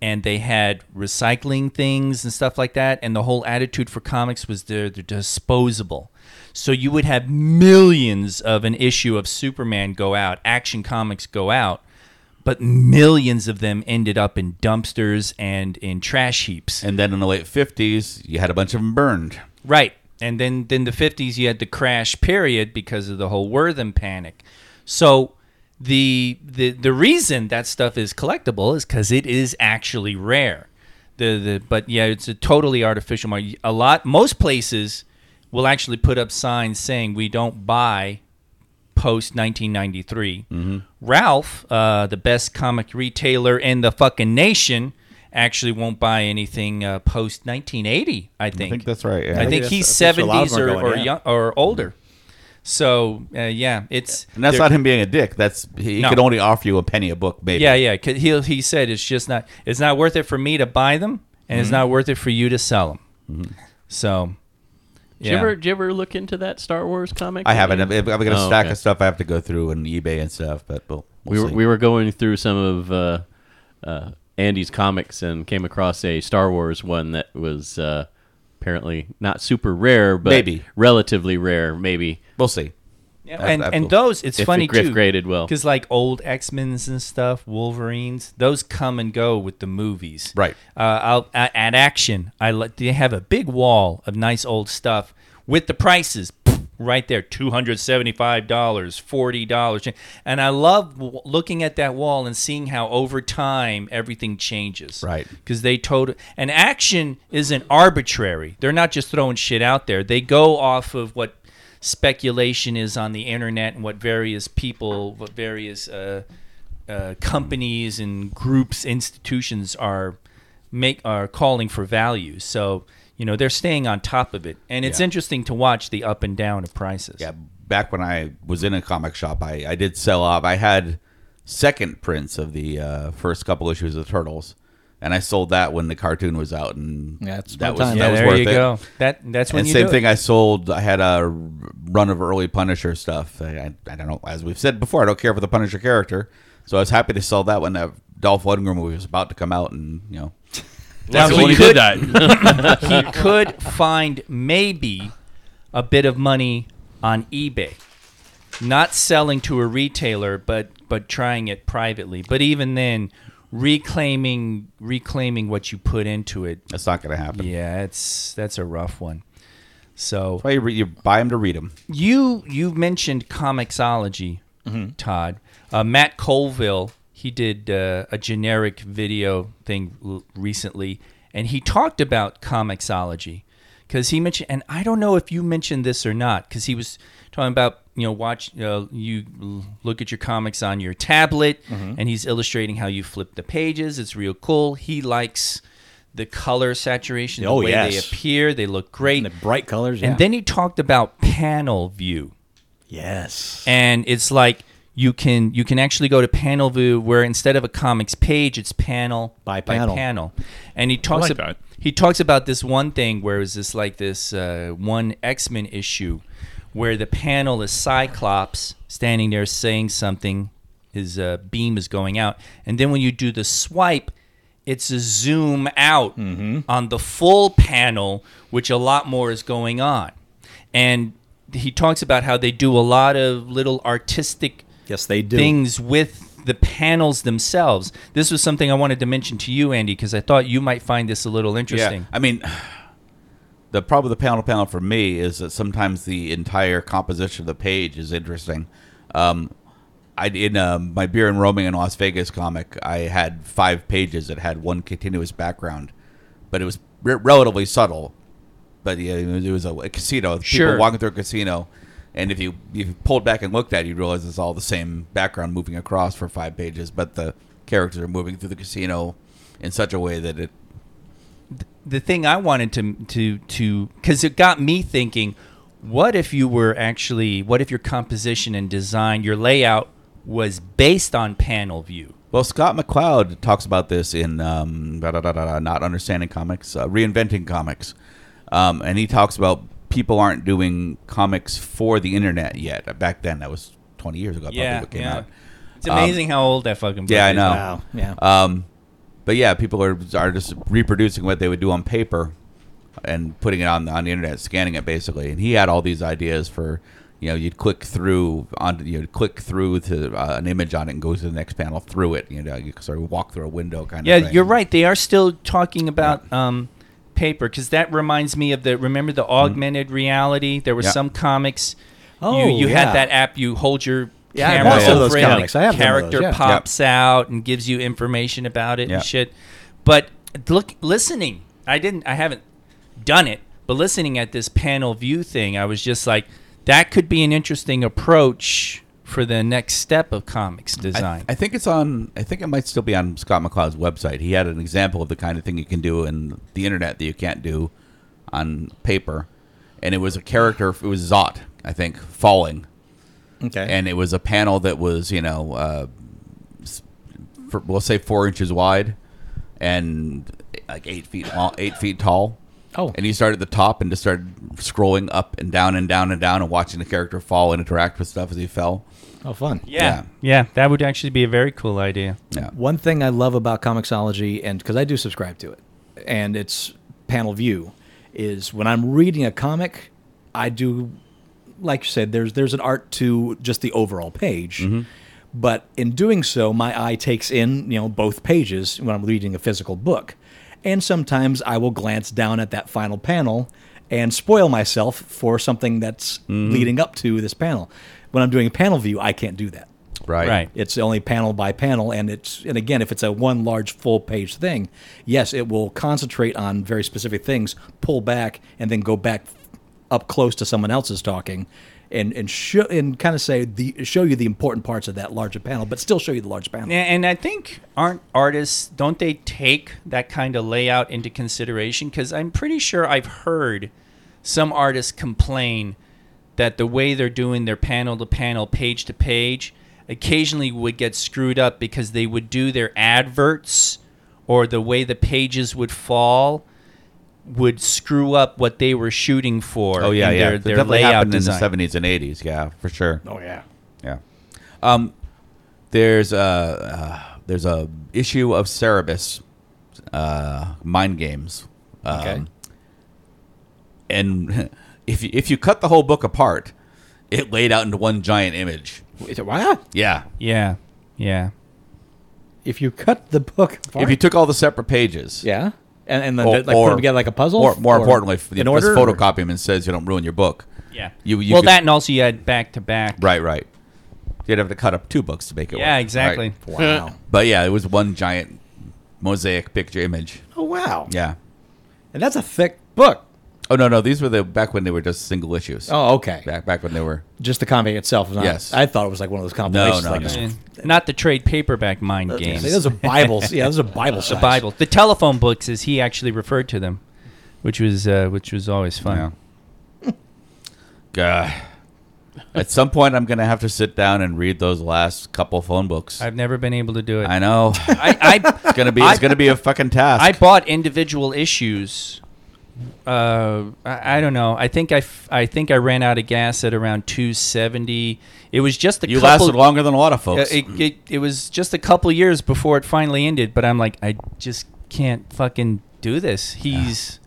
Speaker 4: and they had recycling things and stuff like that. And the whole attitude for comics was they're, they're disposable. So you would have millions of an issue of Superman go out, Action Comics go out, but millions of them ended up in dumpsters and in trash heaps.
Speaker 5: and then in the late fifties, you had a bunch of them burned.
Speaker 4: Right. And then then the 50s you had the crash period because of the whole Wortham panic. So the the the reason that stuff is collectible is cuz it is actually rare. The the but yeah, it's a totally artificial market. A lot most places will actually put up signs saying we don't buy post 1993. Ralph, uh, the best comic retailer in the fucking nation, actually won't buy anything uh, post 1980. I think. I
Speaker 5: think that's right, yeah.
Speaker 4: I
Speaker 5: I
Speaker 4: think
Speaker 7: that's-
Speaker 4: he's
Speaker 7: I think a lot of
Speaker 4: 70s
Speaker 7: them are
Speaker 4: or
Speaker 7: going,
Speaker 4: or,
Speaker 7: yeah.
Speaker 4: young, or older. So uh, yeah, it's
Speaker 5: And that's not him being a dick. That's he
Speaker 4: No.
Speaker 5: could only offer you a penny a book, maybe.
Speaker 4: yeah yeah. 'cause He he said it's just not it's not worth it for me to buy them, and it's not worth it for you to sell them. So.
Speaker 6: Do you
Speaker 4: Yeah.
Speaker 6: ever, do you ever look into that Star Wars comic?
Speaker 5: I haven't. I've I've got a
Speaker 6: Oh,
Speaker 5: stack
Speaker 6: okay.
Speaker 5: of stuff I have to go through and eBay and stuff, but we'll,
Speaker 6: We
Speaker 5: we'll
Speaker 6: were,
Speaker 5: see.
Speaker 6: we were going through some of uh, uh, Andy's comics and came across a Star Wars one that was uh, apparently not super rare, but
Speaker 5: Maybe.
Speaker 6: relatively rare, maybe.
Speaker 5: We'll see.
Speaker 4: Yeah,
Speaker 5: That's-
Speaker 4: and,
Speaker 5: that's
Speaker 4: and
Speaker 5: cool.
Speaker 4: those it's
Speaker 6: If
Speaker 4: funny
Speaker 6: the Griff
Speaker 4: too
Speaker 6: graded well.
Speaker 4: because like old X Men's and stuff, Wolverines, those come and go with the movies,
Speaker 5: Right.
Speaker 4: Uh, I'll, at, at Action, I let they have a big wall of nice old stuff with the prices right there, two hundred seventy-five dollars, forty dollars, and I love w- looking at that wall and seeing how over time everything changes,
Speaker 5: Right.
Speaker 4: because they told and action isn't arbitrary they're not just throwing shit out there they go off of what speculation is on the internet and what various people what various uh, uh, companies and groups institutions are make are calling for value so you know they're staying on top of it and it's
Speaker 5: Yeah.
Speaker 4: interesting to watch the up and down of prices
Speaker 5: Yeah, back when I was in a comic shop, I, I did sell off. I had second prints of the uh, first couple issues of Turtles, and I sold that when the cartoon was out, and
Speaker 9: That's
Speaker 5: that
Speaker 9: my
Speaker 5: was
Speaker 9: time.
Speaker 5: that
Speaker 4: Yeah,
Speaker 5: was
Speaker 4: there
Speaker 5: worth
Speaker 4: you
Speaker 5: it.
Speaker 4: go that that's when
Speaker 5: and
Speaker 4: you
Speaker 5: same
Speaker 4: do
Speaker 5: thing,
Speaker 4: it.
Speaker 5: I sold. I had a run of early Punisher stuff. I, I, I don't know, as we've said before, I don't care for the Punisher character, so I was happy to sell that when that Dolph Lundgren movie was about to come out, and you know,
Speaker 8: That's
Speaker 4: Now,
Speaker 8: when
Speaker 4: he
Speaker 8: you did
Speaker 4: could-
Speaker 8: that.
Speaker 4: he could find maybe a bit of money on eBay. not selling to a retailer, but but trying it privately. But even then, reclaiming reclaiming what you put into it.
Speaker 5: That's not going to happen.
Speaker 4: Yeah, it's that's a rough one. So
Speaker 5: Why you, re- you buy them to read them?
Speaker 4: you you mentioned comicsology,
Speaker 9: Mm-hmm.
Speaker 4: Todd. Uh, Matt Colville he did uh, a generic video thing l- recently, and he talked about comicsology because he mentioned, and I don't know if you mentioned this or not, because he was talking about you know watch uh, you l- look at your comics on your tablet,
Speaker 9: Mm-hmm.
Speaker 4: and he's illustrating how you flip the pages. It's real cool. He likes the color saturation, the
Speaker 9: Oh,
Speaker 4: way they
Speaker 9: yes.
Speaker 4: appear, they look great.
Speaker 9: And the bright colors. yeah.
Speaker 4: And then he talked about panel view.
Speaker 9: yes.
Speaker 4: And it's like you can you can actually go to panel view where instead of a comics page, it's panel
Speaker 9: By panel.
Speaker 4: And he talks
Speaker 8: like
Speaker 4: about
Speaker 8: that.
Speaker 4: he talks about this one thing where it's this like this uh, one X Men issue where the panel is Cyclops standing there saying something, his uh, beam is going out, and then when you do the swipe, it's a zoom out
Speaker 8: Mm-hmm.
Speaker 4: on the full panel, which a lot more is going on, and he talks about how they do a lot of little artistic
Speaker 9: yes, they do.
Speaker 4: things with the panels themselves. This was something I wanted to mention to you, Andy, because I thought you might find this a little interesting.
Speaker 5: I mean, the problem with the panel to panel for me is that sometimes the entire composition of the page is interesting. Um, I in uh, my beer and roaming in Las Vegas comic, I had five pages that had one continuous background, but it was re- relatively subtle. But yeah, it was, it was a, a casino. People
Speaker 4: Sure.
Speaker 5: walking through a casino, and if you if you pulled back and looked at it, you realize it's all the same background moving across for five pages, but the characters are moving through the casino in such a way that it
Speaker 4: The thing I wanted to to to because it got me thinking: what if you were actually? What if your composition and design, your layout, was based on panel view?
Speaker 5: Well, Scott McCloud talks about this in um, da, da, da, da, da, Not Understanding Comics, uh, Reinventing Comics. Um, and he talks about people aren't doing comics for the internet yet. Uh, Back then, that was 20 years ago, probably,
Speaker 4: Yeah,
Speaker 5: what came
Speaker 4: yeah.
Speaker 5: out.
Speaker 4: It's amazing how old that fucking book
Speaker 5: Um, Yeah, I
Speaker 4: is.
Speaker 5: know.
Speaker 9: Wow. Yeah.
Speaker 4: uh,
Speaker 5: Um, but yeah, people are, are just reproducing what they would do on paper and putting it on the, on the internet, scanning it basically. And he had all these ideas for, you know, you'd click through on you'd click through to uh, an image on it and go to the next panel through it. You know, you sort of walk through a window kind
Speaker 4: Yeah,
Speaker 5: of. thing.
Speaker 4: you're right. They are still talking about um, paper because that reminds me of the remember the augmented reality. There were
Speaker 5: Mm-hmm. Yeah.
Speaker 4: some comics.
Speaker 9: Oh,
Speaker 4: you, you
Speaker 9: yeah.
Speaker 4: had that app. You hold your
Speaker 9: Yeah, I
Speaker 4: camera
Speaker 5: bought some of
Speaker 4: over
Speaker 9: those
Speaker 4: it,
Speaker 9: comics. I have some of those,
Speaker 4: character
Speaker 9: yeah.
Speaker 4: pops out and gives you information about it
Speaker 5: Yeah.
Speaker 4: and shit. But look, listening, I didn't. I haven't done it, but listening at this panel view thing, I was just like, that could be an interesting approach for the next step of comics
Speaker 5: I,
Speaker 4: design.
Speaker 5: I think it's on. I think it might still be on Scott McCloud's website. He had an example of the kind of thing you can do in the internet that you can't do on paper, and it was a character. It was Zot, I think, falling,
Speaker 9: okay.
Speaker 5: and it was a panel that was you know, uh, s- for, we'll say four inches wide, and like eight feet long, eight feet tall.
Speaker 9: Oh.
Speaker 5: and you start at the top and just started scrolling up and down and down and down and watching the character fall and interact with stuff as he fell.
Speaker 9: oh, fun.
Speaker 5: Yeah.
Speaker 4: yeah, that would actually be a very cool idea.
Speaker 5: Yeah.
Speaker 9: One thing I love about Comixology, and because I do subscribe to it, and it's panel view, is when I'm reading a comic, I do, like you said, there's there's an art to just the overall page, but in doing so, my eye takes in you know both pages when I'm reading a physical book, and sometimes I will glance down at that final panel and spoil myself for something that's leading up to this panel. When I'm doing a panel view, I can't do that.
Speaker 5: Right.
Speaker 4: Right.
Speaker 9: It's only panel by panel, and it's and again, if it's a one large full page thing, yes, it will concentrate on very specific things, pull back, and then go back up close to someone else's talking, and and show and kind of say the show you the important parts of that larger panel, but still show you the large panel.
Speaker 4: Yeah, and I think aren't artists don't they take that kind of layout into consideration? Because I'm pretty sure I've heard some artists complain that the way they're doing their panel to panel, page to page, occasionally would get screwed up because they would do their adverts or the way the pages would fall would screw up what they were shooting for.
Speaker 5: Oh yeah,
Speaker 4: in
Speaker 5: yeah.
Speaker 4: Their,
Speaker 5: That
Speaker 4: their
Speaker 5: definitely
Speaker 4: layout
Speaker 5: happened in
Speaker 4: design.
Speaker 5: the seventies and eighties. Yeah, for sure.
Speaker 9: Oh yeah.
Speaker 5: Yeah. Um, there's a uh, there's a issue of Cerebus, uh, mind games. Um,
Speaker 9: Okay.
Speaker 5: And if you, if you cut the whole book apart, it laid out into one giant image.
Speaker 9: Is it- What?
Speaker 5: Yeah.
Speaker 4: Yeah. Yeah.
Speaker 9: If you cut the book apart,
Speaker 5: If you took all the separate pages,
Speaker 9: yeah, and and then
Speaker 5: Or-
Speaker 9: like put
Speaker 5: or-
Speaker 9: them together like a puzzle.
Speaker 5: Or more
Speaker 9: Or
Speaker 5: importantly, if the
Speaker 9: in
Speaker 5: let's
Speaker 9: order. or-
Speaker 5: photocopy them and says you don't ruin your book.
Speaker 4: Yeah.
Speaker 5: You- you
Speaker 4: well,
Speaker 5: could-
Speaker 4: that and also you had back to back.
Speaker 5: Right, right. You'd have to cut up two books to make it work.
Speaker 4: Yeah, exactly.
Speaker 5: Right. But yeah, it was one giant mosaic picture image.
Speaker 9: Oh wow!
Speaker 5: Yeah.
Speaker 9: And that's a thick book.
Speaker 5: Oh no, no, these were the back when they were just single issues.
Speaker 9: Oh okay.
Speaker 5: back back when they were
Speaker 9: Just the comic itself. is Not,
Speaker 5: Yes.
Speaker 9: I thought it was like one of those compilations.
Speaker 5: no,
Speaker 9: like
Speaker 5: no.
Speaker 9: just-
Speaker 4: Eh, Not the trade paperback mind
Speaker 9: Yeah,
Speaker 4: games.
Speaker 9: Those are Bibles. Yeah, those are Bible.
Speaker 4: the Bible, the telephone books, as he actually referred to them, which was uh, which was always fun.
Speaker 5: yeah. God. At some point, I'm gonna have to sit down and read those last couple phone books. I,
Speaker 4: I've never been able to do it. I
Speaker 5: know. it's
Speaker 4: I,
Speaker 5: gonna be it's gonna be a fucking task.
Speaker 4: I bought individual issues. Uh, I, I don't know. I think I, f- I think I ran out of gas at around 270. It was just a
Speaker 5: you
Speaker 4: couple.
Speaker 5: lasted longer than a lot of
Speaker 4: Uh,
Speaker 5: folks.
Speaker 4: it, it, it was just a couple years before it finally ended, but I'm like, I just can't fucking do this. He's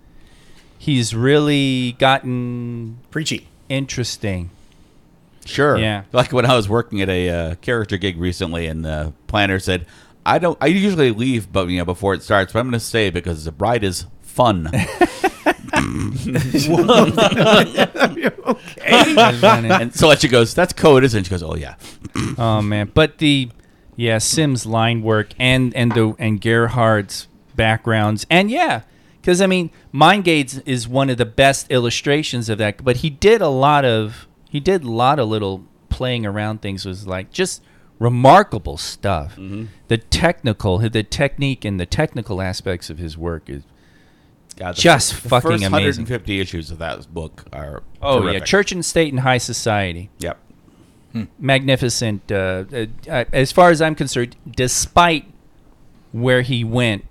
Speaker 4: he's really gotten
Speaker 9: Preachy.
Speaker 4: interesting.
Speaker 5: Sure.
Speaker 4: Yeah.
Speaker 5: Like when I was working at a uh, character gig recently, and the planner said, "I don't. I usually leave, but you know, before it starts, but I'm going to stay because the bride is fun." and so she goes, "That's code, isn't?" it?" She goes, "Oh yeah."
Speaker 4: oh man, but the yeah Sims line work and and the and Gerhard's backgrounds and yeah, because I mean, Mind Gates is one of the best illustrations of that. But he did a lot of he did a lot of little playing around things. Was like just remarkable stuff. The technical, the technique, and the technical aspects of his work is
Speaker 5: God, the
Speaker 4: Just
Speaker 5: fir- the
Speaker 4: fucking
Speaker 5: first
Speaker 4: amazing.
Speaker 5: 150 issues of that book are
Speaker 4: oh yeah,
Speaker 5: terrific.
Speaker 4: Church and State and High Society.
Speaker 5: Yep.
Speaker 4: magnificent. Uh, uh, uh, as far as I'm concerned, despite where he went,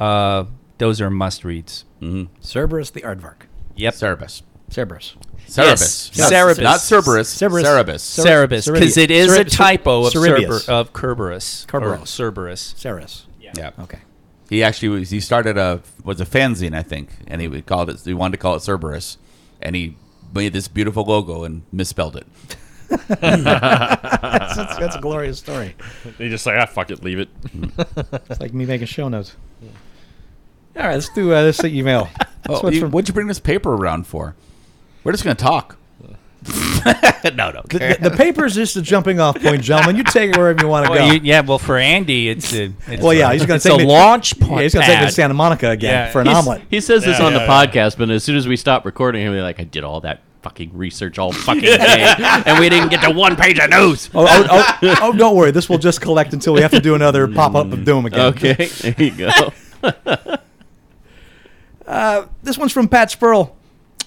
Speaker 4: uh, those are must reads.
Speaker 9: Cerberus the Aardvark.
Speaker 4: Yep.
Speaker 5: Cerberus.
Speaker 9: Cerberus.
Speaker 5: Cerberus.
Speaker 4: Yes. Cerberus.
Speaker 5: Not Cerberus.
Speaker 9: Cerberus.
Speaker 5: Cerberus.
Speaker 4: Cerberus, because it is a
Speaker 9: Cerib- Cer-
Speaker 4: typo of, Cerber,
Speaker 9: Cerberus.
Speaker 4: of Kerberos. or
Speaker 9: Kerberos.
Speaker 4: Cerberus.
Speaker 9: Cerberus.
Speaker 5: Yeah.
Speaker 9: Okay.
Speaker 5: He actually was, he started a was a fanzine I think, and he would called it he wanted to call it Cerberus, and he made this beautiful logo and misspelled it.
Speaker 9: That's, that's a glorious story.
Speaker 8: They just like, ah, fuck it, leave it.
Speaker 9: It's like me making show notes. All right, let's do uh, this email. This
Speaker 5: Oh,
Speaker 9: one's
Speaker 5: you-
Speaker 9: from-
Speaker 5: what'd you bring this paper around for? We're just gonna talk. no, no.
Speaker 9: the, the paper's just a jumping off point, gentlemen. You take it wherever you want to
Speaker 4: Well,
Speaker 9: go.
Speaker 4: you- yeah, well, for Andy, it's a. It's
Speaker 9: well,
Speaker 4: a-
Speaker 9: yeah, he's going
Speaker 4: it's
Speaker 9: to take
Speaker 4: a
Speaker 9: me,
Speaker 4: launch
Speaker 9: Yeah,
Speaker 4: point.
Speaker 9: he's going to take me to Santa Monica again
Speaker 4: Yeah.
Speaker 9: for an
Speaker 6: He's-
Speaker 9: omelet.
Speaker 6: He says this
Speaker 8: Yeah,
Speaker 6: on the
Speaker 8: yeah,
Speaker 6: podcast, but as soon as we stop recording, he'll be like, "I did all that fucking research all fucking day, and we didn't get to one page of news."
Speaker 9: Oh, oh, oh, oh, don't worry. This will just collect until we have to do another pop up of doom again.
Speaker 6: Okay, there you go.
Speaker 9: This one's from Pat Spurl.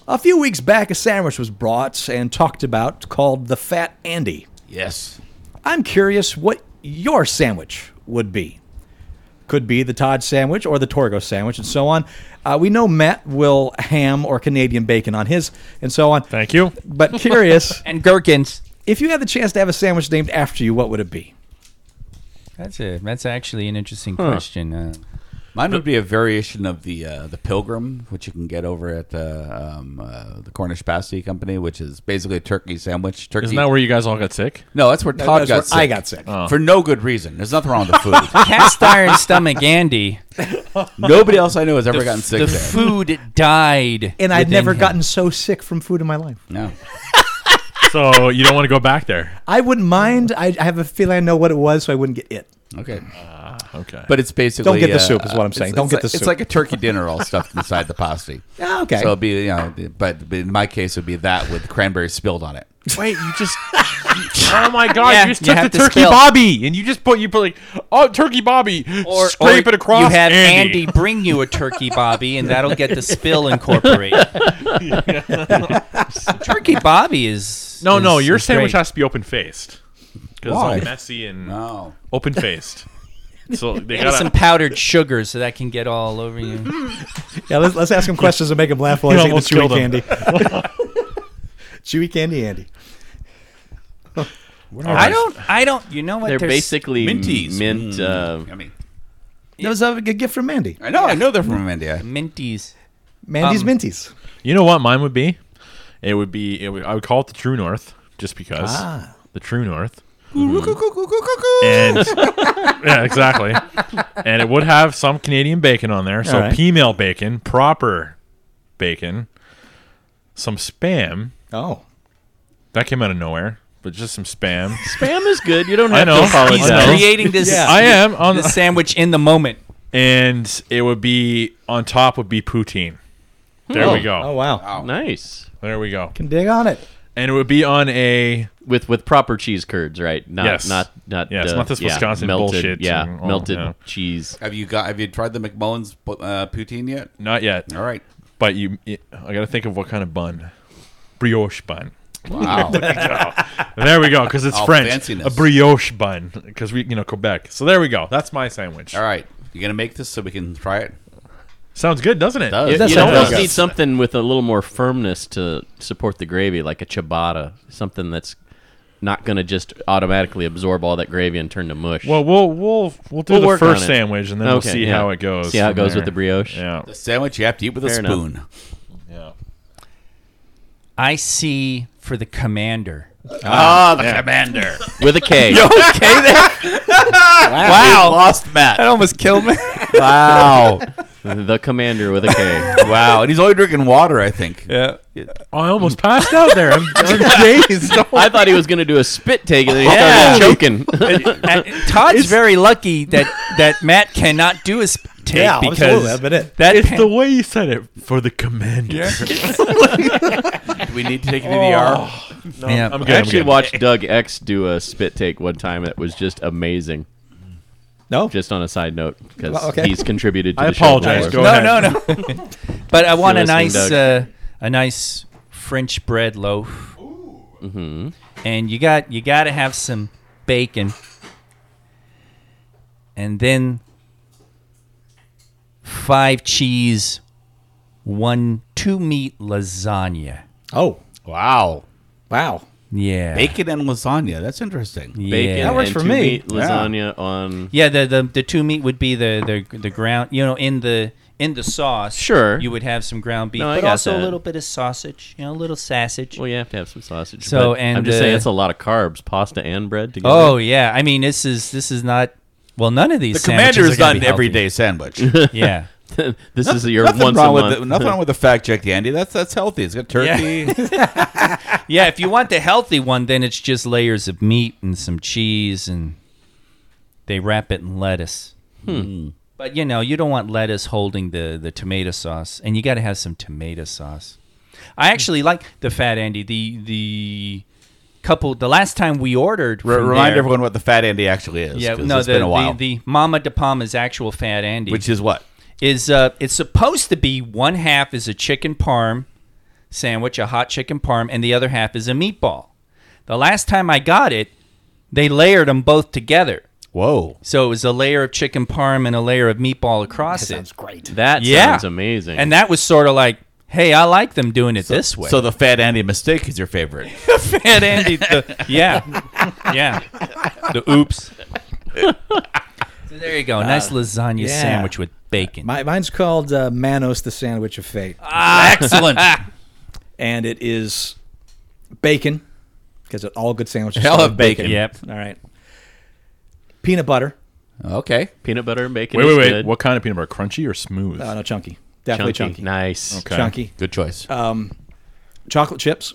Speaker 9: A few weeks back, a sandwich was brought and talked about called the Fat Andy.
Speaker 5: Yes.
Speaker 9: I'm curious what your sandwich would be. Could be the Todd sandwich or the Torgo sandwich and so on. Uh, we know Matt will ham or Canadian bacon on his and so on.
Speaker 8: Thank you.
Speaker 9: But curious,
Speaker 4: and gherkins.
Speaker 9: if you had the chance to have a sandwich named after you, what would it be?
Speaker 4: That's a. That's actually an interesting question. Uh,
Speaker 5: Mine would be a variation of the uh, the Pilgrim, which you can get over at uh, um, uh, the Cornish Pasty Company, which is basically a turkey sandwich. Turkey.
Speaker 8: Isn't that where you guys all got sick?
Speaker 5: no, that's where Todd
Speaker 9: That's
Speaker 5: got
Speaker 9: where
Speaker 5: sick. Uh,
Speaker 9: I got sick.
Speaker 5: for no good reason. There's nothing wrong with the food.
Speaker 4: cast iron stomach, Andy.
Speaker 5: Nobody else I know has ever gotten sick
Speaker 4: The
Speaker 5: there.
Speaker 4: food died,
Speaker 9: and I'd
Speaker 4: within
Speaker 9: never
Speaker 4: him.
Speaker 9: gotten so sick from food in my life.
Speaker 5: No.
Speaker 8: So you don't want to go back there.
Speaker 9: I wouldn't mind. I, I have a feeling I know what it was, so I wouldn't get it.
Speaker 5: Okay.
Speaker 8: Okay.
Speaker 5: But it's basically
Speaker 9: Don't get the
Speaker 5: uh,
Speaker 9: soup is what I'm saying.
Speaker 5: it's-
Speaker 9: Don't
Speaker 5: it's
Speaker 9: get
Speaker 5: like,
Speaker 9: the
Speaker 5: It's
Speaker 9: soup.
Speaker 5: like a turkey dinner all stuffed inside the pasty.
Speaker 9: Ah, okay.
Speaker 5: So it'd be you know, but but in my case it'd be that with cranberry spilled on it.
Speaker 8: Wait, you just. oh my God!
Speaker 4: Yeah,
Speaker 8: you just
Speaker 4: you
Speaker 8: took
Speaker 4: have
Speaker 8: the
Speaker 4: to
Speaker 8: turkey
Speaker 4: spell.
Speaker 8: bobby, and you just put you put like oh turkey bobby, scrape it across.
Speaker 4: You have
Speaker 8: Andy.
Speaker 4: Andy. bring you a turkey, Bobby, and that'll get the spill incorporated. turkey Bobby is
Speaker 8: No,
Speaker 4: is-
Speaker 8: no, your
Speaker 4: is
Speaker 8: sandwich
Speaker 4: great.
Speaker 8: has to be open faced because it's
Speaker 5: Why?
Speaker 8: all messy and
Speaker 5: Oh.
Speaker 8: open faced. So they
Speaker 4: And
Speaker 8: got
Speaker 4: some powdered sugar, so that can get all over
Speaker 8: Mm-hmm.
Speaker 4: you.
Speaker 9: Yeah, let's, let's ask him questions and make him laugh while
Speaker 8: You
Speaker 9: he's eating the chewy
Speaker 8: almost killed
Speaker 9: candy.
Speaker 8: him.
Speaker 9: chewy candy, Andy.
Speaker 4: I don't, I don't. You know what?
Speaker 6: They're
Speaker 4: There's-
Speaker 6: basically
Speaker 5: Minties.
Speaker 6: mint. Uh,
Speaker 5: I mean
Speaker 9: That was a good gift from Mandy.
Speaker 5: I know, I know they're from India.
Speaker 4: minties.
Speaker 9: Mandy's
Speaker 4: Um,
Speaker 9: Minties.
Speaker 8: You know what mine would be? It would be. It would, I would call it the True North just because the True North. and yeah, exactly. And it would have some Canadian bacon on there, so
Speaker 9: All right.
Speaker 8: female bacon, proper bacon, some spam
Speaker 9: Oh,
Speaker 8: that came out of nowhere, but just some spam.
Speaker 6: Spam is good. You don't
Speaker 8: I
Speaker 6: have to
Speaker 8: know. I know.
Speaker 6: apologize.
Speaker 4: Creating this,
Speaker 8: I am on
Speaker 4: this
Speaker 8: the,
Speaker 4: sandwich in the moment.
Speaker 8: and it would be on top would be poutine. There we
Speaker 6: Oh.
Speaker 8: go.
Speaker 9: oh wow!
Speaker 6: Nice
Speaker 8: There we go.
Speaker 9: Can dig on it.
Speaker 8: And it would be on a
Speaker 6: with with proper cheese curds, right? Not
Speaker 8: Yes.
Speaker 6: not not.
Speaker 8: Yeah, it's
Speaker 6: uh,
Speaker 8: not this
Speaker 6: yeah,
Speaker 8: Wisconsin
Speaker 6: melted,
Speaker 8: bullshit
Speaker 6: Yeah,
Speaker 8: and all,
Speaker 6: melted
Speaker 8: yeah.
Speaker 6: cheese.
Speaker 5: Have you got? Have you tried the McMullen's uh, poutine yet?
Speaker 8: not yet.
Speaker 5: All right.
Speaker 8: But you, I gotta think of what kind of bun, brioche bun.
Speaker 5: Wow.
Speaker 8: There we go, because it's
Speaker 5: All
Speaker 8: French.
Speaker 5: Oh, fanciness.
Speaker 8: A brioche bun, because we, you know, Quebec. So there we go. That's my sandwich.
Speaker 5: All right. You gonna make this so we can try it?
Speaker 8: Sounds good, doesn't it?
Speaker 5: Does.
Speaker 6: You,
Speaker 5: Oh, That
Speaker 6: you
Speaker 8: sounds
Speaker 6: almost
Speaker 8: good.
Speaker 6: need something with a little more firmness to support the gravy, like a ciabatta, something that's not going to just automatically absorb all that gravy and turn to mush.
Speaker 8: Well, we'll we'll we'll do
Speaker 6: We'll
Speaker 8: the
Speaker 6: work
Speaker 8: first
Speaker 6: on it.
Speaker 8: sandwich, and then we'll
Speaker 6: Okay,
Speaker 8: see
Speaker 6: yeah.
Speaker 8: how it goes.
Speaker 6: See how it
Speaker 8: from
Speaker 6: goes
Speaker 8: there.
Speaker 6: with the brioche.
Speaker 8: Yeah.
Speaker 5: The sandwich you have to eat with a
Speaker 6: Fair enough.
Speaker 5: spoon.
Speaker 8: yeah.
Speaker 4: I see for the commander.
Speaker 5: Ah, the commander.
Speaker 6: with a K.
Speaker 4: okay, that,
Speaker 5: wow. Lost Matt.
Speaker 4: almost killed me.
Speaker 5: Wow.
Speaker 6: the commander with a K.
Speaker 5: wow. And he's only drinking water, I think.
Speaker 4: yeah.
Speaker 8: Oh, I almost passed out there. I'm, I'm dazed.
Speaker 6: I thought he was going to do a spit take, and then he
Speaker 4: Yeah.
Speaker 6: started choking.
Speaker 4: Uh, Todd's very lucky that that Matt cannot do his take
Speaker 9: Yeah,
Speaker 4: because
Speaker 9: absolutely. That'd been it.
Speaker 4: that
Speaker 8: It's
Speaker 4: pan-
Speaker 8: the way you said it for the commander.
Speaker 5: Do we need to take an EDR?
Speaker 4: yeah.
Speaker 8: I'm
Speaker 6: I
Speaker 8: good.
Speaker 6: actually
Speaker 8: I'm good.
Speaker 6: watched Doug X do a spit take one time that was just amazing.
Speaker 9: No,
Speaker 6: Just on a side note, because
Speaker 9: Well, okay.
Speaker 6: he's contributed to
Speaker 8: I
Speaker 6: the show
Speaker 8: apologize.
Speaker 6: before.
Speaker 8: Go
Speaker 4: no,
Speaker 8: ahead.
Speaker 4: no, no. but I want a
Speaker 6: listening,
Speaker 4: nice uh,
Speaker 6: Doug.
Speaker 4: a nice French bread loaf.
Speaker 6: Mm-hmm.
Speaker 4: And you got you got to have some bacon. And then five cheese, one two meat lasagna.
Speaker 9: Oh,
Speaker 5: Wow.
Speaker 9: wow.
Speaker 4: Yeah.
Speaker 5: Bacon and lasagna. That's interesting.
Speaker 4: Yeah.
Speaker 6: Bacon
Speaker 9: That works
Speaker 6: and
Speaker 9: for
Speaker 6: two
Speaker 9: me.
Speaker 6: meat lasagna on.
Speaker 4: Yeah, the, the the two meat would be the, the the ground, you know, in the in the sauce.
Speaker 6: Sure.
Speaker 4: you would have some ground beef,
Speaker 6: No, I
Speaker 4: but
Speaker 6: got
Speaker 4: also
Speaker 6: that.
Speaker 4: a little bit of sausage, you know, a little sausage.
Speaker 6: Well, you have to have some sausage.
Speaker 4: So,
Speaker 6: but I'm
Speaker 4: and,
Speaker 6: just saying
Speaker 4: uh,
Speaker 6: it's a lot of carbs, pasta and bread together.
Speaker 4: Oh yeah, I mean this is this is not well none of these.
Speaker 5: The commander
Speaker 4: sandwiches
Speaker 5: is
Speaker 4: are gonna
Speaker 5: not an
Speaker 4: be healthy.
Speaker 5: everyday sandwich.
Speaker 4: Yeah,
Speaker 6: this is your
Speaker 5: nothing
Speaker 6: once
Speaker 5: wrong
Speaker 6: a
Speaker 5: with
Speaker 6: month.
Speaker 5: the, nothing wrong with the fact check, Andy. That's that's healthy. It's got turkey.
Speaker 4: yeah. If you want the healthy one, then it's just layers of meat and some cheese, and they wrap it in lettuce.
Speaker 5: Hmm.
Speaker 4: But you know, you don't want lettuce holding the the tomato sauce, and you got to have some tomato sauce.
Speaker 5: Hmm.
Speaker 4: I actually like the fat Andy. The the couple the last time we ordered.
Speaker 5: R-
Speaker 4: from
Speaker 5: remind
Speaker 4: there-
Speaker 5: everyone what the fat Andy actually is.
Speaker 4: Yeah,
Speaker 5: 'cause
Speaker 4: no,
Speaker 5: it's
Speaker 4: the,
Speaker 5: been a while.
Speaker 4: the the Mama de Palma's actual fat Andy,
Speaker 5: which is what?
Speaker 4: is uh, it's supposed to be one half is a chicken parm sandwich, a hot chicken parm, and the other half is a meatball. The last time I got it, they layered them both together.
Speaker 5: Whoa.
Speaker 4: So it was a layer of chicken parm and a layer of meatball across it.
Speaker 6: that
Speaker 4: Yeah.
Speaker 6: sounds amazing.
Speaker 4: And that was sort of like, hey, I like them doing it this way.
Speaker 5: So the fat Andy mistake is your favorite.
Speaker 4: Fat Andy, the, yeah, yeah, the oops. so there you go, nice lasagna
Speaker 9: yeah.
Speaker 4: sandwich with bacon.
Speaker 9: My, mine's called uh, Manos, the Sandwich of Fate,
Speaker 5: Excellent.
Speaker 9: and it is bacon because all good sandwiches
Speaker 5: Hell
Speaker 9: start
Speaker 5: of
Speaker 9: with
Speaker 5: bacon.
Speaker 4: yep.
Speaker 9: All right, peanut butter.
Speaker 5: Okay.
Speaker 6: peanut butter and bacon.
Speaker 8: Wait, wait,
Speaker 6: is
Speaker 8: wait.
Speaker 6: good.
Speaker 8: What kind of peanut butter? Crunchy or smooth?
Speaker 9: Oh no, chunky.
Speaker 6: chunky?
Speaker 9: Definitely chunky.
Speaker 6: Nice.
Speaker 8: Okay.
Speaker 9: Chunky.
Speaker 5: Good choice.
Speaker 9: Um, chocolate chips,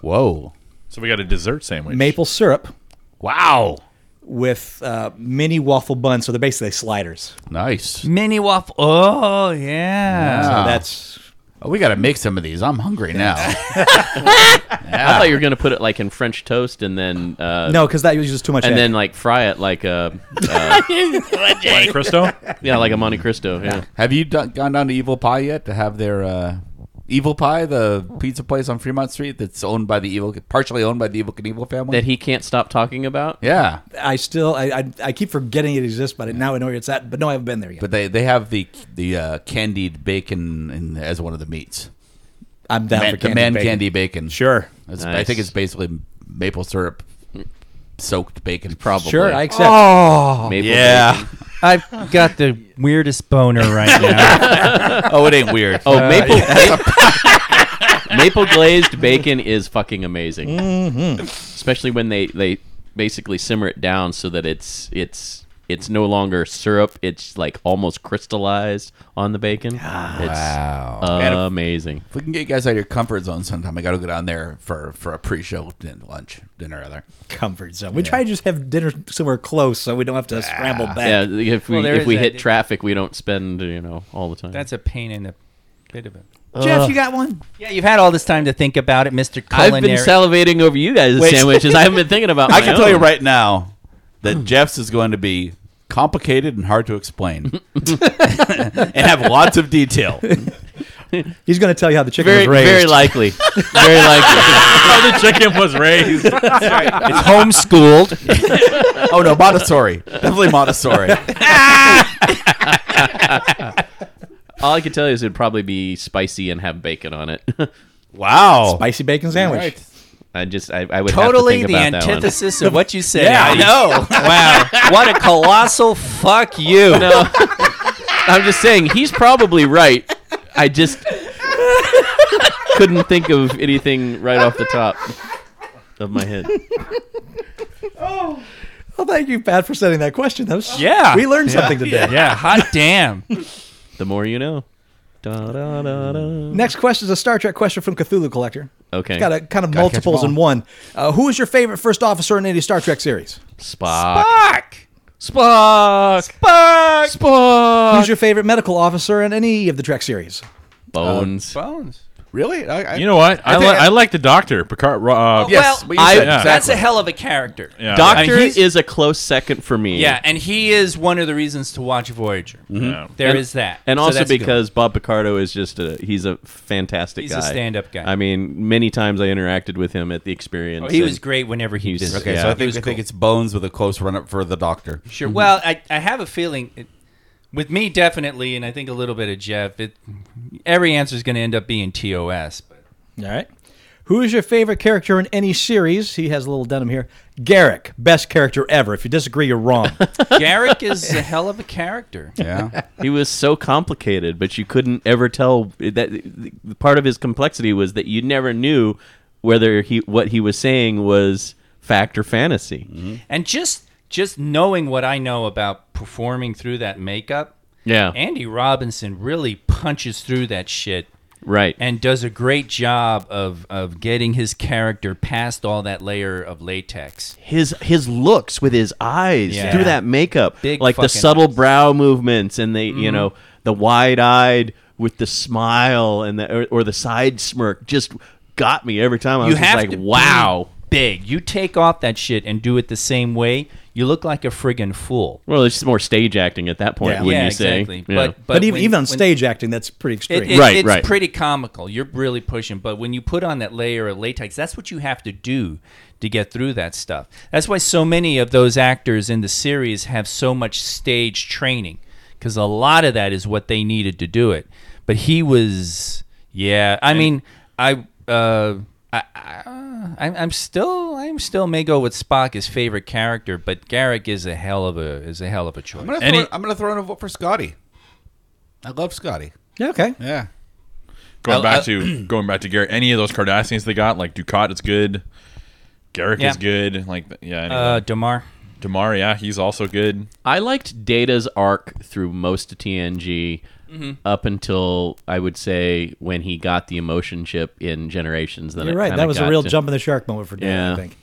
Speaker 5: Whoa.
Speaker 8: So we got a dessert sandwich.
Speaker 9: maple syrup
Speaker 5: Wow.
Speaker 9: with uh, mini waffle buns. So they're basically sliders.
Speaker 5: Nice.
Speaker 4: Mini waffle. Oh yeah.
Speaker 5: Ah.
Speaker 9: That's
Speaker 5: Oh, we got to make some of these. I'm hungry now.
Speaker 6: I thought you were gonna put it like in French toast and then uh,
Speaker 9: no, because that uses too much.
Speaker 6: and
Speaker 9: egg.
Speaker 6: then like fry it like a uh,
Speaker 8: Monte Cristo.
Speaker 6: yeah like a Monte Cristo. Yeah.
Speaker 5: have you done, gone down to Evil Pie yet to have their uh, Evil Pie, the pizza place on Fremont Street that's owned by the evil, partially owned by the Evil Knievel family?
Speaker 6: That he can't stop talking about.
Speaker 5: yeah,
Speaker 9: I still I, I I keep forgetting it exists, but now I know where it's at. But no, I haven't been there yet.
Speaker 5: but they they have the the uh, candied bacon in, as one of the meats.
Speaker 9: I'm down
Speaker 5: Man-
Speaker 9: for
Speaker 5: the
Speaker 9: candy
Speaker 5: man
Speaker 9: bacon.
Speaker 5: candy bacon.
Speaker 9: Sure,
Speaker 5: It's- I
Speaker 6: Nice.
Speaker 5: think it's basically maple syrup soaked bacon.
Speaker 6: Probably.
Speaker 9: sure, I accept.
Speaker 6: Maple
Speaker 5: Yeah.
Speaker 6: bacon.
Speaker 4: I've got the weirdest boner right now.
Speaker 5: oh, it ain't weird.
Speaker 6: Oh, maple. maple glazed bacon is fucking amazing, Mm-hmm. especially when they they basically simmer it down so that it's it's it's no longer syrup. It's like almost crystallized on the bacon. It's
Speaker 5: Man, if-
Speaker 6: amazing.
Speaker 5: If we can get you guys out of your comfort zone sometime, I got to go down there for, for a pre show lunch, dinner, rather.
Speaker 9: comfort zone. We try to just have dinner somewhere close so we don't have to scramble back.
Speaker 6: Yeah, Uh, if we
Speaker 4: Well, there
Speaker 6: if
Speaker 4: is
Speaker 6: we
Speaker 4: that.
Speaker 6: hit traffic, we don't spend you know all the time.
Speaker 4: That's a pain in the bit of it.
Speaker 9: Jeff, you got one?
Speaker 4: Yeah, you've had all this time to think about it, Mister
Speaker 6: I've
Speaker 4: Culinary.
Speaker 6: been salivating over you guys'
Speaker 5: Wait.
Speaker 6: sandwiches. I haven't been thinking about.
Speaker 5: I
Speaker 6: my
Speaker 5: can tell
Speaker 6: own.
Speaker 5: you right now that Jeff's is going to be complicated and hard to explain and have lots of detail.
Speaker 9: He's going to tell you how the chicken
Speaker 6: Very,
Speaker 9: was raised.
Speaker 6: very likely. Very likely.
Speaker 8: How the chicken was raised.
Speaker 4: it's homeschooled.
Speaker 5: Oh, no, Montessori. Definitely Montessori.
Speaker 6: All I can tell you is it'd probably be spicy and have bacon on it.
Speaker 5: Wow.
Speaker 9: Spicy bacon sandwich.
Speaker 6: I just, I, I would
Speaker 4: Totally
Speaker 6: have to think
Speaker 4: the
Speaker 6: about that one.
Speaker 4: antithesis of what you said.
Speaker 5: Yeah,
Speaker 4: I
Speaker 5: I
Speaker 4: know. wow. What a colossal fuck you.
Speaker 6: No, I'm just saying he's probably right. I just couldn't think of anything right off the top of my head.
Speaker 9: Well, thank you, Pat, for sending that question. That was
Speaker 4: Yeah.
Speaker 9: We learned something today.
Speaker 4: Yeah, hot damn.
Speaker 6: The more you know. Da, da, da, da.
Speaker 9: Next question is a Star Trek question from Cthulhu Collector.
Speaker 6: Okay.
Speaker 9: It's got a kind
Speaker 5: Gotta
Speaker 9: of
Speaker 5: catch 'em
Speaker 9: multiples in
Speaker 5: all.
Speaker 9: one. Uh, who is your favorite first officer in any Star Trek series?
Speaker 6: Spock.
Speaker 4: Spock. Spock. Spock.
Speaker 8: Uh,
Speaker 9: Who's your favorite medical officer in any of the Trek series?
Speaker 4: Oh,
Speaker 6: Bones.
Speaker 4: Bones.
Speaker 5: Really? I, I,
Speaker 8: You know what? I,
Speaker 5: think
Speaker 8: li-
Speaker 5: I-
Speaker 8: I like the doctor, Picard.
Speaker 9: Oh.
Speaker 8: Uh,
Speaker 5: Yes,
Speaker 4: well,
Speaker 5: what you
Speaker 4: I-
Speaker 5: said,
Speaker 4: that's
Speaker 5: exactly.
Speaker 4: a hell of a character.
Speaker 8: yeah.
Speaker 6: Doctor
Speaker 4: I mean, he's-
Speaker 6: is a close second for me.
Speaker 4: Yeah, and he is one of the reasons to watch Voyager. There is
Speaker 8: Yeah.
Speaker 4: that,
Speaker 6: Mm-hmm. And
Speaker 4: So
Speaker 6: also
Speaker 4: that's good.
Speaker 6: because Bob Picardo is just a he's a fantastic
Speaker 4: He's a
Speaker 6: guy.
Speaker 4: stand-up guy. Oh,
Speaker 6: I mean, many times I interacted with him at the experience.
Speaker 4: he was
Speaker 6: and-
Speaker 4: great whenever he
Speaker 6: He's-
Speaker 4: visited.
Speaker 5: Okay,
Speaker 6: Yeah.
Speaker 5: so I
Speaker 4: He
Speaker 5: think,
Speaker 4: was
Speaker 5: I think
Speaker 4: cool.
Speaker 5: it's Bones with a close run up for the doctor.
Speaker 4: Sure. Well, I, I have a feeling, it, with me definitely, and I think a little bit of Jeff. It, every answer is going to end up being TOS. But
Speaker 9: All right. Who is your favorite character in any series? He has a little denim here. Garrick, best character ever. If you disagree, you're wrong.
Speaker 4: Garrick is a hell of a character.
Speaker 5: Yeah.
Speaker 6: He was so complicated, but you couldn't ever tell that the part of his complexity was that you never knew whether he what he was saying was fact or fantasy.
Speaker 4: And just just knowing what I know about performing through that makeup,
Speaker 6: Yeah,
Speaker 4: Andy Robinson really punches through that shit
Speaker 6: right.
Speaker 4: and does a great job of of getting his character past all that layer of latex.
Speaker 6: his his looks with his eyes
Speaker 4: Yeah.
Speaker 6: through that makeup,
Speaker 4: Big
Speaker 6: like the
Speaker 4: fucking
Speaker 6: subtle
Speaker 4: eyes. Mm-hmm.
Speaker 6: brow movements and the you know the wide eyed with the smile and the or, or the side smirk just got me every time. I
Speaker 4: you
Speaker 6: was just
Speaker 4: have
Speaker 6: like,
Speaker 4: to be
Speaker 6: wow.
Speaker 4: big. You take off that shit and do it the same way. You look like a friggin' fool.
Speaker 6: Well, it's just more stage acting at that point,
Speaker 9: Yeah.
Speaker 6: wouldn't
Speaker 4: yeah,
Speaker 6: you say?
Speaker 4: exactly.
Speaker 6: Yeah.
Speaker 4: But, but
Speaker 9: but even,
Speaker 4: when-
Speaker 9: even on
Speaker 4: when-
Speaker 9: stage acting, that's pretty extreme.
Speaker 4: It, it-
Speaker 6: Right,
Speaker 4: it's
Speaker 6: right.
Speaker 4: pretty comical. You're really pushing, but when you put on that layer of latex, that's what you have to do to get through that stuff. That's why so many of those actors in the series have so much stage training because a lot of that is what they needed to do it. But he was, yeah. I mean, I. Uh, I, I, I'm I'm still, I'm still may go with Spock as favorite character, but Garrick is a hell of a is a hell of a choice.
Speaker 5: I'm going
Speaker 8: Any-
Speaker 5: to throw in a vote for Scotty. I love Scotty.
Speaker 9: Yeah, okay.
Speaker 5: Yeah.
Speaker 8: Going
Speaker 9: Oh,
Speaker 4: I-
Speaker 8: back
Speaker 9: uh,
Speaker 4: I-
Speaker 8: to going back to Garrett. Any of those Cardassians they got, like Ducat is good. Garrick
Speaker 4: Yeah.
Speaker 8: is good. Like yeah, anyway.
Speaker 4: Uh, Damar.
Speaker 8: Damar, yeah, he's also good.
Speaker 6: I liked Data's arc through most of TNG
Speaker 4: Mm-hmm.
Speaker 6: up until I would say when he got the emotion chip in Generations. Then
Speaker 9: You're
Speaker 6: it
Speaker 9: right.
Speaker 6: kinda
Speaker 9: That was a
Speaker 6: got
Speaker 9: real
Speaker 6: to-
Speaker 9: jump in the shark moment for Dan, I
Speaker 6: Yeah.
Speaker 9: think.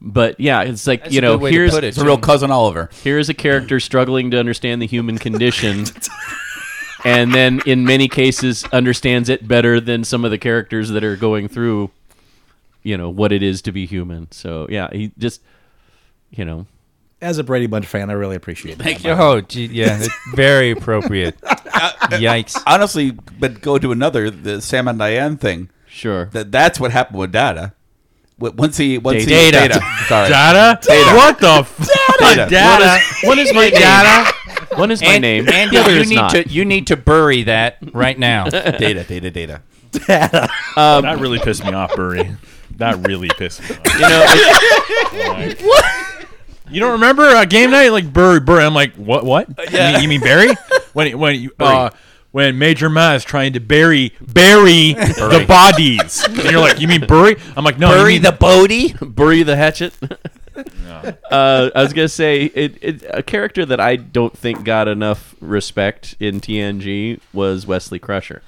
Speaker 6: But yeah, it's like
Speaker 4: That's
Speaker 6: you
Speaker 4: a
Speaker 6: know
Speaker 4: good way to
Speaker 6: here's
Speaker 4: put it,
Speaker 5: It's a real cousin Oliver.
Speaker 6: here is a character struggling to understand the human condition and then in many cases understands it better than some of the characters that are going through you know what it is to be human so yeah he just you know
Speaker 9: As a Brady Bunch fan, I really appreciate that.
Speaker 4: Oh, gee, yeah, that's very appropriate. Yikes.
Speaker 5: Honestly, but go to another, the Sam and Diane thing.
Speaker 6: sure
Speaker 5: That That's what happened with Data. W- Once he. Once He,
Speaker 4: Data.
Speaker 5: Data. Sorry.
Speaker 8: Data? What the f-
Speaker 5: Data.
Speaker 8: Data?
Speaker 6: what is my data one is my
Speaker 4: And-
Speaker 6: name
Speaker 4: Andy,
Speaker 6: the other
Speaker 4: you
Speaker 6: is
Speaker 4: need
Speaker 6: not.
Speaker 4: to you need to bury that right now.
Speaker 5: Data, data, data.
Speaker 8: that really pissed me off, Burry. That really pissed me off.
Speaker 6: Um, you know it's-
Speaker 8: You don't remember uh, game night like Burry? Burry? I'm like, what? What? You, mean, you mean Barry? When when you uh, when Major Ma is trying to bury bury the bodies. And you're like, you mean bury? I'm like, no, you
Speaker 4: Bury
Speaker 8: mean-
Speaker 4: the Bodie.
Speaker 6: bury the hatchet. uh, I was gonna say it, it. A character that I don't think got enough respect in TNG was Wesley Crusher.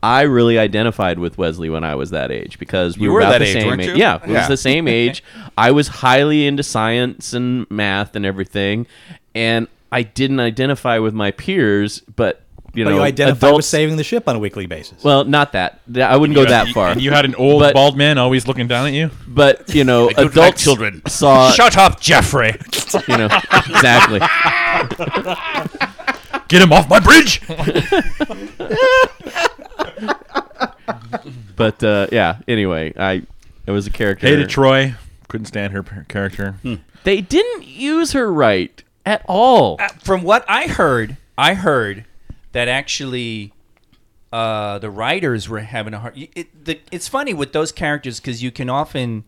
Speaker 6: I really identified with Wesley when I was that age because we
Speaker 5: You
Speaker 6: were
Speaker 5: were
Speaker 6: about
Speaker 5: that
Speaker 6: the
Speaker 5: age,
Speaker 6: same
Speaker 5: weren't
Speaker 6: age.
Speaker 5: you?
Speaker 6: Yeah, it was
Speaker 5: Yeah.
Speaker 6: the same age. I was highly into science and math and everything, and I didn't identify with my peers, but you
Speaker 9: But
Speaker 6: know,
Speaker 9: you identify with
Speaker 6: adults-
Speaker 9: saving the ship on a weekly basis.
Speaker 6: Well, not that. Th- I wouldn't go
Speaker 8: Yeah,
Speaker 6: that
Speaker 8: you-
Speaker 6: far.
Speaker 8: and you had an old
Speaker 6: But-
Speaker 8: bald man always looking down at you.
Speaker 6: but you know,
Speaker 5: don't like
Speaker 6: adult
Speaker 5: children.
Speaker 6: saw
Speaker 8: Shut up, Jeffrey.
Speaker 6: you know exactly.
Speaker 8: Get him off my bridge.
Speaker 6: But uh, yeah, anyway, I it was a character.
Speaker 8: Hated Troy. Couldn't stand her p- character.
Speaker 6: Hmm. They didn't use her right at all.
Speaker 4: From what I heard, I heard that actually uh, the writers were having a hard. It, the, it's funny with those characters because you can often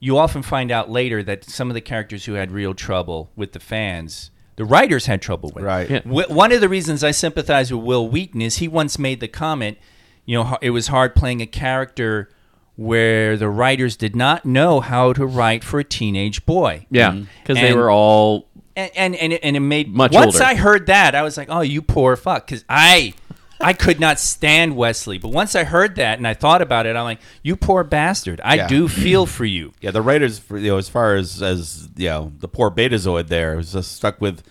Speaker 4: you often find out later that some of the characters who had real trouble with the fans, the writers had trouble with.
Speaker 5: Right.
Speaker 6: Yeah.
Speaker 4: Wh- one of the reasons I sympathize with Will Wheaton is he once made the comment, you know, ho- it was hard playing a character where the writers did not know how to write for a teenage boy.
Speaker 6: Yeah,
Speaker 8: Mm.
Speaker 6: because they
Speaker 4: And-
Speaker 6: were all
Speaker 4: And and and it, and it made
Speaker 6: Much
Speaker 4: once
Speaker 6: older.
Speaker 4: I heard that I was like, oh, you poor fuck, because I. I could not stand Wesley, but once I heard that and I thought about it, I'm like, "You poor bastard! I
Speaker 5: Yeah.
Speaker 4: do feel for you."
Speaker 5: Yeah, the writers, for, you know, as far as as you know, the poor Betazoid there was just stuck with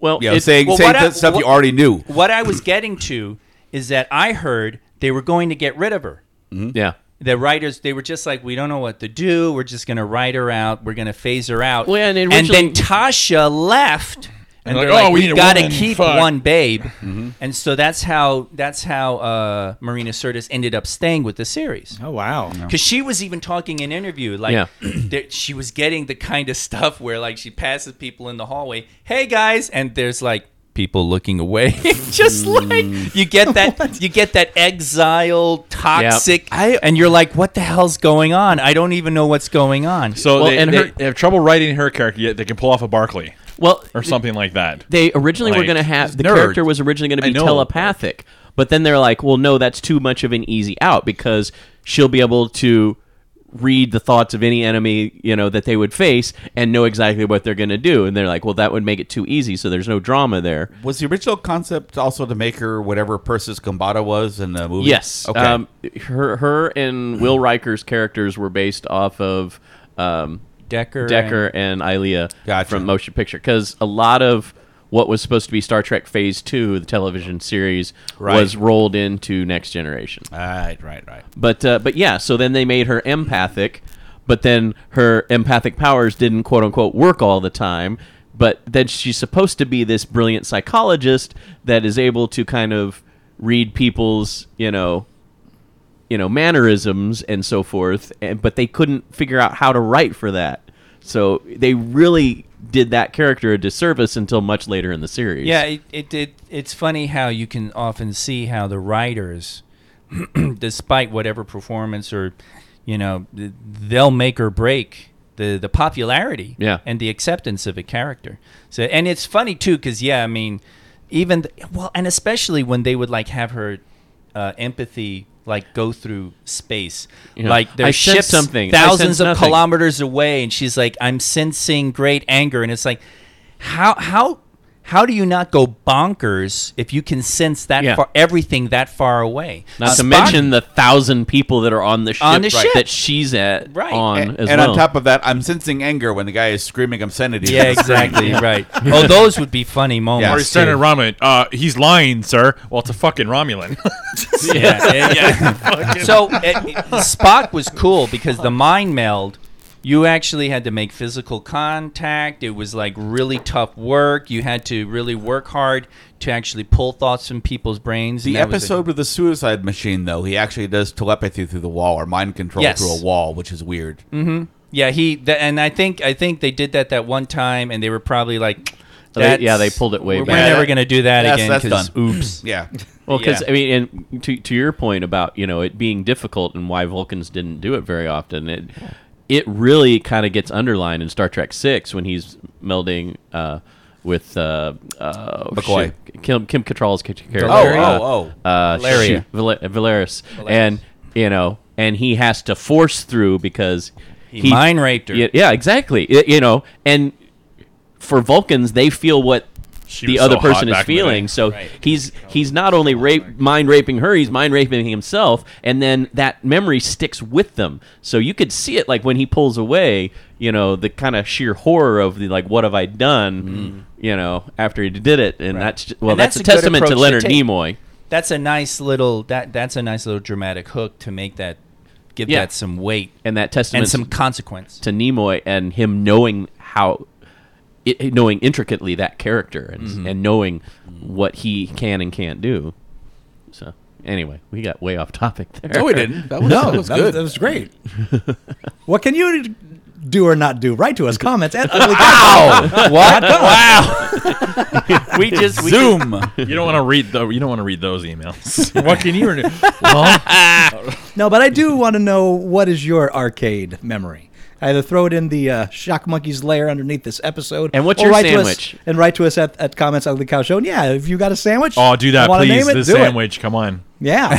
Speaker 6: well.
Speaker 5: you know
Speaker 6: it-
Speaker 5: saying,
Speaker 4: well,
Speaker 5: saying
Speaker 4: what I-
Speaker 5: stuff
Speaker 4: what-
Speaker 5: you already knew.
Speaker 4: What I was getting to is that I heard they were going to get rid of her.
Speaker 6: yeah.
Speaker 4: the writers they were just like we don't know what to do we're just going to write her out we're going to phase her out
Speaker 6: Well, and originally-
Speaker 4: then tasha left and
Speaker 8: like,
Speaker 4: they're
Speaker 8: "Oh,
Speaker 4: like,
Speaker 8: we
Speaker 4: we
Speaker 8: need a
Speaker 4: got to
Speaker 8: woman,
Speaker 4: keep
Speaker 8: fuck." Mm-hmm.
Speaker 4: one babe Mm-hmm. and so that's how that's how uh, marina sirtis ended up staying with the series
Speaker 9: oh wow.
Speaker 4: because she was even talking in interview like
Speaker 6: Yeah.
Speaker 4: that she was getting the kind of stuff where like she passes people in the hallway hey guys and there's like people looking away just
Speaker 8: Mm.
Speaker 4: like you get that you get that exile toxic and you're like what the hell's going on i don't even know what's going on
Speaker 8: So
Speaker 6: Well,
Speaker 8: they,
Speaker 6: and
Speaker 8: they-
Speaker 6: her-
Speaker 8: they have trouble writing her character yet they can pull off a Barkley
Speaker 6: Well,
Speaker 8: or something like that.
Speaker 6: they originally were
Speaker 8: Like,
Speaker 6: going to have
Speaker 8: just
Speaker 6: the
Speaker 8: nerds.
Speaker 6: character was originally going to
Speaker 8: I
Speaker 6: be
Speaker 8: know.
Speaker 6: telepathic, but then they're like, well, no, that's too much of an easy out because she'll be able to read the thoughts of any enemy you know that they would face and know exactly what they're going to do and they're like well that would make it too easy so there's no drama there
Speaker 5: Was the original concept also to make her whatever Persis Gambata was in the movie?
Speaker 6: Yes.
Speaker 5: Okay.
Speaker 6: Um, her, her and Will Riker's characters were based off of um,
Speaker 4: decker
Speaker 6: Decker and Ilea
Speaker 5: Gotcha.
Speaker 6: from Motion Picture because a lot of what was supposed to be Star Trek Phase Two, the television series,
Speaker 5: Right.
Speaker 6: was rolled into Next Generation.
Speaker 5: right, right, right.
Speaker 6: But uh, but yeah, so then they made her empathic, but then her empathic powers didn't quote unquote work all the time. But then she's supposed to be this brilliant psychologist that is able to kind of read people's you know you know mannerisms and so forth. And but they couldn't figure out how to write for that, so they really did that character a disservice until much later in the series.
Speaker 4: Yeah, it, it did. It's funny how you can often see how the writers, despite whatever performance or, you know, th- they'll make or break the the popularity
Speaker 6: Yeah.
Speaker 4: and the acceptance of a character. So, and it's funny too, because yeah, I mean, even th- well, and especially when they would like have her uh, empathy like go through space,
Speaker 6: Yeah.
Speaker 4: like
Speaker 6: I
Speaker 4: their
Speaker 6: sense
Speaker 4: ships
Speaker 6: something. I sense
Speaker 4: thousands of
Speaker 6: nothing.
Speaker 4: kilometers kilometers away and she's like i'm sensing great anger and it's like how how how do you not go bonkers if you can sense that
Speaker 6: Yeah.
Speaker 4: far everything that far away
Speaker 6: Not
Speaker 4: Uh,
Speaker 6: to
Speaker 4: Spock-
Speaker 6: mention the thousand people that are on the ship,
Speaker 4: On the ship.
Speaker 6: that she's at
Speaker 4: Right.
Speaker 6: on
Speaker 5: And,
Speaker 6: as
Speaker 5: and
Speaker 6: well.
Speaker 5: on top of that, I'm sensing anger when the guy is screaming obscenity.
Speaker 4: yeah exactly right oh those would be funny
Speaker 5: Yeah.
Speaker 8: Or
Speaker 4: moments
Speaker 8: he's standing
Speaker 4: too.
Speaker 8: Romulan. Uh, he's lying, sir. Well, it's a fucking Romulan.
Speaker 4: yeah, yeah, so it, spock was cool because the mind meld you actually had to make physical contact. It was like really tough work. You had to really work hard to actually pull thoughts from people's brains. and
Speaker 5: The
Speaker 4: that was a-
Speaker 5: episode with the suicide machine, though, he actually does telepathy through the wall or mind control
Speaker 4: Yes.
Speaker 5: through a wall, which is weird.
Speaker 4: Yeah, he th- and I think I think they did that that one time, and they were probably like,
Speaker 6: They- yeah,
Speaker 4: "That's-
Speaker 6: they pulled it way
Speaker 4: We're,
Speaker 6: back."
Speaker 4: we're
Speaker 5: Yeah,
Speaker 4: never
Speaker 5: that-
Speaker 4: gonna do that
Speaker 5: that's-
Speaker 4: again.
Speaker 5: that's
Speaker 4: 'cause
Speaker 5: done.
Speaker 4: Oops.
Speaker 5: Yeah.
Speaker 6: Well, because
Speaker 4: Yeah.
Speaker 6: I mean, and to to your point about you know it being difficult and why Vulcans didn't do it very often, it it really kind of gets underlined in Star Trek Six when he's melding uh, with uh, uh, oh,
Speaker 5: McCoy.
Speaker 6: shit. Kim, Kim Cattrall's ca- character.
Speaker 5: Valeria?
Speaker 6: uh,
Speaker 5: Oh, oh.
Speaker 6: Uh,
Speaker 4: Valeria.
Speaker 6: shoot, Val- Valeris. And, you know, and he has to force through because he,
Speaker 4: mind raped her.
Speaker 6: Yeah, yeah, exactly. Y- you know, and for Vulcans, they feel what
Speaker 8: She
Speaker 6: the
Speaker 8: was
Speaker 6: other
Speaker 8: so hot
Speaker 6: person is
Speaker 8: back in the
Speaker 6: feeling.
Speaker 8: day.
Speaker 6: So he's he's not only rape, mind raping her, he's mind raping himself, and then that memory sticks with them. So you could see it, like when he pulls away, you know, the kind of sheer horror of the like, what have I done?
Speaker 8: Mm-hmm.
Speaker 6: You know, after he did it, and that's ju- well,
Speaker 4: And
Speaker 6: that's,
Speaker 4: that's
Speaker 6: a
Speaker 4: a good
Speaker 6: testament to
Speaker 4: approach to
Speaker 6: Leonard
Speaker 4: take.
Speaker 6: Nimoy.
Speaker 4: That's a nice little that that's a nice little dramatic hook to make that give
Speaker 6: Yeah.
Speaker 4: that some weight
Speaker 6: and that testament
Speaker 4: and some consequence.
Speaker 6: to Nimoy and him knowing how i knowing intricately that character and,
Speaker 8: Mm-hmm.
Speaker 6: and knowing what he can and can't do. So anyway, we got way off topic there.
Speaker 5: No, we didn't. That was,
Speaker 9: No,
Speaker 5: that was
Speaker 9: that
Speaker 5: good.
Speaker 9: was, that was great. what can you do or not do? Write to us comments at ugly. Wow, what?
Speaker 6: we just we
Speaker 5: Zoom.
Speaker 8: You don't want to read the, you don't want to read those emails. what can you? do? Well,
Speaker 9: No, but I do want to know what is your arcade memory. Either throw it in the uh, Shock Monkey's lair underneath this episode,
Speaker 6: And what's
Speaker 9: or
Speaker 6: your
Speaker 9: write to us-
Speaker 6: sandwich?
Speaker 9: and write to us at, at comments ugly cow show. And yeah, if you got a sandwich,
Speaker 8: oh, do that,
Speaker 9: and wanna
Speaker 8: please.
Speaker 9: name it,
Speaker 8: The
Speaker 9: do it.
Speaker 8: sandwich. Come on.
Speaker 9: yeah,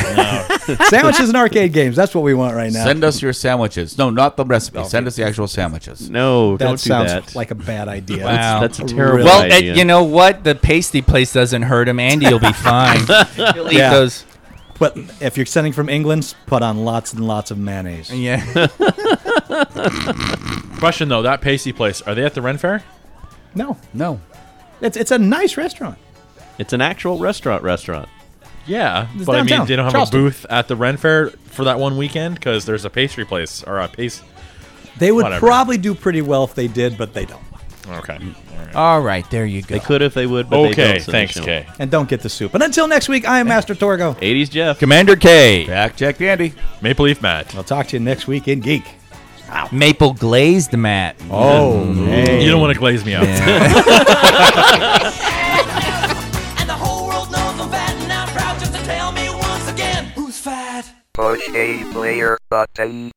Speaker 9: sandwiches and arcade games. That's what we want right now.
Speaker 5: Send us your sandwiches. No, not the recipe. Send us the actual sandwiches.
Speaker 6: no,
Speaker 9: that
Speaker 6: don't do
Speaker 9: sounds
Speaker 6: that.
Speaker 9: like a bad idea.
Speaker 4: Wow.
Speaker 6: That's a terrible
Speaker 4: well, uh,
Speaker 6: idea.
Speaker 4: you know what? The pasty place doesn't hurt him. Andy will be fine. He'll eat
Speaker 9: Yeah.
Speaker 4: those.
Speaker 9: But if you're sending from England, put on lots and lots of mayonnaise.
Speaker 4: Yeah.
Speaker 8: Question though, that pasty place, are they at the Ren Fair?
Speaker 9: No,
Speaker 5: No.
Speaker 9: it's it's a nice restaurant.
Speaker 6: it's an actual restaurant restaurant.
Speaker 8: Yeah,
Speaker 9: It's
Speaker 8: but I
Speaker 9: downtown,
Speaker 8: mean, they don't have
Speaker 9: Charleston.
Speaker 8: a booth at the Ren Fair for that one weekend because there's a pastry place or a pace.
Speaker 9: They would
Speaker 8: Whatever.
Speaker 9: probably do pretty well if they did, but they don't.
Speaker 8: Okay,
Speaker 4: All right, there you go.
Speaker 6: They could if they would, but they
Speaker 8: okay,
Speaker 6: don't. so they
Speaker 8: thanks,
Speaker 6: shouldn't.
Speaker 8: Kay.
Speaker 9: And don't get the soup. And until next week, I am Master Torgo.
Speaker 6: 80s Jeff.
Speaker 4: Commander K.
Speaker 5: Jack, Jack, Dandy.
Speaker 8: Maple Leaf Matt.
Speaker 9: I'll talk to you next week in Geek.
Speaker 4: Maple glazed Matt.
Speaker 9: Oh,
Speaker 8: You don't want to glaze me out.
Speaker 3: And the whole world knows I'm fat and I'm proud just to tell me once again who's fat.
Speaker 2: Push A player button.